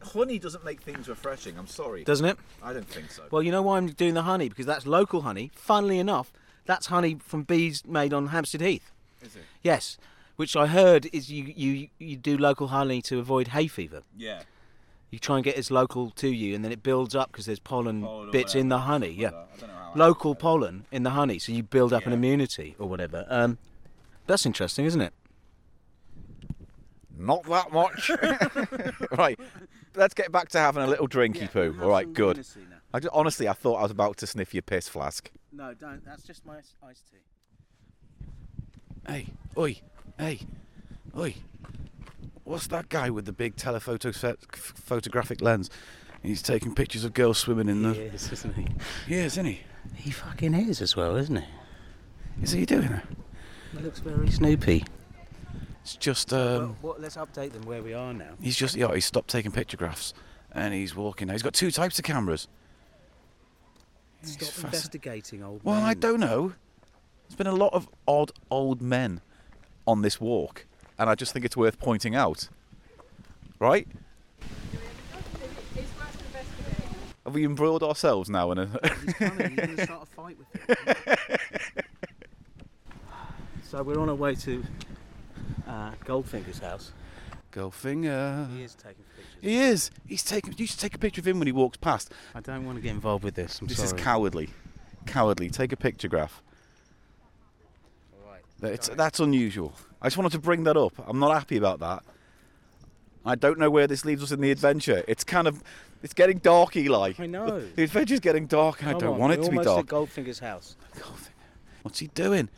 A: Honey doesn't make things refreshing. I'm sorry.
B: doesn't it?
A: I don't think so.
B: Well, you know why I'm doing the honey? Because that's local honey. Funnily enough, that's honey from bees made on Hampstead Heath. Is
A: it?
B: Yes. Which I heard is you, you, you do local honey to avoid hay fever.
A: yeah.
B: You try and get as local to you, and then it builds up because there's pollen,
A: Pollen or
B: bits in the honey. Yeah.
A: I don't know how.
B: Local pollen in the honey, so you build up an immunity or whatever. Um, that's interesting, isn't it?
A: Not that much. right, let's get back to having a little drinky poo. All right, good. I ju- honestly, I thought I was about to sniff your piss flask.
B: No, don't. That's just my iced tea.
A: Hey, oi, hey, oi. What's that guy with the big telephoto set, f- photographic lens? He's taking pictures of girls swimming in the.
B: He is, isn't he?
A: He is, isn't he?
B: He fucking is as well, isn't he?
A: Is he doing that?
B: He looks very Snoopy.
A: It's just. Um,
B: what, let's update them where we are now.
A: he's just. Yeah, he's stopped taking pictographs, and he's walking. now. He's got two types of cameras.
B: Stop
A: fascin-
B: investigating, old
A: Well,
B: man.
A: I don't know. There's been a lot of odd old men on this walk, and I just think it's worth pointing out. Right? Have we embroiled ourselves now in a.
B: You're going to start a fight with him. so we're on our way to uh, Goldfinger's house. He
A: Goldfinger.
B: is taking pictures.
A: He is. He's taking. You should take a picture of him when he walks past.
B: I don't want to get involved with this. I'm
A: This
B: sorry.
A: is cowardly. Cowardly. Take a pictograph.
B: All right.
A: It's, that's unusual. I just wanted to bring that up. I'm not happy about that. I don't know where this leaves us in the adventure. It's kind of, it's getting dark, Eli.
B: I know.
A: The adventure's getting dark, and I don't want it to be dark.
B: almost at Goldfinger's house.
A: What's he doing?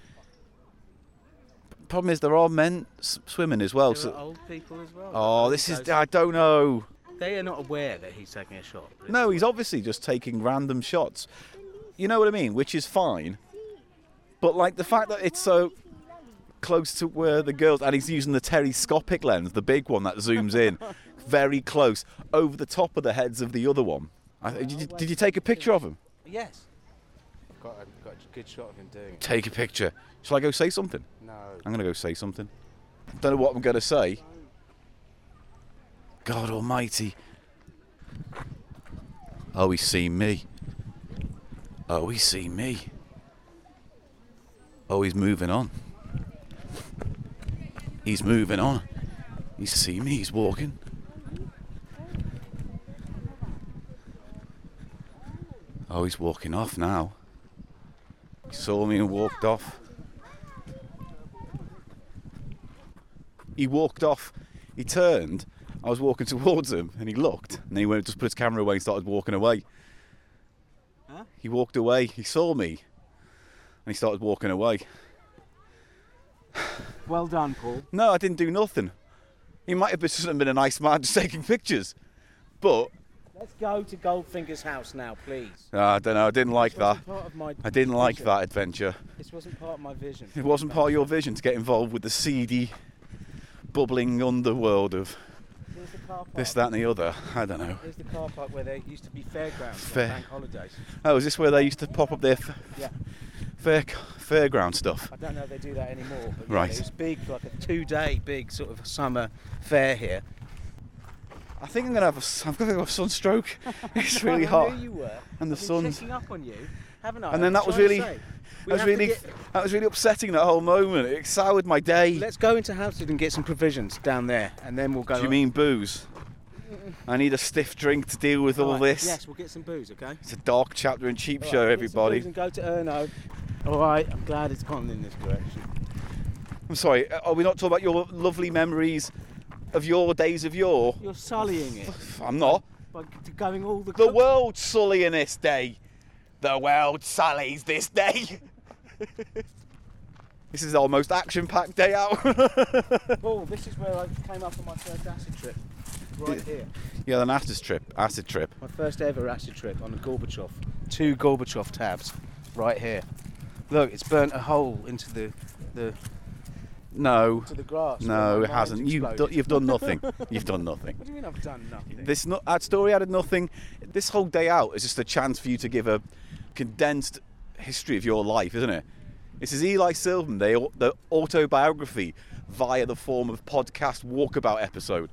A: Problem is, there are men s- swimming as well. So,
B: old people as well.
A: oh, this is, I don't know.
B: They are not aware that he's taking a shot.
A: Oh. No, he's obviously just taking random shots. You know what I mean? Which is fine. But like the fact that it's so close to where the girls and he's using the telescopic lens, the big one that zooms in, very close, over the top of the heads of the other one. I, did, you, did you take a picture of him?
B: Yes.
L: Got a, got a good shot of him doing it.
A: Take a picture. Shall I go say something?
L: No.
A: I'm gonna go say something. Don't know what I'm gonna say. God Almighty. Oh, he's seen me. Oh, he's seen me. Oh, he's moving on. He's moving on. He's seen me. He's walking. Oh, he's walking off now. He saw me and walked off. he walked off. He turned. I was walking towards him, and he looked, and then he went just put his camera away and started walking away. He walked away. He saw me, and he started walking away.
D: Well done, Paul.
A: No, I didn't do nothing. He might have just been a nice man just taking pictures, but
B: Let's go to Goldfinger's house now, please.
A: uh, I don't know. I didn't like that.
B: Part of my,
A: I didn't like that adventure.
B: this wasn't part of my vision.
A: It wasn't part of your vision to get involved with the seedy, bubbling underworld of
B: Here's the car park.
A: this, that, and the other. I don't know.
B: Here's the car park where there used to be fairgrounds
A: Fair-
B: on bank holidays.
A: Oh, is this where they used to pop up their f-
B: Yeah.
A: fair fairground stuff?
B: I don't know if they do that anymore. But
A: Right.
B: Yeah, it was big, like a two-day big sort of summer fair here.
A: I think I'm gonna have a, s- I'm gonna have a sunstroke. It's really
B: I
A: hot,
B: knew you were.
A: and the
B: I've
A: sun.
B: been checking up on you, haven't I?
A: And then
B: I'm
A: that was
B: trying to
A: really,
B: say,
A: that
B: we
A: was
B: have to
A: really,
B: get-
A: that was really upsetting. That whole moment. It soured my day.
B: Let's go into Hampstead and get some provisions down there, and then we'll go.
A: Do you mean booze? I need a stiff drink to deal with all
B: Right,
A: this.
B: Yes, we'll get some booze, okay?
A: It's a dark chapter in Cheap Show,
B: Right, get some booze
A: everybody.
B: And go to Erno. All right, I'm glad it's gone in this direction.
A: I'm sorry. uh, Are we not talking about your lovely memories of your days of yore?
B: You're sullying it
A: I'm not.
B: by going all the.
A: The world sullying this day. The world sullies this day. this is our most action-packed day out.
B: Paul, Oh, this is where I came up on my first acid trip. Right here.
A: Yeah, an acid trip. Acid trip.
B: My first ever acid trip on a Gorbachev. Two Gorbachev tabs, right here. Look, it's burnt a hole into the the
A: No,
B: to the grass. where
A: no,
B: my
A: it
B: mind
A: hasn't. You've
B: exploded.
A: done, you've done nothing. You've done nothing.
B: What do you mean I've done nothing?
A: This no, that story added nothing. This whole day out is just a chance for you to give a condensed history of your life, isn't it? This is Eli Silverman, they, the autobiography via the form of podcast walkabout episode.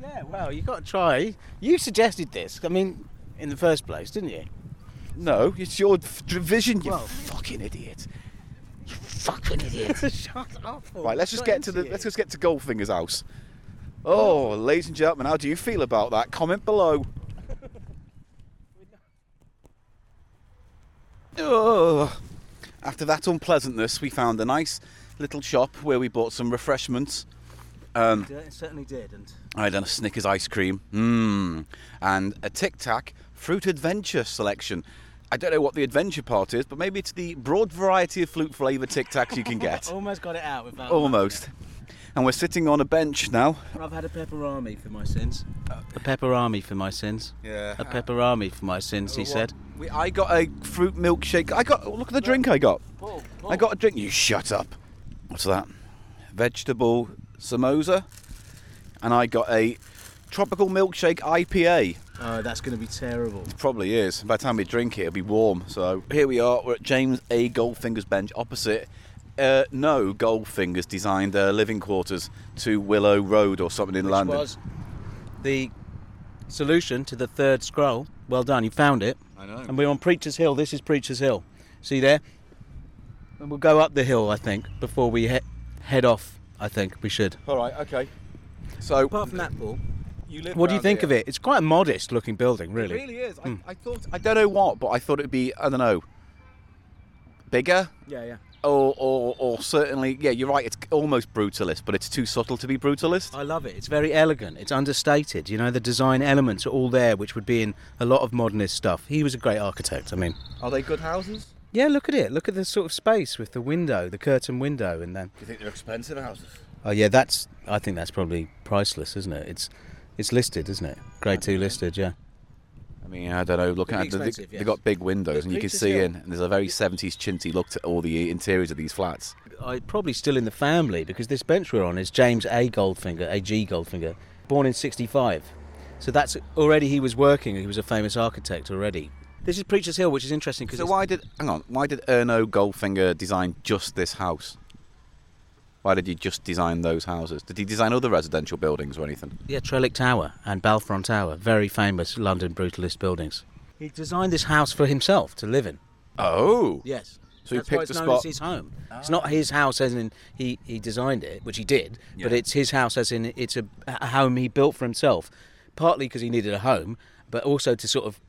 B: Yeah, well, you got to try. You suggested this. I mean, in the first place, didn't you?
A: No, it's your f- vision, you
B: Well-
A: fucking idiot.
B: Fucking idiot! Shut up! Paul.
A: Right, let's
B: It's
A: just
B: not
A: get to
B: into
A: the
B: you.
A: let's just get to Goldfinger's house. Oh, ladies and gentlemen, how do you feel about that? Comment below. Ugh. After that unpleasantness, we found a nice little shop where we bought some refreshments. Um,
B: Yeah, It certainly did, and
A: I had a Snickers ice cream, mmm, and a Tic Tac fruit adventure selection. I don't know what the adventure part is, but maybe it's the broad variety of fruit flavour Tic Tacs you can get.
B: almost got it out without.
A: Almost. And we're sitting on a bench now.
B: I've had a pepperami for my sins. A pepperami for my sins.
A: Yeah. Oh,
B: A pepperami for my sins, he said.
A: We, I got a fruit milkshake. I got. Look at the drink I got. I got a drink. You shut up. What's that? Vegetable samosa. And I got a tropical milkshake IPA.
B: Oh, that's going to be terrible.
A: Probably is. By the time we drink it, it'll be warm. So here we are. We're at James A. Goldfinger's bench opposite. Uh, no, Goldfinger's designed uh, living quarters to Willow Road or something in
B: Which
A: London.
B: was the solution to the third scroll. Well done, you found it.
A: I know.
B: And we're on Preacher's Hill. This is Preacher's Hill. See there? And we'll go up the hill, I think, before we he- head off. I think we should.
A: All right. Okay. So
B: Apart from that, Paul,
A: you live
B: what do you
A: round
B: think
A: here.
B: of it? It's quite a modest-looking building, really.
A: It really is. I, I thought I don't know what, but I thought it'd be I don't know bigger,
B: Yeah, yeah.
A: or, or, or certainly, yeah, you're right. It's almost brutalist, but it's too subtle to be brutalist.
B: I love it. It's very elegant. It's understated. You know, the design elements are all there, which would be in a lot of modernist stuff. He was a great architect. I mean,
A: Are they good houses?
B: yeah, look at it. Look at the sort of space with the window, the curtain window, and then
L: Do you think they're expensive houses?
B: oh yeah, that's. I think that's probably priceless, isn't it? It's it's listed, isn't it? Grade two listed, yeah.
A: I mean, I don't know. Looking at
B: It'd be
A: the, they,
B: expensive, yes.
A: have got big windows,
B: Look,
A: and you can
B: Peter's
A: see
B: Hill.
A: in. And there's a very 70s chinty look to all the interiors of these flats.
B: I probably still in the family because this bench we're on is James A. Goldfinger, A. G. Goldfinger, born in '65. So that's already he was working. He was a famous architect already. This is Preacher's Hill, which is interesting because
A: So why did hang on? Why did Erno Goldfinger design just this house? Why did he just design those houses? Did he design other residential buildings or anything?
B: Yeah, Trellick Tower and Balfron Tower, very famous London brutalist buildings. He designed this house for himself to live in.
A: Oh,
B: Yes.
A: So he
B: That's why
A: picked
B: it's
A: a
B: known as
A: spot-
B: his home. It's not his house as in he, he designed it, which he did, but
A: Yeah.
B: it's his house as in it's a, a home he built for himself, partly because he needed a home, but also to sort of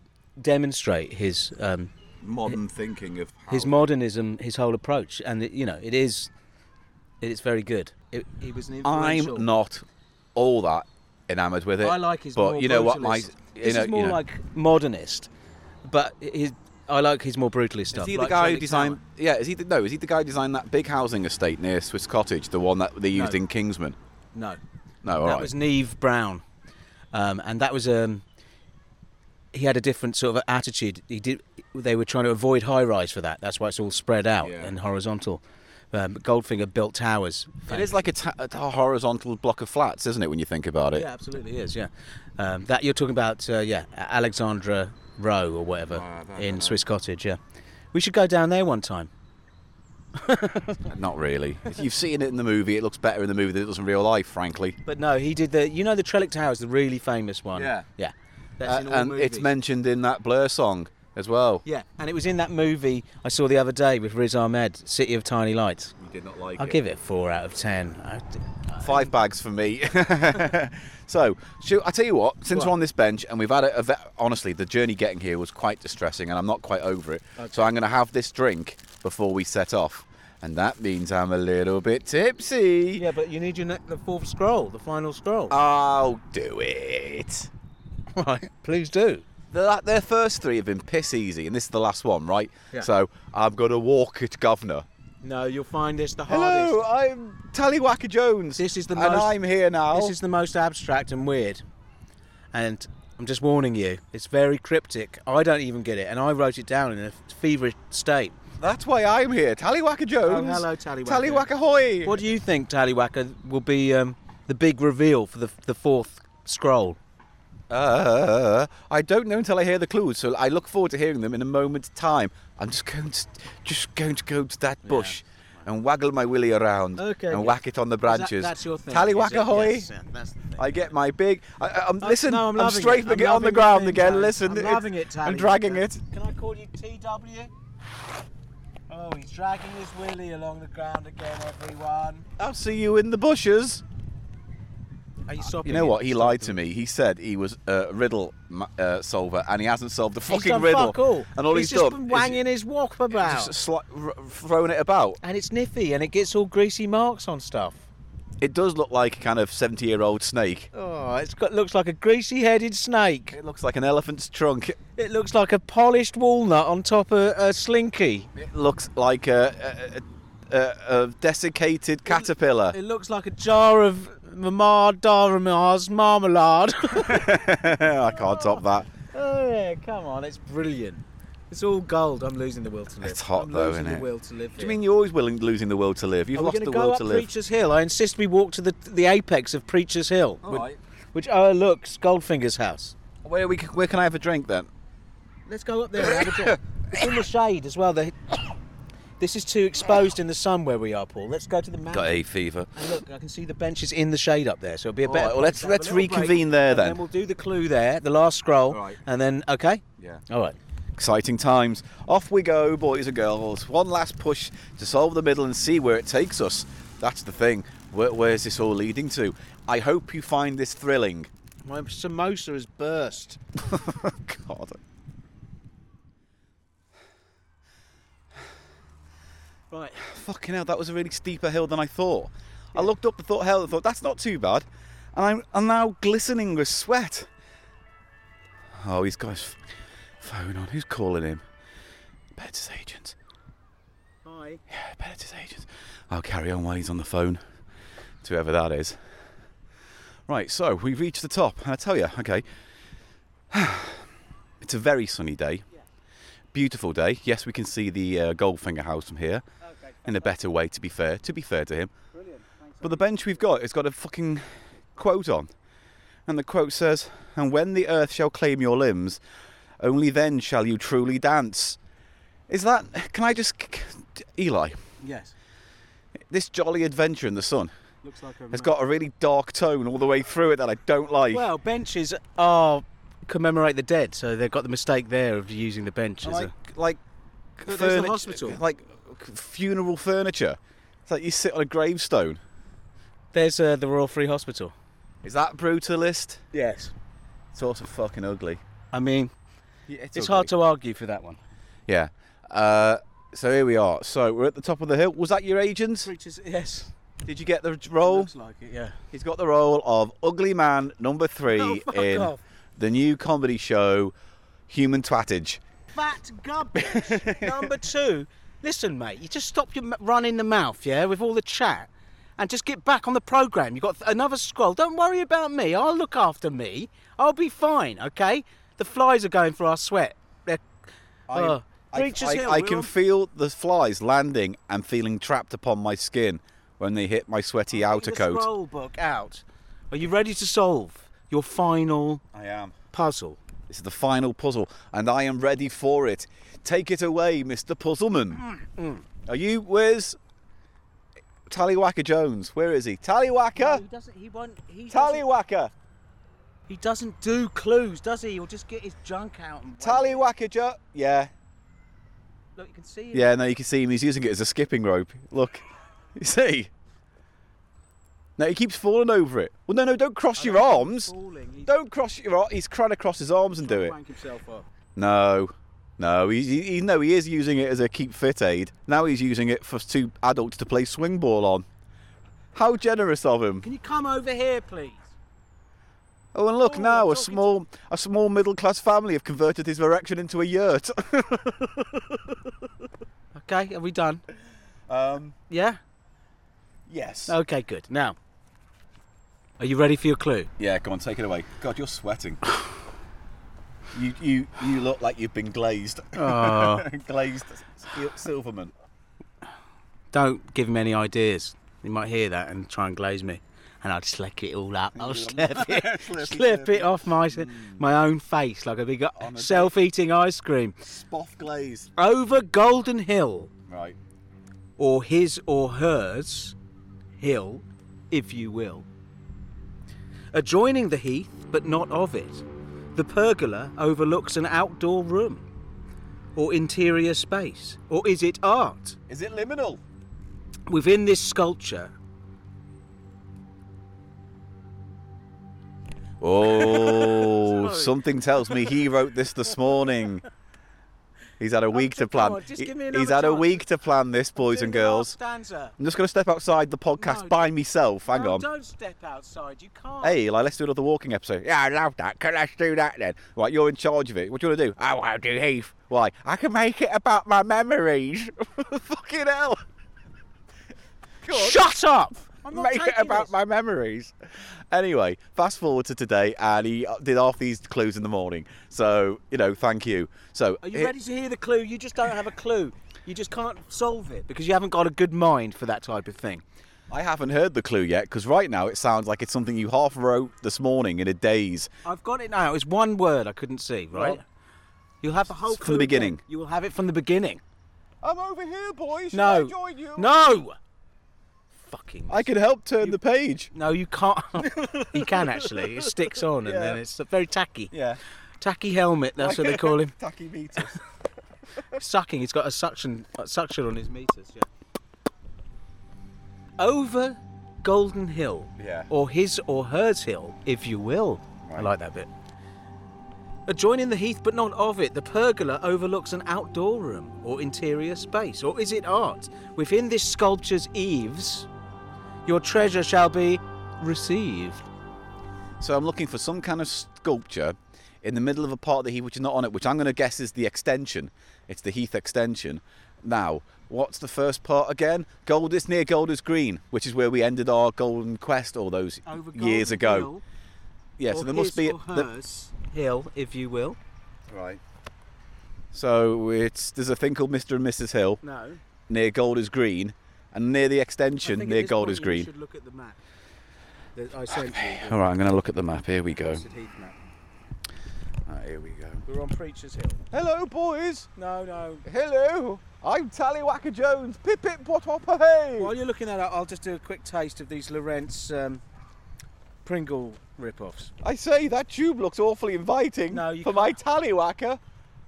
B: demonstrate his um,
A: modern thinking of
B: his modernism, his whole approach, and it, you know it is it is very good. It, he was an influential.
A: I'm not all that enamored with it.
B: I like his.
A: but
B: more
A: you know what my
B: brutalist-
A: you
B: this
A: know,
B: is more
A: you know.
B: like modernist, but his I like his more brutalist
A: Is
B: stuff.
A: he the
B: like
A: guy
B: Shirley
A: who designed?
B: Tower.
A: Yeah, is he the, no? Is he the guy who designed that big housing estate near Swiss Cottage, the one that they used
B: No.
A: in Kingsman?
B: No,
A: No, all
B: that
A: right.
B: was Neve Brown, um, and that was um, he had a different sort of attitude. He did. They were trying to avoid high rise for that. That's why it's all spread out
A: Yeah.
B: and horizontal. Um, Goldfinger built towers.
A: it is like a, ta- a horizontal block of flats, isn't it? When you think about it,
B: Yeah, absolutely is. Yeah, um, that you're talking about. Uh, yeah, A- Alexandra Rowe or whatever in Swiss Cottage. Yeah, we should go down there one time.
A: not really. If You've seen it in the movie. It looks better in the movie than it does in real life, frankly.
B: But no, he did the. You know the Trellick Towers, the really famous one.
A: Yeah.
B: yeah. That's
A: Uh,
B: in all
A: and it's
B: movies.
A: mentioned in that Blur song as well.
B: Yeah, and it was in that movie I saw the other day with Riz Ahmed, City of Tiny Lights.
A: You did not like
B: I'll give it a four out of ten. I,
A: Five bags for me. so, shoot, I tell you what. Since we're on this bench and we've had a, a ve- honestly, the journey getting here was quite distressing, and I'm not quite over it. So I'm going to have this drink before we set off, and that means I'm a little bit tipsy.
B: yeah, but you need your ne- the fourth scroll, the final scroll.
A: I'll do it.
B: right, please do.
A: The, la- their first three have been piss easy, and this is the last one, right? So I'm gonna walk it, governor.
B: No, you'll find this the hardest.
A: Hello, I'm Tallywacker Jones.
B: This is the
A: and
B: most-
A: I'm here now.
B: This is the most abstract and weird. And I'm just warning you, it's very cryptic. I don't even get it, and I wrote it down in a feverish state.
A: That's why I'm here, Tallywacker Jones.
B: Oh, hello, Tallywacker.
A: Tallywacker hoy.
B: What do you think, Tallywacker, will be um, the big reveal for the, the fourth scroll?
A: Uh, I don't know until I hear the clues, so I look forward to hearing them in a moment's time. I'm just going to, just going to go to that bush and waggle my willy around
B: Okay,
A: and
B: yeah.
A: whack it on the
B: Is that-
A: branches.
B: that's your thing. is
A: Tallywacker
B: it?
A: hoy.
B: Yes, yeah, that's the thing.
A: I get my big. I, I, I'm, listen,
B: Oh, no, I'm
A: I'm,
B: loving it.
A: strafing
B: I'm
A: it, on
B: loving
A: the
B: the
A: ground
B: thing,
A: again.
B: Tally.
A: Listen,
B: I'm
A: it's-
B: loving it, Tally.
A: I'm dragging it.
B: Can I call you TW? Oh, he's dragging his willy along the ground again, everyone.
A: I'll see you in the bushes.
B: Are you stopping?
A: You know
B: it?
A: what? He lied to me. He said he was a riddle ma- uh, solver, and he hasn't solved the
B: He's
A: fucking
B: done
A: riddle.
B: fuck all.
A: And all he's,
B: just
A: done
B: been
A: is
B: wanging his wop about,
A: just sli- r- throwing it about.
B: and it's niffy, and it gets all greasy marks on stuff.
A: It does look like a kind of seventy-year-old snake.
B: Oh, it's got looks like a greasy-headed snake.
A: It looks like an elephant's trunk.
B: It looks like a polished walnut on top of a slinky.
A: It looks like a, a, a, a, a desiccated caterpillar.
B: It looks like a jar of mamar daramars marmalade.
A: I can't top that.
B: Oh yeah, come on, it's brilliant. It's all gold. I'm losing the will to live.
A: It's hot
B: I'm
A: though,
B: losing
A: isn't
B: the
A: it?
B: will to live.
A: Do you mean you're always willing losing the will to live? You've
B: Are we
A: lost
B: going
A: the
B: to
A: will
B: go up
A: to live.
B: Preacher's Hill? I insist we walk to the the apex of Preacher's Hill, which, which overlooks Goldfinger's house.
A: Where we? c- Where can I have a drink then?
B: Let's go up there and have a drink. It's in the shade as well. The, this is too exposed in the sun where we are, Paul. Let's go to the mountain.
A: Got a fever.
B: And look, I can see the benches in the shade up there, so it'll be a
A: All
B: better.
A: right, well,
B: place
A: let's-
B: to have
A: let's
B: a little break,
A: reconvene there
B: and
A: then.
B: Then we'll do the clue there, the last scroll,
A: All right.
B: and then okay.
A: Yeah.
B: All right.
A: Exciting times. Off we go, boys and girls. One last push to solve the middle and see where it takes us. That's the thing. Where, where's this all leading to? I hope you find this thrilling.
B: My samosa has burst.
A: Oh, God.
B: Right.
A: Fucking hell, that was a really steeper hill than I thought. I looked up and thought, hell, I thought, that's not too bad. And I'm, I'm now glistening with sweat. Oh, he's got his f- phone on. Who's calling him? Better's agent.
D: Hi.
A: Yeah, Bennett's agent. I'll carry on while he's on the phone to whoever that is. Right, so we've reached the top, and I tell you, okay, it's a very sunny day. Beautiful day. Yes, we can see the uh, Goldfinger house from here in a better way, to be fair, to be fair to him. But the bench we've got, it's got a fucking quote on. And the quote says, And when the earth shall claim your limbs, only then shall you truly dance. Is that. Can I just. c- c- Eli,
B: Yes.
A: this jolly adventure in the sun
D: Looks like a
A: has got a really dark tone all the way through it that I don't like.
D: Well, benches are commemorate the dead, so they've got the mistake there of using the bench as
A: like,
D: a
A: like
B: But there's the
A: furniture-
B: hospital.
A: like funeral furniture. It's like you sit on a gravestone.
B: There's uh, the Royal Free Hospital.
A: Is that brutalist?
B: Yes.
A: It's also fucking ugly.
B: I mean,
A: it's
B: it's hard to argue for that one.
A: Yeah. Uh, so here we are. So we're at the top of the hill. Was that your agent?
B: yes.
A: Did you get the role?
B: like it, yeah.
A: He's got the role of ugly man number three
B: fuck
A: in
B: off.
A: the new comedy show, Human Twattage.
B: Fat garbage. Number two, listen, mate, you just stop your m- running the mouth, yeah, with all the chat, and just get back on the program. You've got th- another scroll. Don't worry about me. I'll look after me. I'll be fine, okay? The flies are going for our sweat. They're. Oh, Breaches
A: I,
B: Hill,
A: I
B: we're
A: can
B: on-
A: feel the flies landing and feeling trapped upon my skin when they hit my sweaty outer
B: Oh, the
A: coat.
B: Scroll book out. Are you ready to solve your final
A: I am.
B: puzzle?
A: This is the final puzzle, and I am ready for it. Take it away, Mr. Puzzleman.
B: Mm.
A: Are you? Where's Tallywacker Jones? Where is he? Tallywacker!
B: doesn't. He won't. He
A: Tallywacker!
B: He doesn't do clues, does he? He'll just get his junk out and
A: Tallywacker Joe. Yeah,
B: Look, you can see him.
A: yeah. Now you can see him. He's using it as a skipping rope. Look, you see. Now he keeps falling over it. Well, no, no, don't cross your arms.
B: Falling. He's
A: Don't cross your. ar- He's trying to cross his arms and do it.
B: wank himself up.
A: No, no, he's, he, he- no, he is using it as a keep fit aid. Now he's using it for two adults to play swing ball on. How generous of him!
B: Can you come over here, please?
A: Oh, and look
B: Oh, I'm
A: now, a
B: talking to-
A: small, a small middle-class family have converted his erection into a yurt.
B: Okay, are we done?
A: um,
B: Yeah?
A: yes.
B: Okay, good. Now, are you ready for your clue?
A: Yeah, go on, take it away. God, you're sweating. you, you, you look like you've been glazed. glazed Sil- Silverman.
B: Don't give him any ideas. He might hear that and try and glaze me. And I'd slap it all up. I'll slap it, slap it off my my own face like a big self-eating ice cream
A: Spoff glaze.
B: over Golden Hill.
A: Right.
B: or his or hers hill, if you will. Adjoining the heath, but not of it, the pergola overlooks an outdoor room or interior space, or is it art?
A: Is it liminal?
B: Within this sculpture,
A: Oh, something tells me he wrote this this morning. He's had a week to
B: just-
A: plan.
B: come on, Oh, just
A: He-
B: give me
A: He's
B: another
A: had a
B: chance.
A: week to plan this, boys
B: Do
A: and
B: the last
A: girls.
B: Stanza.
A: I'm just going to step outside the podcast
B: No,
A: by myself. Hang
B: No,
A: on.
B: Don't step outside. You can't.
A: Hey, Eli, let's do another walking episode. Yeah, I love that. Can I do that then? Right, you're in charge of it. What do you want to do? I want to do Heath. Why? I can make it about my memories. Fucking hell.
B: Shut up! I'm not
A: Make it
B: taking
A: about
B: this.
A: my memories. Anyway, fast forward to today, and he uh, did half these clues in the morning. So, you know, thank you. So,
B: Are you
A: it-
B: ready to hear the clue? You just don't have a clue. You just can't solve it because you haven't got a good mind for that type of thing.
A: I haven't heard the clue yet because right now it sounds like it's something you half wrote this morning in a daze.
B: I've got it now. It's one word I couldn't see, right? You'll have the whole
A: from
B: clue
A: the
B: again.
A: beginning.
B: You will have it from the beginning.
A: I'm over here, boys.
B: no. No. Fucking.
A: I can help turn the page.
B: No, you can't. you can actually. It sticks on, and then it's very tacky.
A: Yeah.
B: Tacky helmet. That's what they call him.
A: Tacky meters.
B: Sucking. He's got a suction a suction on his meters. Yeah. Over Golden Hill.
A: Yeah.
B: Or his or hers hill, if you will. I
A: Right.
B: like that bit. Adjoining the heath but not of it, the pergola overlooks an outdoor room or interior space, or is it art? Within this sculpture's eaves, your treasure shall be received.
A: So I'm looking for some kind of sculpture in the middle of a part of the heath which is not on it, which I'm going to guess is the extension. It's the heath extension. Now, what's the first part again? Gold is near Golders Green, which is where we ended our golden quest all those years ago. yeah, so there must be. there-
B: hill, if you will.
A: right. So it's there's a thing called Mr. and Mrs. Hill
B: No.
A: near Golders Green, and near the extension near Golders Green.
B: should look at the map. that I sent you.
A: All right, I'm going to look at the map. Here we go.
B: Heath map.
A: Right, here we go.
B: We're on Preacher's Hill.
A: Hello, boys.
B: No, no.
A: Hello. I'm Tallywhacker Jones. Pip pip pot hop hey.
B: While you're looking that up, I'll just do a quick taste of these Lorentz um, Pringle rip-offs.
A: I say that tube looks awfully inviting
B: No, you
A: for my tallywhacker.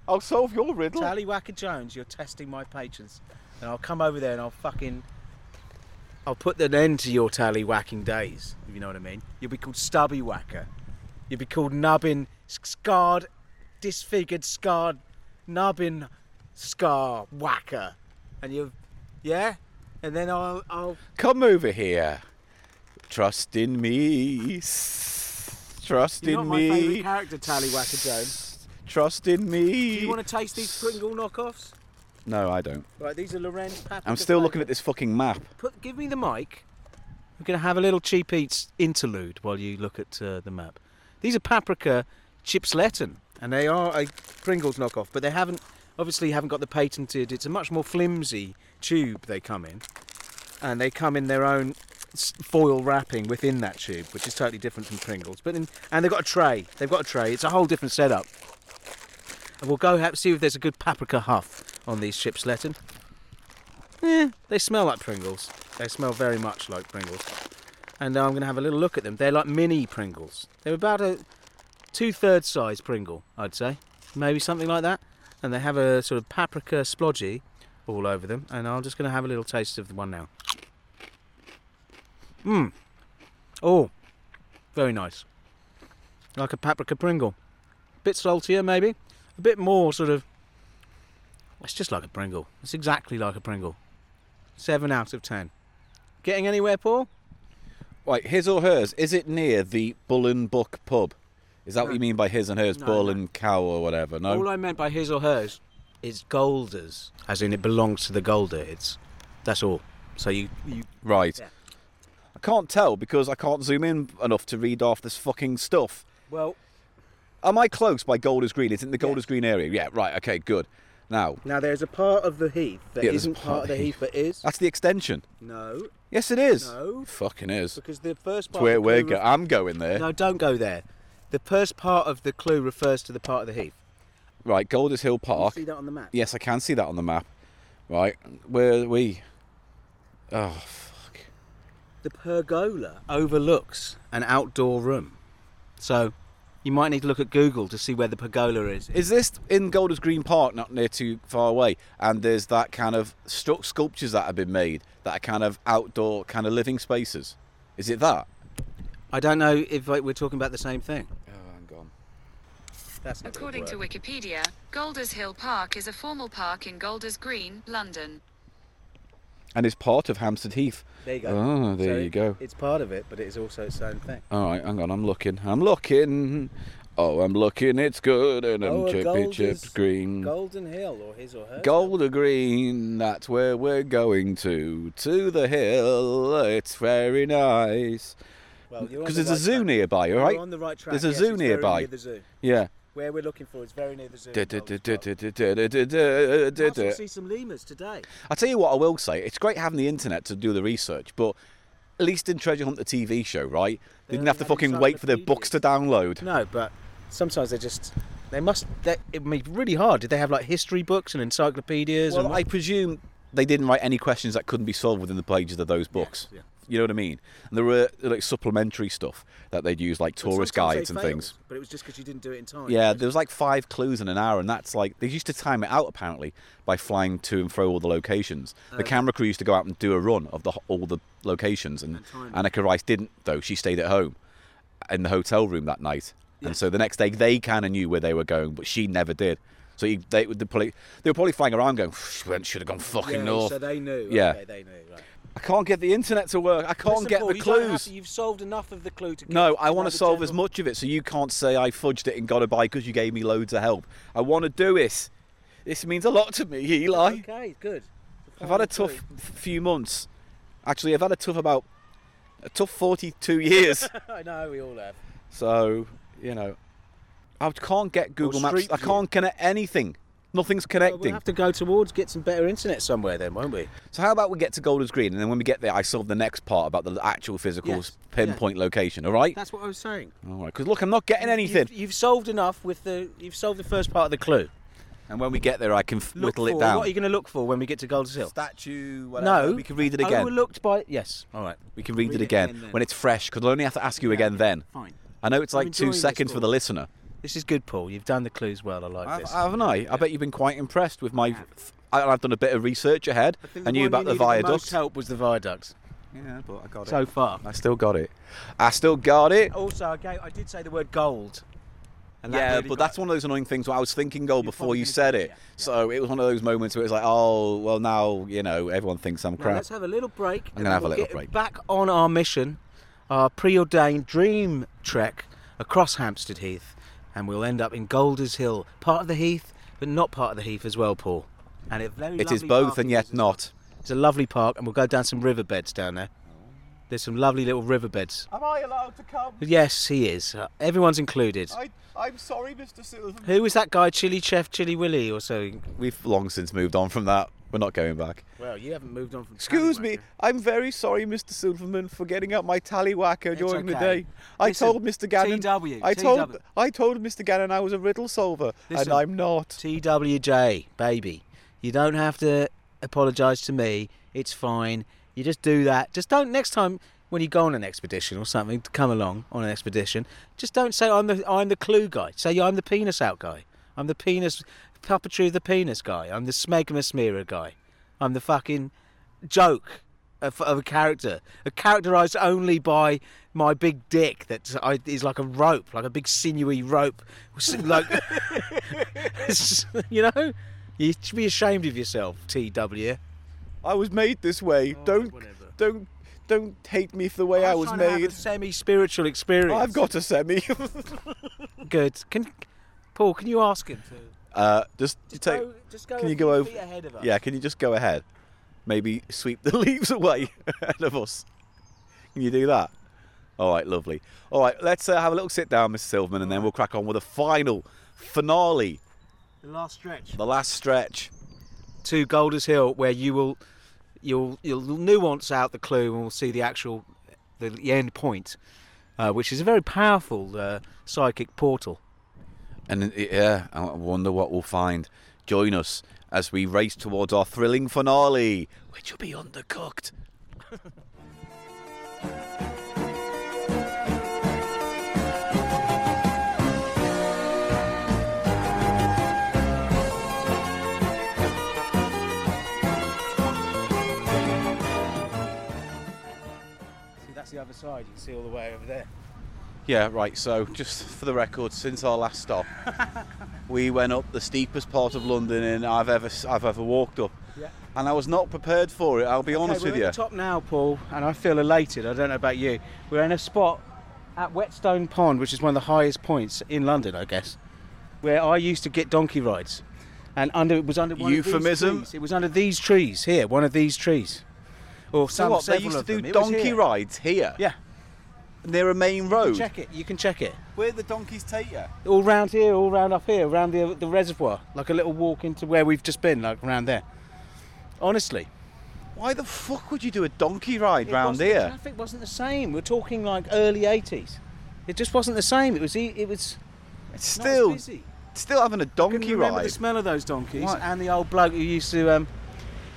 A: I'll solve your riddle.
B: Tallywhacker Jones, you're testing my patience, and I'll come over there and I'll fucking, I'll put an end to your tallywhacking days. If you know what I mean. You'll be called Stubby Whacker. You'll be called Nubbin, scarred, disfigured, scarred, Nubbin, scar whacker, and you, yeah, and then I'll, I'll
A: Come over here. Trust in me. S- Trust
B: You're
A: in
B: not my favourite
A: me.
B: character, Tallywhacker Jones.
A: S- Trust in me.
B: Do you want to taste these Pringle knockoffs?
A: No, I don't.
B: Right, these are Lorenz Paprika.
A: I'm still looking at this fucking map.
B: Put, give me the mic. We're going to have a little cheap eats interlude while you look at uh, the map. These are paprika chips Letton, and they are a Pringles knockoff, but they haven't obviously haven't got the patented. It's a much more flimsy tube they come in, and they come in their own s- foil wrapping within that tube, which is totally different from Pringles. But in, and they've got a tray. They've got a tray. It's a whole different setup. And we'll go have, see if there's a good paprika huff on these chips Letton. Eh, they smell like Pringles. They smell very much like Pringles. And now I'm going to have a little look at them. They're like mini Pringles. They're about a two-thirds size Pringle, I'd say, maybe something like that. And they have a sort of paprika splodgy all over them. And I'm just going to have a little taste of the one now. Mmm. Oh, very nice. Like a paprika Pringle. Bit saltier, maybe. A bit more sort of. It's just like a Pringle. It's exactly like a Pringle. Seven out of ten. Getting anywhere, Paul?
A: Right, his or hers. Is it near the Bull and Buck pub? Is that what you mean by his and hers?
B: No,
A: Bull
B: no.
A: and cow or whatever? No.
B: All I meant by his or hers is Golders, as in it belongs to the Golder. It's that's all. So you, you
A: Right.
B: Yeah.
A: I can't tell because I can't zoom in enough to read off this fucking stuff.
B: well
A: Am I close by Golders Green? It's in the Golders Green area. Yeah, right, okay, good. Now,
B: now there's a part of the heath that
A: Yeah, there's
B: not
A: a
B: part, of the heath, but is
A: that's the extension.
B: no
A: Yes, it is.
B: No.
A: Fucking is.
B: because the first
A: It's
B: part
A: where
B: of the
A: we're
B: clue
A: go- I'm going there.
B: no don't go there. The first part of the clue refers to the part of the heath.
A: Right, Golders Hill
B: You
A: Park.
B: see that on the map?
A: Yes, I can see that on the map. Right, where are we? Oh, fuck.
B: The pergola overlooks an outdoor room, so you might need to look at Google to see where the pergola is.
A: Is this in Golders Green Park, not near too far away? And there's that kind of struck sculptures that have been made that are kind of outdoor, kind of living spaces. Is it that?
B: I don't know if like, we're talking about the same thing.
A: Oh, I'm gone.
B: That's not gonna
K: According
B: work.
K: to Wikipedia, Golders Hill Park is a formal park in Golders Green, London.
A: And it's part of Hampstead Heath.
B: There you go.
A: Oh, there
B: So
A: you go.
B: It's part of it, but it is also its own thing.
A: All right, hang on. I'm looking. I'm looking. Oh, I'm looking. It's good. And I'm
B: Oh, a
A: chippy
B: gold
A: chips
B: is-
A: green.
B: Golden Hill, or his or her.
A: Golda Green, that's where we're going to. To the hill, it's very nice.
B: Well, you're on
A: Because
B: the
A: there's a
B: right
A: zoo
B: track.
A: nearby, all
B: You're
A: right?
B: on the right track.
A: There's a
B: yes,
A: zoo
B: it's
A: nearby.
B: Very near the zoo.
A: Yeah.
B: Where we're looking for is very near the zoo. in Golders Grove. I also
A: I'll
B: see some lemurs today.
A: tell you what I will say. It's great having the internet to do the research, but at least in Treasure Hunt, the TV show, right? They didn't have to
B: They had
A: fucking wait for their books to download.
B: No, but sometimes they just. They must. They, it would be really hard. Did they have like history books and encyclopedias? and
A: Well,
B: what?
A: I presume they didn't write any questions that couldn't be solved within the pages of those books.
B: yeah.
A: You know what I mean? And there were like supplementary stuff that they'd use, like
B: But
A: tourist
B: sometimes they
A: guides and
B: failed,
A: things.
B: But it was just because you didn't do it in time.
A: Yeah, there was like five clues in an hour, and that's like they used to time it out apparently by flying to and fro all the locations.
B: Oh.
A: The camera crew used to go out and do a run of the h- all the locations, and
B: time it.
A: Annika Rice didn't though. She stayed at home in the hotel room that night And so the next day, they kind of knew where they were going, but she never did. So he, they, the poli- they were probably flying around going, she went, should have gone fucking north.
B: So they knew.
A: Yeah.
B: Okay, they knew. Right.
A: I can't get the internet to work. I can't
B: Listen,
A: get
B: Paul,
A: the
B: you don't have
A: clues.
B: to- you've solved enough of the clue to.
A: No,
B: get
A: I want
B: know
A: to
B: the
A: solve as
B: general-
A: much of it, so you can't say I fudged it and got a buy because you gave me loads of help. I want to do this. This means a lot to me, Eli.
B: Okay, good.
A: I've had a
B: Final
A: tough
B: clue.
A: f- few months. Actually, I've had a tough about a tough 42 years.
B: I know we all have.
A: so you know, I can't get Google Maps.
B: Street
A: I
B: View.
A: can't connect anything. Nothing's
B: But we'll
A: connecting.
B: have to go towards get some better internet somewhere then, won't we?
A: So how about we get to Golders Green, and then when we get there, I solve the next part about the actual physical
B: Yes,
A: pinpoint location. All right.
B: That's what I was saying.
A: all right. Because look, I'm not getting anything.
B: You've, you've solved enough with the. You've solved the first part of the clue.
A: And when we get there, I can f-
B: Look
A: whittle
B: for-
A: it down.
B: What are you going to look for when we get to Golders Hill?
A: statue,
B: whatever. No.
A: We can read it again.
B: Overlooked by yes. All right.
A: we can read,
B: Read
A: it
B: it
A: again
B: again then.
A: when it's fresh, because I'll only have to ask you again then.
B: Fine.
A: I know it's
B: I'm
A: like two
B: enjoying this
A: seconds for
B: talk.
A: the listener.
B: This is good, Paul. You've done the clues well. I like
A: Have,
B: this.
A: haven't I? I bet you've been quite impressed with my. I, I've done a bit of research ahead. I knew about the viaduct.
B: help was the viaducts
A: yeah, but I got
B: so far.
A: I still got it. I still got it.
B: Also, I, gave, I did say the word gold. And Oh, that
A: Yeah,
B: really
A: but
B: got-
A: that's one of those annoying things where I was thinking goal before
B: probably
A: you
B: gonna
A: said it.
B: get it, yeah, yeah.
A: So it was one of those moments where it was like, oh, well, now, you know, everyone thinks I'm
B: Now,
A: crap.
B: let's have a little break. and
A: gonna have a
B: we'll
A: little
B: get
A: break.
B: Back on our mission, our preordained dream trek across Hampstead Heath, and we'll end up in Golders Hill, part of the Heath, but not part of the Heath as well, Paul. And a very
A: It is
B: lovely
A: both
B: park
A: and
B: it
A: yet
B: is as
A: not.
B: well. It's a lovely park, and we'll go down some riverbeds down there. There's some lovely little riverbeds.
A: Am I allowed to come?
B: Yes, he is. Uh, everyone's included.
A: I, I'm sorry, Mr. Silver.
B: Who was that guy, Chili Chef, Chili Willy, or something?
A: We've long since moved on from that. We're not going back.
B: Well, you haven't moved on from.
A: Excuse me, I'm very sorry, Mr. Silverman, for getting out my tallywhacker during the
B: okay.
A: day. I
B: Listen,
A: told Mr. Gannon.
B: TW,
A: I told
B: TW.
A: I told Mr. Gannon I was a riddle solver,
B: Listen.
A: and I'm not.
B: TWJ, baby. You don't have to apologise to me. It's fine. You just do that. Just don't next time when you go on an expedition or something to come along on an expedition. Just don't say I'm the I'm the clue guy. Say I'm the penis out guy. I'm the penis puppetry of the penis guy. I'm the smegma smearer guy. I'm the fucking joke of, of a character, a characterized only by my big dick that I, is like a rope, like a big sinewy rope. S- Like, It's- you know, you should be ashamed of yourself, TW.
A: I was made this way.
B: Oh,
A: don't don't don't hate me for the way I was, made.
B: semi-spiritual experience.
A: I've got a semi.
B: good. Can Paul? Can you ask him to
A: uh, just, take.
B: go, just go?
A: can
B: a
A: you go
B: few
A: over-
B: feet ahead of us?
A: Yeah, can you just go ahead? Maybe sweep the leaves away ahead of us. Can you do that? All right, lovely. All right, let's uh, have a little sit down, Mr. Silverman, and then we'll crack on with the final finale,
B: The last stretch
A: the last stretch.
B: to Golders Hill, where you will you'll you'll nuance out the clue and we'll see the actual the, the end point, uh, which is a very powerful uh, psychic portal.
A: And uh, yeah, I wonder what we'll find. Join us as we race towards our thrilling finale, which will be undercooked.
B: See, that's the other side. You can see all the way over there.
A: Yeah, right. So, just for the record, since our last stop, we went up the steepest part of London and I've ever I've ever walked up,
B: Yeah.
A: and I was not prepared for it. I'll be honest
B: okay,
A: with
B: we're
A: you.
B: At the top now, Paul, and I feel elated. I don't know about you. We're in a spot at Whetstone Pond, which is one of the highest points in London, I guess, where I used to get donkey rides. And under it was under one Of
A: Euphemism?
B: these trees. It was under these trees here, one of these trees, or
A: So
B: some
A: what, they used
B: several
A: to
B: of
A: do
B: them. It was
A: donkey
B: here.
A: rides here
B: Yeah,
A: near a main road.
B: check it. You can check it.
A: Where the donkeys take you?
B: All round here, all round up here, around the the reservoir, like a little walk into where we've just been, like around there. Honestly,
A: Why the fuck would you do a donkey ride round
B: wasn't- The
A: here?
B: traffic wasn't the same. We're talking like early '80s. It just wasn't the same. It was. e- It was
A: It's
B: not as
A: still,
B: busy.
A: still having a
B: I can
A: donkey
B: remember
A: ride.
B: the smell of those donkeys
A: What?
B: and the old bloke who used to. Um,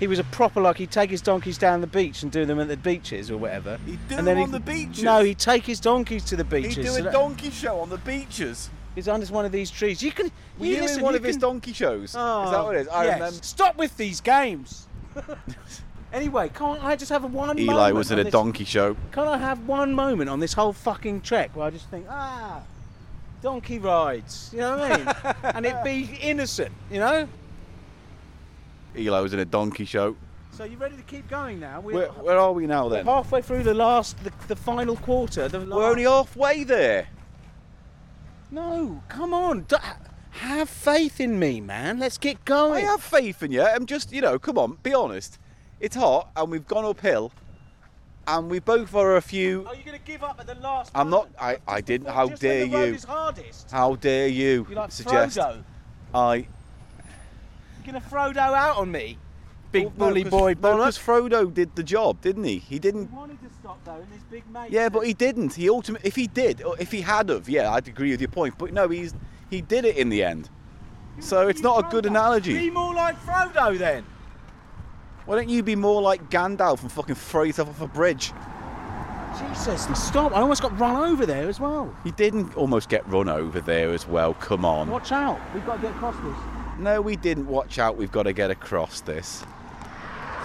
B: he was a proper like he'd take his donkeys down the beach and do them at the beaches or whatever.
A: He'd do
B: and
A: them
B: then
A: on the beaches?
B: No, he'd take his donkeys to the
A: He'd do
B: beaches. So
A: a
B: that-
A: donkey show on the beaches.
B: He's under one of these trees. You can.
A: Were
B: you
A: you
B: listen,
A: in one
B: you
A: of his
B: can-
A: donkey shows?
B: Oh,
A: is that what it is? I
B: yes.
A: remember.
B: Stop with these games. anyway, can't I just have a one?
A: Eli
B: moment
A: was
B: on
A: in a
B: this-
A: donkey show.
B: Can I have one moment on this whole fucking trek where I just think, ah, donkey rides. You know what I mean? and it be innocent. You know.
A: Elo's in a donkey show.
B: So you ready to keep going now? We're,
A: Where, where are we now then?
B: halfway through the last, the, the final quarter. The
A: We're only halfway there.
B: No, come on. D- have faith in me, man. Let's get
A: I
B: going.
A: have faith in you. I'm just, you know, come on, be honest. It's hot and we've gone uphill and we both are a few.
B: Are you going to give up at the last?
A: I'm not.
B: moment?
A: I, I didn't.
B: Well,
A: How
B: just when
A: dare
B: the road
A: you?
B: is hardest.
A: How dare you
B: You're like
A: suggest
B: Frodo.
A: I.
B: You're going to Frodo out on me, big
A: Well, no,
B: bully
A: 'cause-
B: boy
A: no,
B: bollocks.
A: 'cause Frodo did the job, didn't he? He didn't.
B: wanted to stop though, and his big mate.
A: Yeah, but he didn't. He ultimately, if he did, or if he had of, yeah, I'd agree with your point. But no, he's he did it in the end. So it's not a good
B: Be
A: analogy.
B: more like Frodo then.
A: Why don't you be more like Gandalf and fucking throw yourself off a bridge?
B: Jesus, and stop! I almost got run over there as well.
A: He didn't almost get run over there as well. Come on.
B: Watch out! We've got to get across this.
A: No, we didn't. Watch out. We've got to get across this.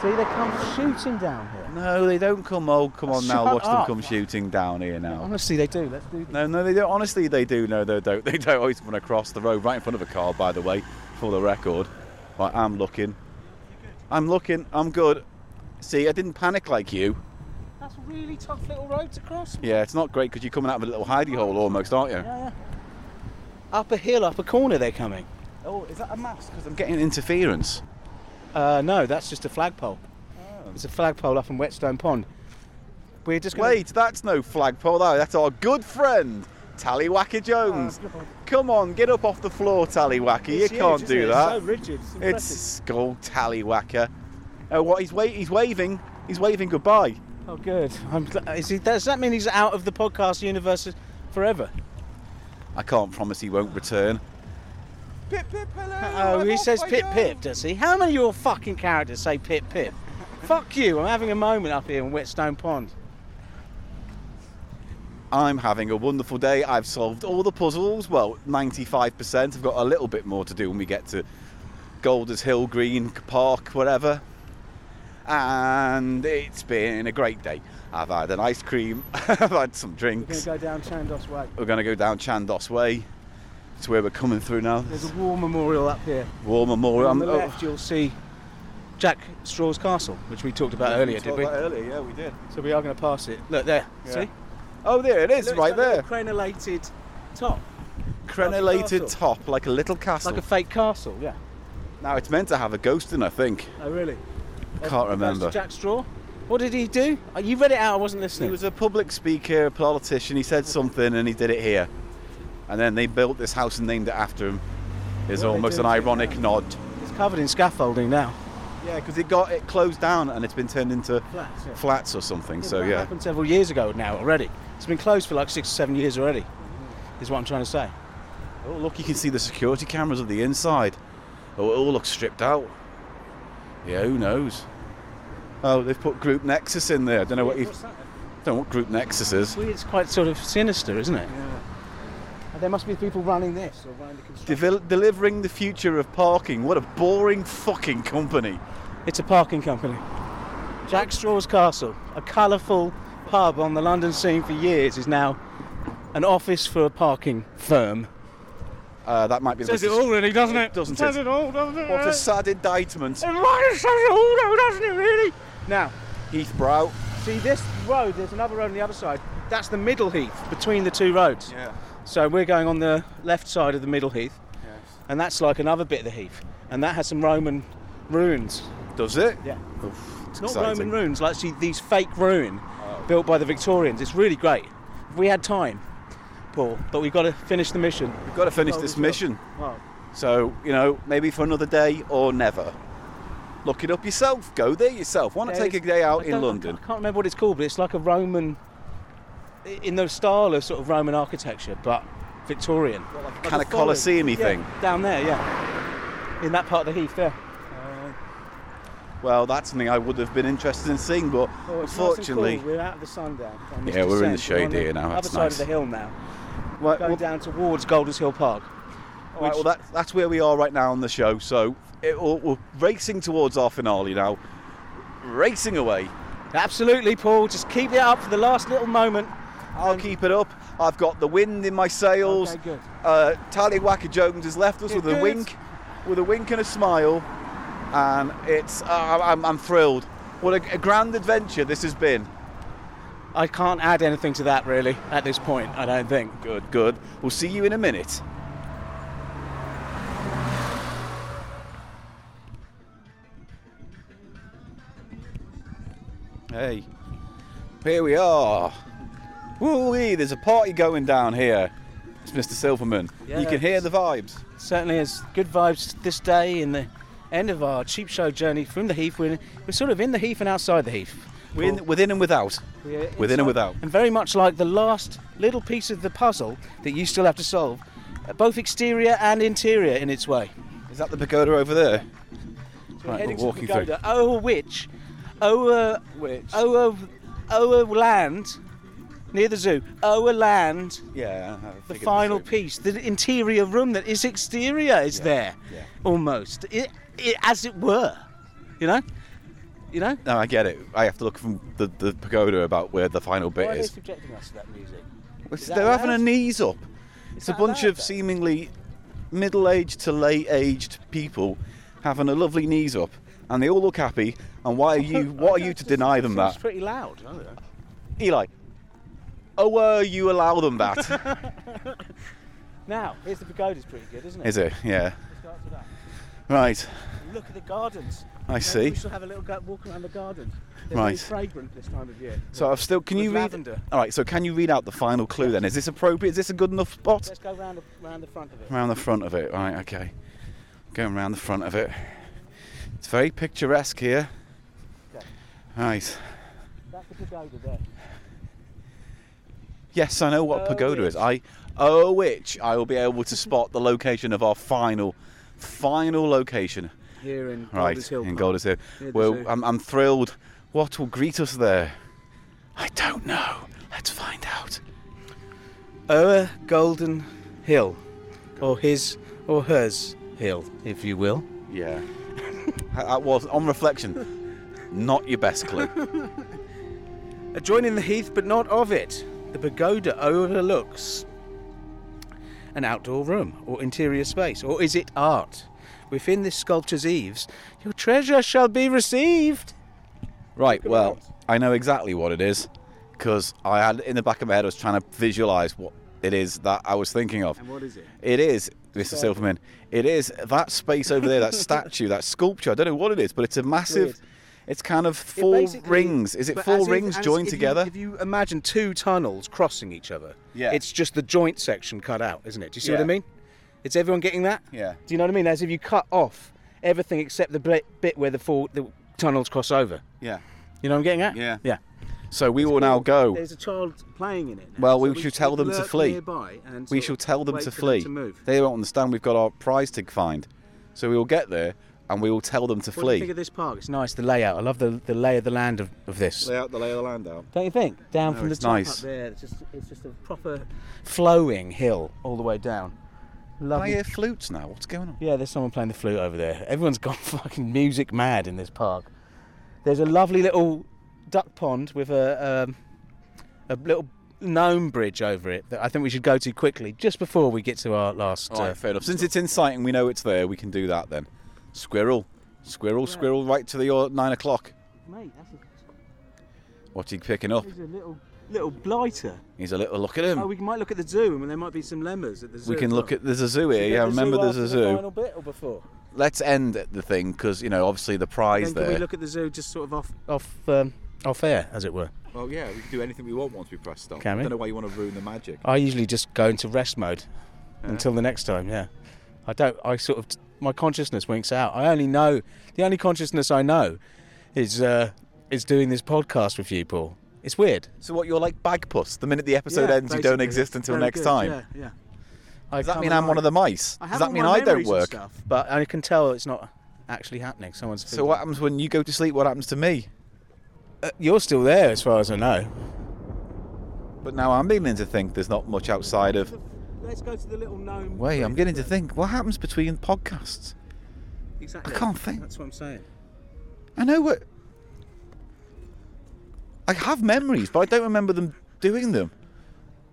B: See, they come shooting down here.
A: No, they don't come. Oh, come on now.
B: Shut
A: Watch
B: up.
A: them come shooting down here now.
B: Honestly, they do. Let's do.
A: No, no, they don't. Honestly, they do. No, they don't. They don't always run across the road right in front of a car, by the way, for the record. Right, I'm looking. I'm looking. I'm good. See, I didn't panic like you.
B: That's a really tough little road to cross.
A: Yeah, it's not great because you're coming out of a little hidey hole almost, aren't you?
B: Yeah, yeah. Up a hill, up a corner, they're coming.
A: Oh, is that a mask? Because I'm getting interference.
B: Uh, no, that's just a flagpole. It's a flagpole up in Whetstone Pond. We're just going
A: Wait, that's no flagpole, though. That's our good friend, Tallywacker Jones. Come on, get up off the floor, Tallywacker. You can't do that.
B: so rigid.
A: It's skull Tallywacker. Oh, what? He's, wa- he's waving. He's waving goodbye.
B: Oh, good. I'm gl- is he, does that mean he's out of the podcast universe forever?
A: I can't promise he won't return.
B: Oh, he says pip pip, does he? How many of your fucking characters say pip pip? Fuck you, I'm having a moment up here in Whetstone Pond.
A: I'm having a wonderful day. I've solved all the puzzles. Well, 95%. I've got a little bit more to do when we get to Golders Hill Green Park, whatever. And it's been a great day. I've had an ice cream. I've had some drinks.
B: go down Chandos Way.
A: We're going to go down Chandos Way. It's where we're coming through now.
B: There's a war memorial up here.
A: War Memorial.
B: On the
A: oh,
B: left, you'll see Jack Straw's castle, which we talked about earlier, did
A: talked
B: we?
A: about earlier, yeah, we did.
B: So we are going to pass it. Look there. See?
A: Oh, there it is,
B: Look,
A: right
B: got a
A: there.
B: little Crenellated top,
A: Crenellated
B: castle.
A: top, like a little castle.
B: like a fake castle. Yeah.
A: Now it's meant to have a ghost in, I think.
B: Oh, really?
A: Can't
B: Goes to
A: remember.
B: Jack Straw. What did he do? Uh, You read it out. I wasn't
A: He
B: listening.
A: was a public speaker, a politician. He said something, and he did it here. And then they built this house and named it after him. Is
B: Well, they
A: almost
B: do
A: an
B: do
A: ironic nod.
B: It's covered in scaffolding now.
A: Yeah, because it got it closed down and it's been turned into
B: Flats, yeah.
A: flats or something. so
B: that
A: yeah,
B: Happened several years ago now already. It's been closed for like six or seven years already. Is what I'm trying to say.
A: oh look, you can see the security cameras of the inside. Oh, it all looks stripped out. Yeah, who knows? Oh, they've put Group Nexus in there. I don't know what you don't know what Group Nexus is.
B: Well, it's quite sort of sinister, isn't it? Yeah. There must be people running this or running the construction.
A: Devel- delivering the future of parking. What a boring fucking company.
B: It's a parking company. Jack Straw's Castle, a colourful pub on the London scene for years, is now an office for a parking firm.
A: Uh, that might be the
F: Says it
A: best-
F: all, really, doesn't it?
A: doesn't
F: Says
A: it?
F: it all, doesn't it?
A: What a sad indictment.
F: It really says it all, though, doesn't it, really?
B: Now,
A: Heath Brow.
B: see this road, there's another road on the other side. That's the middle heath between the two roads.
A: Yeah.
B: So we're going on the left side of the middle heath, and that's like another bit of the heath, and that has some Roman ruins.
A: Does it?
B: Yeah.
A: Oof, it's
B: Not
A: exciting.
B: Roman ruins, like see these fake ruin built by the Victorians. It's really great. If we had time, Paul, but we've got to finish the mission.
A: We've got to finish this mission.
B: Wow.
A: So, you know, maybe for another day or never. Look it up yourself. Go there yourself. Want to
B: There's-
A: take a day out
B: I
A: in
B: don't-
A: London?
B: I can't remember what it's called, but it's like a Roman, i- in the style of sort of Roman architecture, but Victorian. Like
A: Kind
B: a
A: of
B: forum.
A: Colosseum
B: Yeah,
A: thing.
B: Down there, yeah. In that part of the heath there.
A: Well, that's something I would have been interested in seeing, but
B: Oh, it's nice and
A: unfortunately.
B: cool. we're out of the sundown. on this
A: Yeah, we're in the
B: descent. We're on
A: shade here now,
B: Other
A: that's
B: side
A: nice.
B: of the hill now,
A: Right,
B: going
A: well,
B: down towards Golders Hill Park.
A: All right,
B: Which-
A: well, that, that's where we are right now on the show. So it, we're we're racing towards our finale now. Racing away.
B: Absolutely, Paul. Just keep it up for the last little moment.
A: I'll keep it up. I've got the wind in my sails.
D: Okay, good.
A: Uh, Tallywhacker Jones has left us
D: Yeah,
A: with a
D: good.
A: wink, with a wink and a smile, and it's. Uh, I'm, I'm thrilled. What a, a grand adventure this has been.
D: I can't add anything to that really at this point. I don't think.
A: Good, good. We'll see you in a minute. Hey, here we are. Woo wee, there's a party going down here. It's Mr. Silverman. You can hear the vibes.
D: Certainly is good vibes this day in the end of our cheap show journey from the Heath. We're, we're sort of in the Heath and outside the Heath.
A: Within, within and without.
D: We're
A: Within and
D: inside-
A: without.
D: And very much like the last little piece of the puzzle that you still have to solve, uh, both exterior and interior in its way.
A: Is that the pagoda over there?
D: We're
A: Right,
D: heading
A: we're walking
D: to
A: through.
D: pagoda, over which, Oh, uh, over, over, over oh, land, near the zoo, over land,
A: Yeah. I
D: the
A: figured this
D: final
A: over.
D: piece, the interior room that is exterior is there,
A: yeah.
D: almost, i i as it were, you know, you know.
A: No, I get it. I have to look from the, the pagoda about where the final bit
D: Why are they
A: is.
D: subjecting us to that music?
A: It's-
D: that
A: They're having a
D: allowed?
A: knees up. it's a
D: that
A: bunch
D: allowed,
A: of
D: though?
A: seemingly middle-aged to late-aged people having a lovely knees up, and they all look happy. And why are you? What are you to deny them
D: It's
A: that,
D: pretty loud. I don't know.
A: Eli? Oh, uh, you allow them that?
D: Now, here's the pagoda's pretty good, isn't it?
A: is it? Yeah.
D: It starts with that.
A: Right.
D: And Look at the gardens.
A: I
D: Maybe
A: see.
D: We should have a little go- walk around the gardens. They're
A: Right.
D: really fragrant this time of year.
A: So I've still. Can
D: With
A: you read?
D: lavender.
A: All right. So can you read out the final clue then? Is this appropriate? Is this a good enough spot?
D: Let's go round, round the front of it.
A: Round the front of it, right, okay. Going round the front of it. It's very picturesque here.
D: Okay.
A: Right.
D: That's the pagoda there.
A: Yes, I know what
D: Oh,
A: pagoda is.
D: which.
A: I oh which I will be able to spot the location of our final final location.
D: Here in
A: Right,
D: Golders Hill.
A: in
D: Park.
A: Golders Hill.
D: Near the
A: Well
D: zoo.
A: I'm, I'm thrilled. What will greet us there? I don't know. Let's find out.
B: Oa Golden Hill, or his or hers hill, if you will.
A: Yeah. that was on reflection. Not your best clue.
B: Adjoining the heath, but not of it, the pagoda overlooks an outdoor room or interior space, or is it art? Within this sculpture's eaves, your treasure shall be received.
A: Right, well, I know exactly what it is because I had in the back of my head, I was trying to visualize what it is that I was thinking of. And what is it? It is, Mr. Silverman, it is that space over there, that statue, that sculpture. I don't know what it is, but it's a massive. It's kind of four
B: basically-
A: rings. Is it
B: but
A: four
B: as if-
A: rings
B: as
A: joined
B: if you-
A: together?
B: if you imagine two tunnels crossing each other,
A: Yeah.
B: it's just the joint section cut out, isn't it? Do you see what I
A: Yeah.
B: mean? Is everyone getting that?
A: yeah.
B: Do you know what I mean? As if you cut off everything except the bit, bit where the four the tunnels cross over.
A: Yeah.
B: You know what I'm getting at?
A: Yeah.
B: Yeah.
A: So we will now go.
D: There's a child playing in it. now,
A: Well, we
D: so
A: should tell them to
D: lurk
A: flee.
D: nearby and
A: We
D: sort
A: shall
D: of
A: tell them
D: wait
A: to
D: for
A: flee.
D: to move.
A: They don't understand we've got our prize to find. So we will get there and we will tell them to
D: What do you think
A: flee.
D: of this park? It's
B: It's nice, the layout. I love the, the lay of the land of, of this.
A: Lay out the lay of the land out.
B: Don't you think? Down from the
A: it's
B: top
A: nice.
B: up there. It's just, it's just a proper flowing hill all the way down.
A: I
B: Lovely.
A: hear flutes now. What's going on?
B: Yeah, there's someone playing the flute over there. Everyone's gone fucking music mad in this park. There's a lovely little duck pond with a um, a little gnome bridge over it that I think we should go to quickly just before we get to our last.
A: All
B: uh,
A: right, fair enough. Since it's in sight and we know it's there, we can do that then. Squirrel, squirrel, squirrel, right to the uh, nine o'clock.
D: Mate, that's a,
A: What's he picking up?
D: there's a little little blighter.
A: He's a little look at him.
D: Oh, we might look at the zoo, and there might be some lemurs at the zoo.
A: we can
D: as
A: look
D: well.
A: at there's a zoo here. Yeah, remember there's a zoo.
D: final bit or before?
A: Let's end at the thing because you know obviously the prize
D: Then can we
A: there.
D: look at the zoo just sort of off?
B: off um, off air, as it were.
A: Well, Oh, yeah, we can do anything we want once we press stop.
B: Can we?
A: why you want to ruin the magic.
B: I usually just go into rest mode until the next time. Yeah, I don't. I sort of my consciousness winks out. I only know the only consciousness I know is uh, is doing this podcast with you, Paul. It's weird.
A: So what? You're like Bagpuss. The minute the episode
D: Yeah,
A: ends, you don't
D: basically.
A: exist until
D: Very
A: next
D: good,
A: time.
D: Yeah, yeah.
B: I
A: Does that
B: can't
A: mean I'm one of the mice?
D: I
A: Does
D: have
A: that
D: all
A: mean
D: my
A: I don't
D: memories and
A: work?
D: stuff.
B: but I can tell it's not actually happening. Someone's
A: So uh, what happens when you go to sleep? What happens to me?
B: you're still there, as far as I know.
A: But now I'm beginning to think there's not much outside of.
D: Let's go to the little gnome.
A: Wait, I'm
D: bridge.
A: getting to think. What happens between podcasts?
D: Exactly.
A: I can't think.
D: That's what I'm saying.
A: I know what. I have memories, but I don't remember them doing them.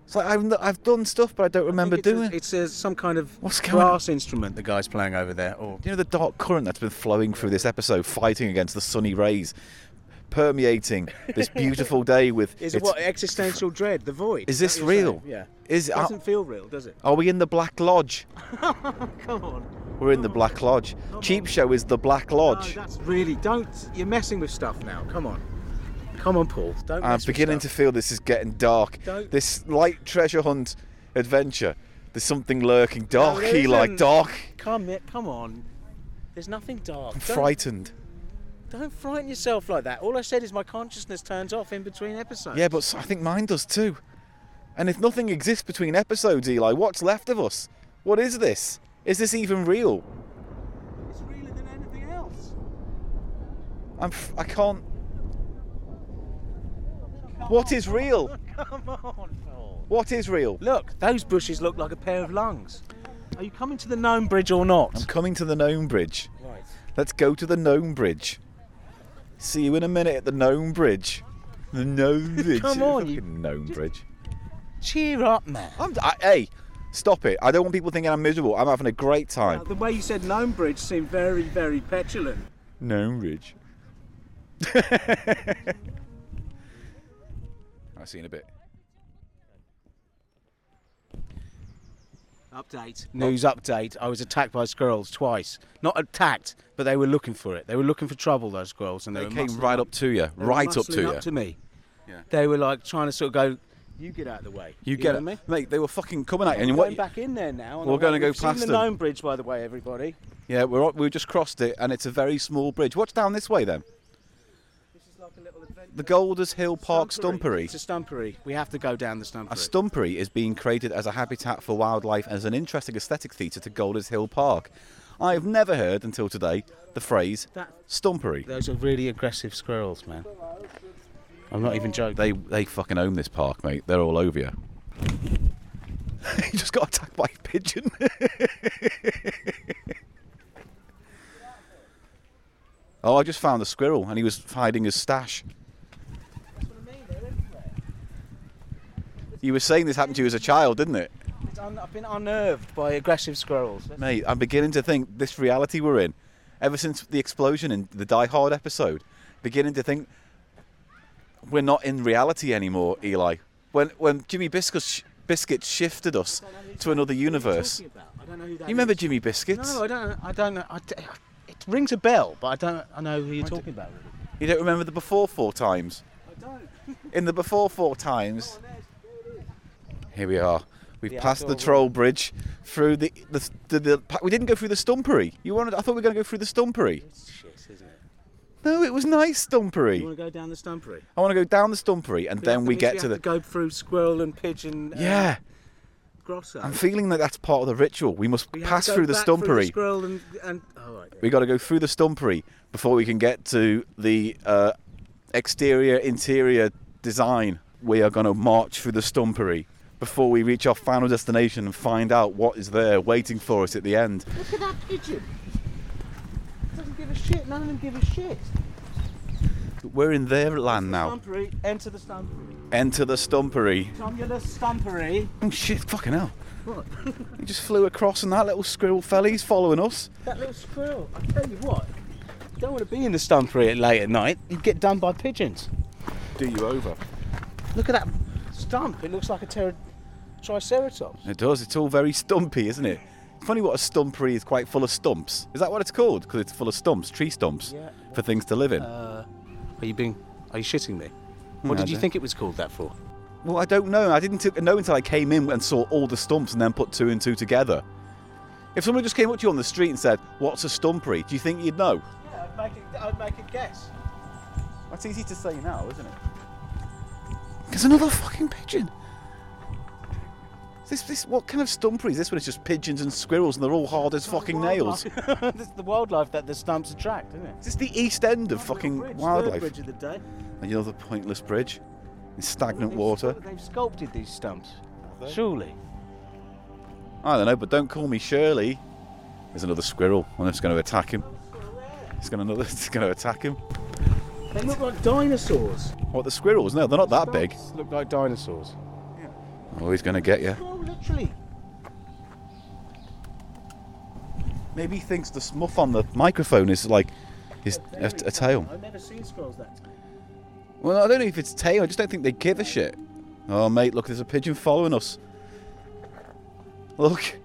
M: It's like I've, I've done stuff, but I don't remember
B: it's a-
M: doing.
B: it's a, some kind of
M: What's going on?
B: brass instrument the guy's playing over there. Or
M: You know the dark current that's been flowing through this episode, fighting against the sunny rays, permeating this beautiful day with.
B: is it
M: it's-
B: what existential dread? The void.
M: Is
B: that
M: this
B: what you're
M: real?
B: saying? Yeah.
M: Is are,
B: Doesn't feel real, does it?
M: are we in the Black Lodge?
B: Come on.
M: We're in the Black Lodge. Cheap Show is the Black Lodge.
B: Oh, No, that's really don't. You're messing with stuff now. Come on, come on, Paul. Don't.
M: I'm
B: mess with
M: beginning to
B: stuff.
M: feel this is getting dark.
B: Don't-
M: This light treasure hunt adventure. There's something lurking darky,
B: there
M: like
B: isn't.
M: dark.
B: Come here. Come on. There's nothing dark.
M: I'm
B: Don't,
M: frightened.
B: don't frighten yourself like that. All I said is my consciousness turns off in between episodes.
M: Yeah, but I think mine does too. And if nothing exists between episodes, Eli, what's left of us? What is this? Is this even real?
B: It's realer than anything else.
M: I'm. F- I can't. What is real?
B: Come on, Paul.
M: What is real?
B: Look, those bushes look like a pair of lungs. Are you coming to the gnome bridge or not?
M: I'm coming to the Gnome Bridge.
B: Right.
M: Let's go to the Gnome Bridge. See you in a minute at the Gnome Bridge. The Gnome Bridge.
B: Come on, you-
M: Fucking Gnome Bridge.
B: Cheer up, man.
M: I'm. I, hey, stop it! I don't want people thinking I'm miserable. I'm having a great time.
B: Uh, The way you said gnome bridge seemed very, very petulant.
M: Gnome Bridge. I see in a bit.
B: Update. News update. I was attacked by squirrels twice. Not attacked, but they were looking for it. They were looking for trouble, those squirrels, and they,
A: They
B: were
A: came
B: muscling
A: right up to you,
B: they were
A: right up
B: muscling
A: to you.
B: Up to me. They were like trying to sort of go. You get out of the way.
A: You get
B: know
A: it,
B: what I mean?
A: mate. They were fucking coming at you.
B: We're
A: And
B: going
A: what?
B: back in there now. and
A: We're
B: I'm
A: gonna
B: like,
A: go
B: "We've
A: past
B: seen the
A: them."
B: Gnome Bridge, by the way, everybody.
A: Yeah, we're on- we just crossed it, and it's a very small bridge. What's down this way then?
B: This is like a little adventure.
A: The Golders Hill Park Stumpery.
B: It's a stumpery. We have to go down the stumpery.
A: A stumpery is being created as a habitat for wildlife and as an interesting aesthetic feature to Golders Hill Park. I've never heard until today the phrase
B: That-
A: stumpery.
B: Those are really aggressive squirrels, man. I'm not even joking.
A: They they fucking own this park, mate. They're all over you. he just got attacked by a pigeon. oh, I just found a squirrel, and he was hiding his stash. You were saying this happened to you as a child, didn't it,
B: It's un- I've been unnerved by aggressive squirrels.
A: mate? I'm beginning to think this reality we're in, ever since the explosion in the Die Hard episode, beginning to think we're not in reality anymore, Eli. When when Jimmy Biscuit, sh- Biscuit shifted us to another universe. You
B: I don't know who that
A: remember Jimmy Biscuits?
B: No, I don't. I don't know. I d it rings a bell, but I don't. I know who you're talking about. Really.
A: You don't remember the before four times?
B: I don't.
A: In the before four times. Here we are. We've
B: The
A: passed the
B: outdoor
A: troll bridge through the the, the, the pa- we didn't go through the stumpery. You wanted I thought we were going to go through the stumpery.
B: It's shit, isn't it?
A: No, it was nice
B: You
A: stumpery.
B: want to go down the stumpery?
A: I want to go down the stumpery and then we
B: That means
A: get
B: have
A: to the
B: go through squirrel and pigeon. uh,
A: Yeah,
B: grotto.
A: I'm feeling that that's part of the ritual. We must
B: We have to
A: pass
B: go
A: through the
B: back
A: stumpery.
B: squirrel and and. All right.
A: we got to go through the stumpery before we can get to the uh, exterior interior design. We are going to march through the stumpery before we reach our final destination and find out what is there waiting for us at the end.
B: Look at that pigeon. Doesn't give a shit. None of them give a shit.
A: We're in their land now.
B: Stumpery. Enter the stumpery.
A: Enter the stumpery.
B: Tumulus stumpery.
A: Oh shit! Fucking hell! He just flew across, and that little squirrel felly's following us.
B: That little squirrel. I tell you what. you Don't want to be in the stumpery at late at night. You'd get done by pigeons.
A: Do you over?
B: Look at that stump. It looks like a ter- triceratops.
A: It does. It's all very stumpy, isn't it? It's funny what a stumpery is quite full of stumps. Is that what it's called? Because it's full of stumps, tree stumps,
B: Yeah.
A: for things to live in.
B: Are you being? Are you shitting me? What
A: I
B: did you
A: don't-
B: think it was called that for?
A: well, I don't know. I didn't t- know until I came in and saw all the stumps and then put two and two together. If someone just came up to you on the street and said, "What's a stumpery?" Do you think you'd know?
B: Yeah, I'd make, a, I'd make a guess.
A: That's easy to say now, isn't it? There's another fucking pigeon. Is This, this, what kind of stumpery is this? When it's just pigeons and squirrels and they're all hard as fucking nails. Is
B: this is the wildlife that the stumps attract, isn't it?
A: this the east end of
B: Bridge,
A: fucking
B: third
A: wildlife?
B: bridge of the day.
A: Another pointless bridge in stagnant
B: They've
A: water.
B: scu- They've sculpted these stumps. Surely.
A: I don't know, but don't call me Shirley. There's another squirrel. One that's going to attack him. It's going to another. It's going to attack him.
B: They look like dinosaurs.
A: What the squirrels? No, they're not that big.
B: Look like dinosaurs.
A: Oh, he's going to get you.
B: No, literally.
A: Maybe he thinks the smuff on the microphone is like is a, a tail.
B: I've never seen squirrels that.
A: Well, I don't know if it's tail. I just don't think they give a shit. Oh, mate, look, there's a pigeon following us. Look,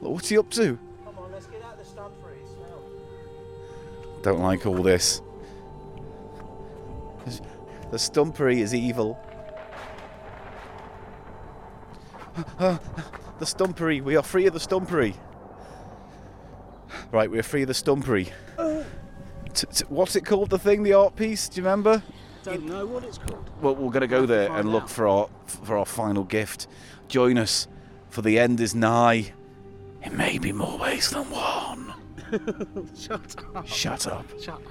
A: look what's he up to?
B: Come on, let's get out of the stump for it.
A: Don't like all this. The stumpery is evil. The stumpery, we are free of the stumpery. Right, we're free of the stumpery. T- t- what's it called? The thing, the art piece? Do you remember?
B: Don't know what it's called.
A: Well, we're going to go there and look for our for our final gift. Join us, for the end is nigh. It may be more ways than one. shut up! Shut up!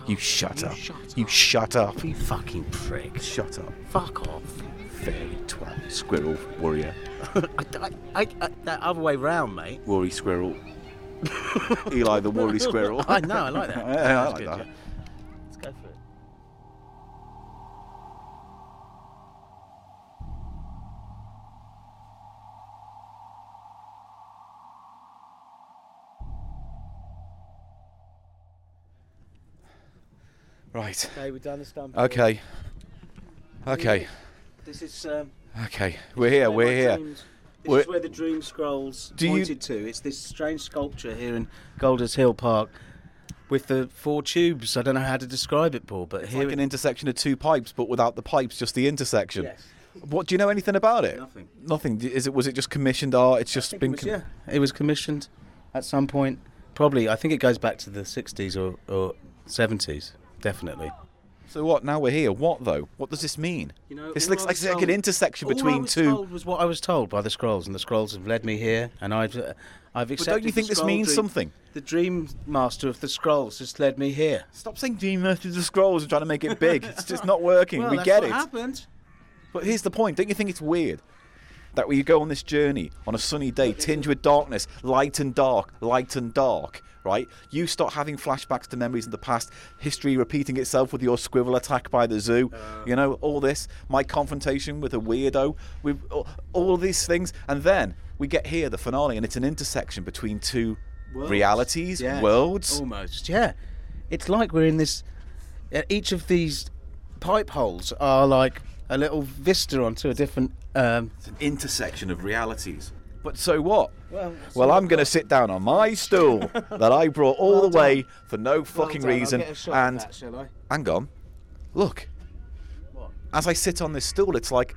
A: You shut up! You shut up!
B: You fucking prick.
A: Shut up!
B: Fuck off.
A: Fairy twat, squirrel, warrior,
B: I, I, I, I, that other way round, mate.
A: worry squirrel. Eli the worry squirrel.
B: I know, I like that.
A: Yeah, I
B: That's
A: like
B: good,
A: that.
B: yeah. Let's go for it.
A: Right.
B: Okay, we've done the stump.
A: Okay. Okay.
B: This is um,
A: Okay. We're here. We're
B: where my
A: here.
B: dreams- This
A: We're-
B: is where the dream scrolls
A: Do you-
B: pointed to. It's this strange sculpture here in Golders Hill Park with the four tubes. I don't know how to describe it, Paul, but
A: It's
B: here
A: like an
B: it-
A: intersection of two pipes, but without the pipes, just the intersection.
B: Yes.
A: What do you know anything about it?
B: Nothing.
A: Nothing. D- Is it? Was it just commissioned art? It's just
B: it
A: been.
B: was,
A: com-
B: yeah, it was commissioned at some point. Probably, I think it goes back to the 60s or, or 70s, definitely.
A: So what? Now we're here. What though? What does this mean?
B: You know,
A: this
B: all
A: looks
B: I
A: like,
B: was
A: it's like an
B: told-
A: intersection
B: All I
A: between
B: was
A: two.
B: told was what I was told by the scrolls, and the scrolls have led me here, and I've, uh, I've
A: But
B: accepted.
A: don't you
B: the
A: think this
B: Skrull
A: means
B: dream-
A: something?
B: The dream master of the scrolls has led me here.
A: Stop saying Dream Master of the Scrolls and trying to make it big. It's just not working.
B: Well,
A: we
B: that's
A: get
B: what
A: it.
B: happened.
A: But here's the point. Don't you think it's weird that we go on this journey on a sunny day, tinged with darkness, light and dark, light and dark, right? You start having flashbacks to memories of the past, history repeating itself with your squirrel attack by the zoo, you know, all this, my confrontation with a weirdo, with all, all these things. And then we get here, the finale, and it's an intersection between two realities,
B: Yeah.
A: worlds.
B: Almost, yeah. It's like we're in this. uh, Each of these pipe holes are like a little vista onto a different. Um,
A: intersection of realities. But so what?
B: Well,
A: Well, I'm going to sit down on my stool that I brought all the way for no fucking reason. and
B: shall I?
A: hang on, look. As I sit on this stool, it's like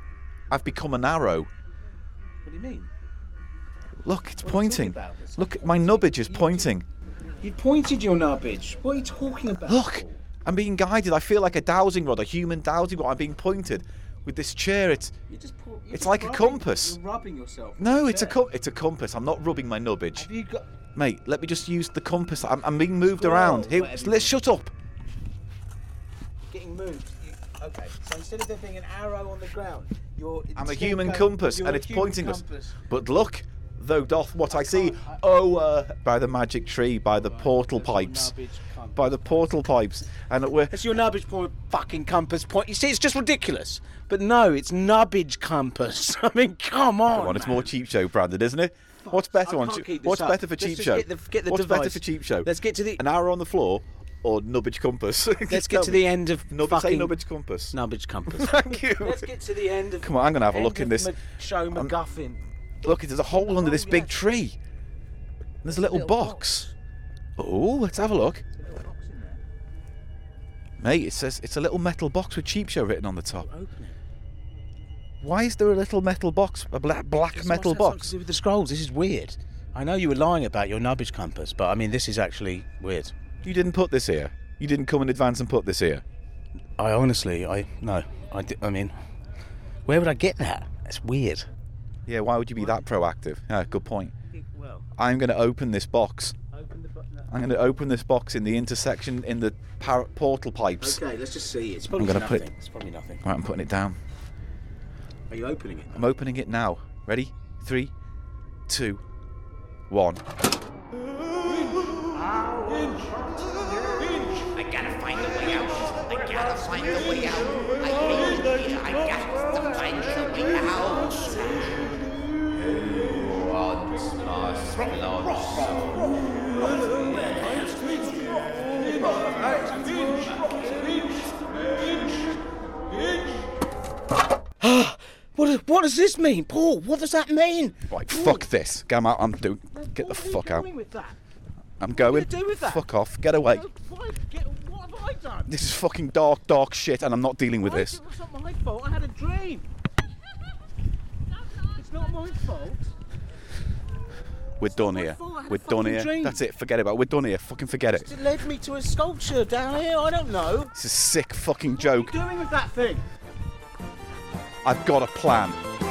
A: I've become an arrow.
B: What do you mean?
A: Look, it's
B: are you talking
A: pointing.
B: about? It's
A: Look, my nubbage is pointing.
B: You pointed your nubbage. What are you talking about?
A: Look, I'm being guided. I feel like a dowsing rod, a human dowsing rod. I'm being pointed with this chair. It's
B: You just pull, you're
A: It's
B: just
A: like a
B: rubbing-
A: compass.
B: You're rubbing yourself.
A: no, it's a
B: compass.
A: com- it's a compass. I'm not rubbing my nubbage,
B: Have you got?
A: mate. Let me just use the compass. I'm, I'm being moved
B: Scroll,
A: around. Here,
B: whatever you
A: let's shut up.
B: getting moved. You, okay, so instead of there being an arrow on the ground, you're.
A: I'm a
B: instead of
A: human
B: going-
A: compass,
B: you're
A: and
B: a
A: it's
B: human
A: pointing us.
B: compass.
A: But look, though doth what I, see, oh, uh, by the magic tree, by the portal
B: that's your
A: pipes,
B: nubbage compass.
A: by the portal pipes, and that we're
B: It's your nubbage point, fucking compass point. You see, it's just ridiculous. But no, it's nubbage compass. I mean, come on.
A: Come on, it's
B: man.
A: more cheap show branded, isn't it? What's better
B: I
A: on?
B: can't keep this
A: What's
B: up.
A: better for
B: Let's
A: cheap
B: just
A: show?
B: get the- get the
A: What's better
B: device.
A: for cheap show?
B: Let's get to the-
A: an hour on the floor or nubbage compass.
B: Let's get to the end of
A: nubbage. Say
B: fucking
A: nubbage compass.
B: nubbage compass.
A: Thank you.
B: Let's get to the end of.
A: Come on, I'm gonna have a
B: end
A: look in
B: of
A: this.
B: Mc- show MacGuffin.
A: Look, there's a hole under
B: Oh,
A: this big
B: yes.
A: tree. And there's a little,
B: Little
A: box. Oh, let's have a look. Mate, it says it's a little metal box with cheap show written on the top.
B: Open it.
A: Why is there a little metal box? A black, black
B: This
A: metal
B: must have something to
A: box?
B: do with the scrolls. This is weird. I know you were lying about your nubbage compass, but I mean, this is actually weird.
A: You didn't put this here. You didn't come in advance and put this here.
B: I honestly, I no, I, di- I mean, where would I get that? That's weird.
A: Yeah, why would you be that proactive? Yeah, good point.
B: Well,
A: I'm going to open this box.
B: open the button.
A: I'm going to open this box in the intersection in the par- portal pipes.
B: Okay, let's just see. It's probably
A: I'm gonna put
B: nothing.
A: it-
B: It's probably nothing.
A: Right, I'm putting it down.
B: Are you opening it?
A: I'm opening it now. Ready? Three, two, one.
J: I gotta find the way out. I gotta find the way out. I hate it here. I got to find the way out.
B: does this mean, Paul? What does that mean?
A: Right, fuck this. Come out. I'm doing. Get the
B: What are you
A: fuck out.
B: doing with that?
A: I'm going.
B: do with that?
A: Fuck off. Get away.
B: Why- get- What have I done?
A: This is fucking dark, dark shit, and I'm not dealing with
B: I-
A: this.
B: It's not my fault. I had a dream. it's not my fault.
A: We're done here.
B: fault, I had a
A: We're done
B: fucking
A: here.
B: dream.
A: That's it. Forget about it. We're done here. Fucking forget it.
B: It led me to a sculpture down here. I don't know.
A: It's a sick fucking joke.
B: What are you doing with that thing?
A: I've got a plan.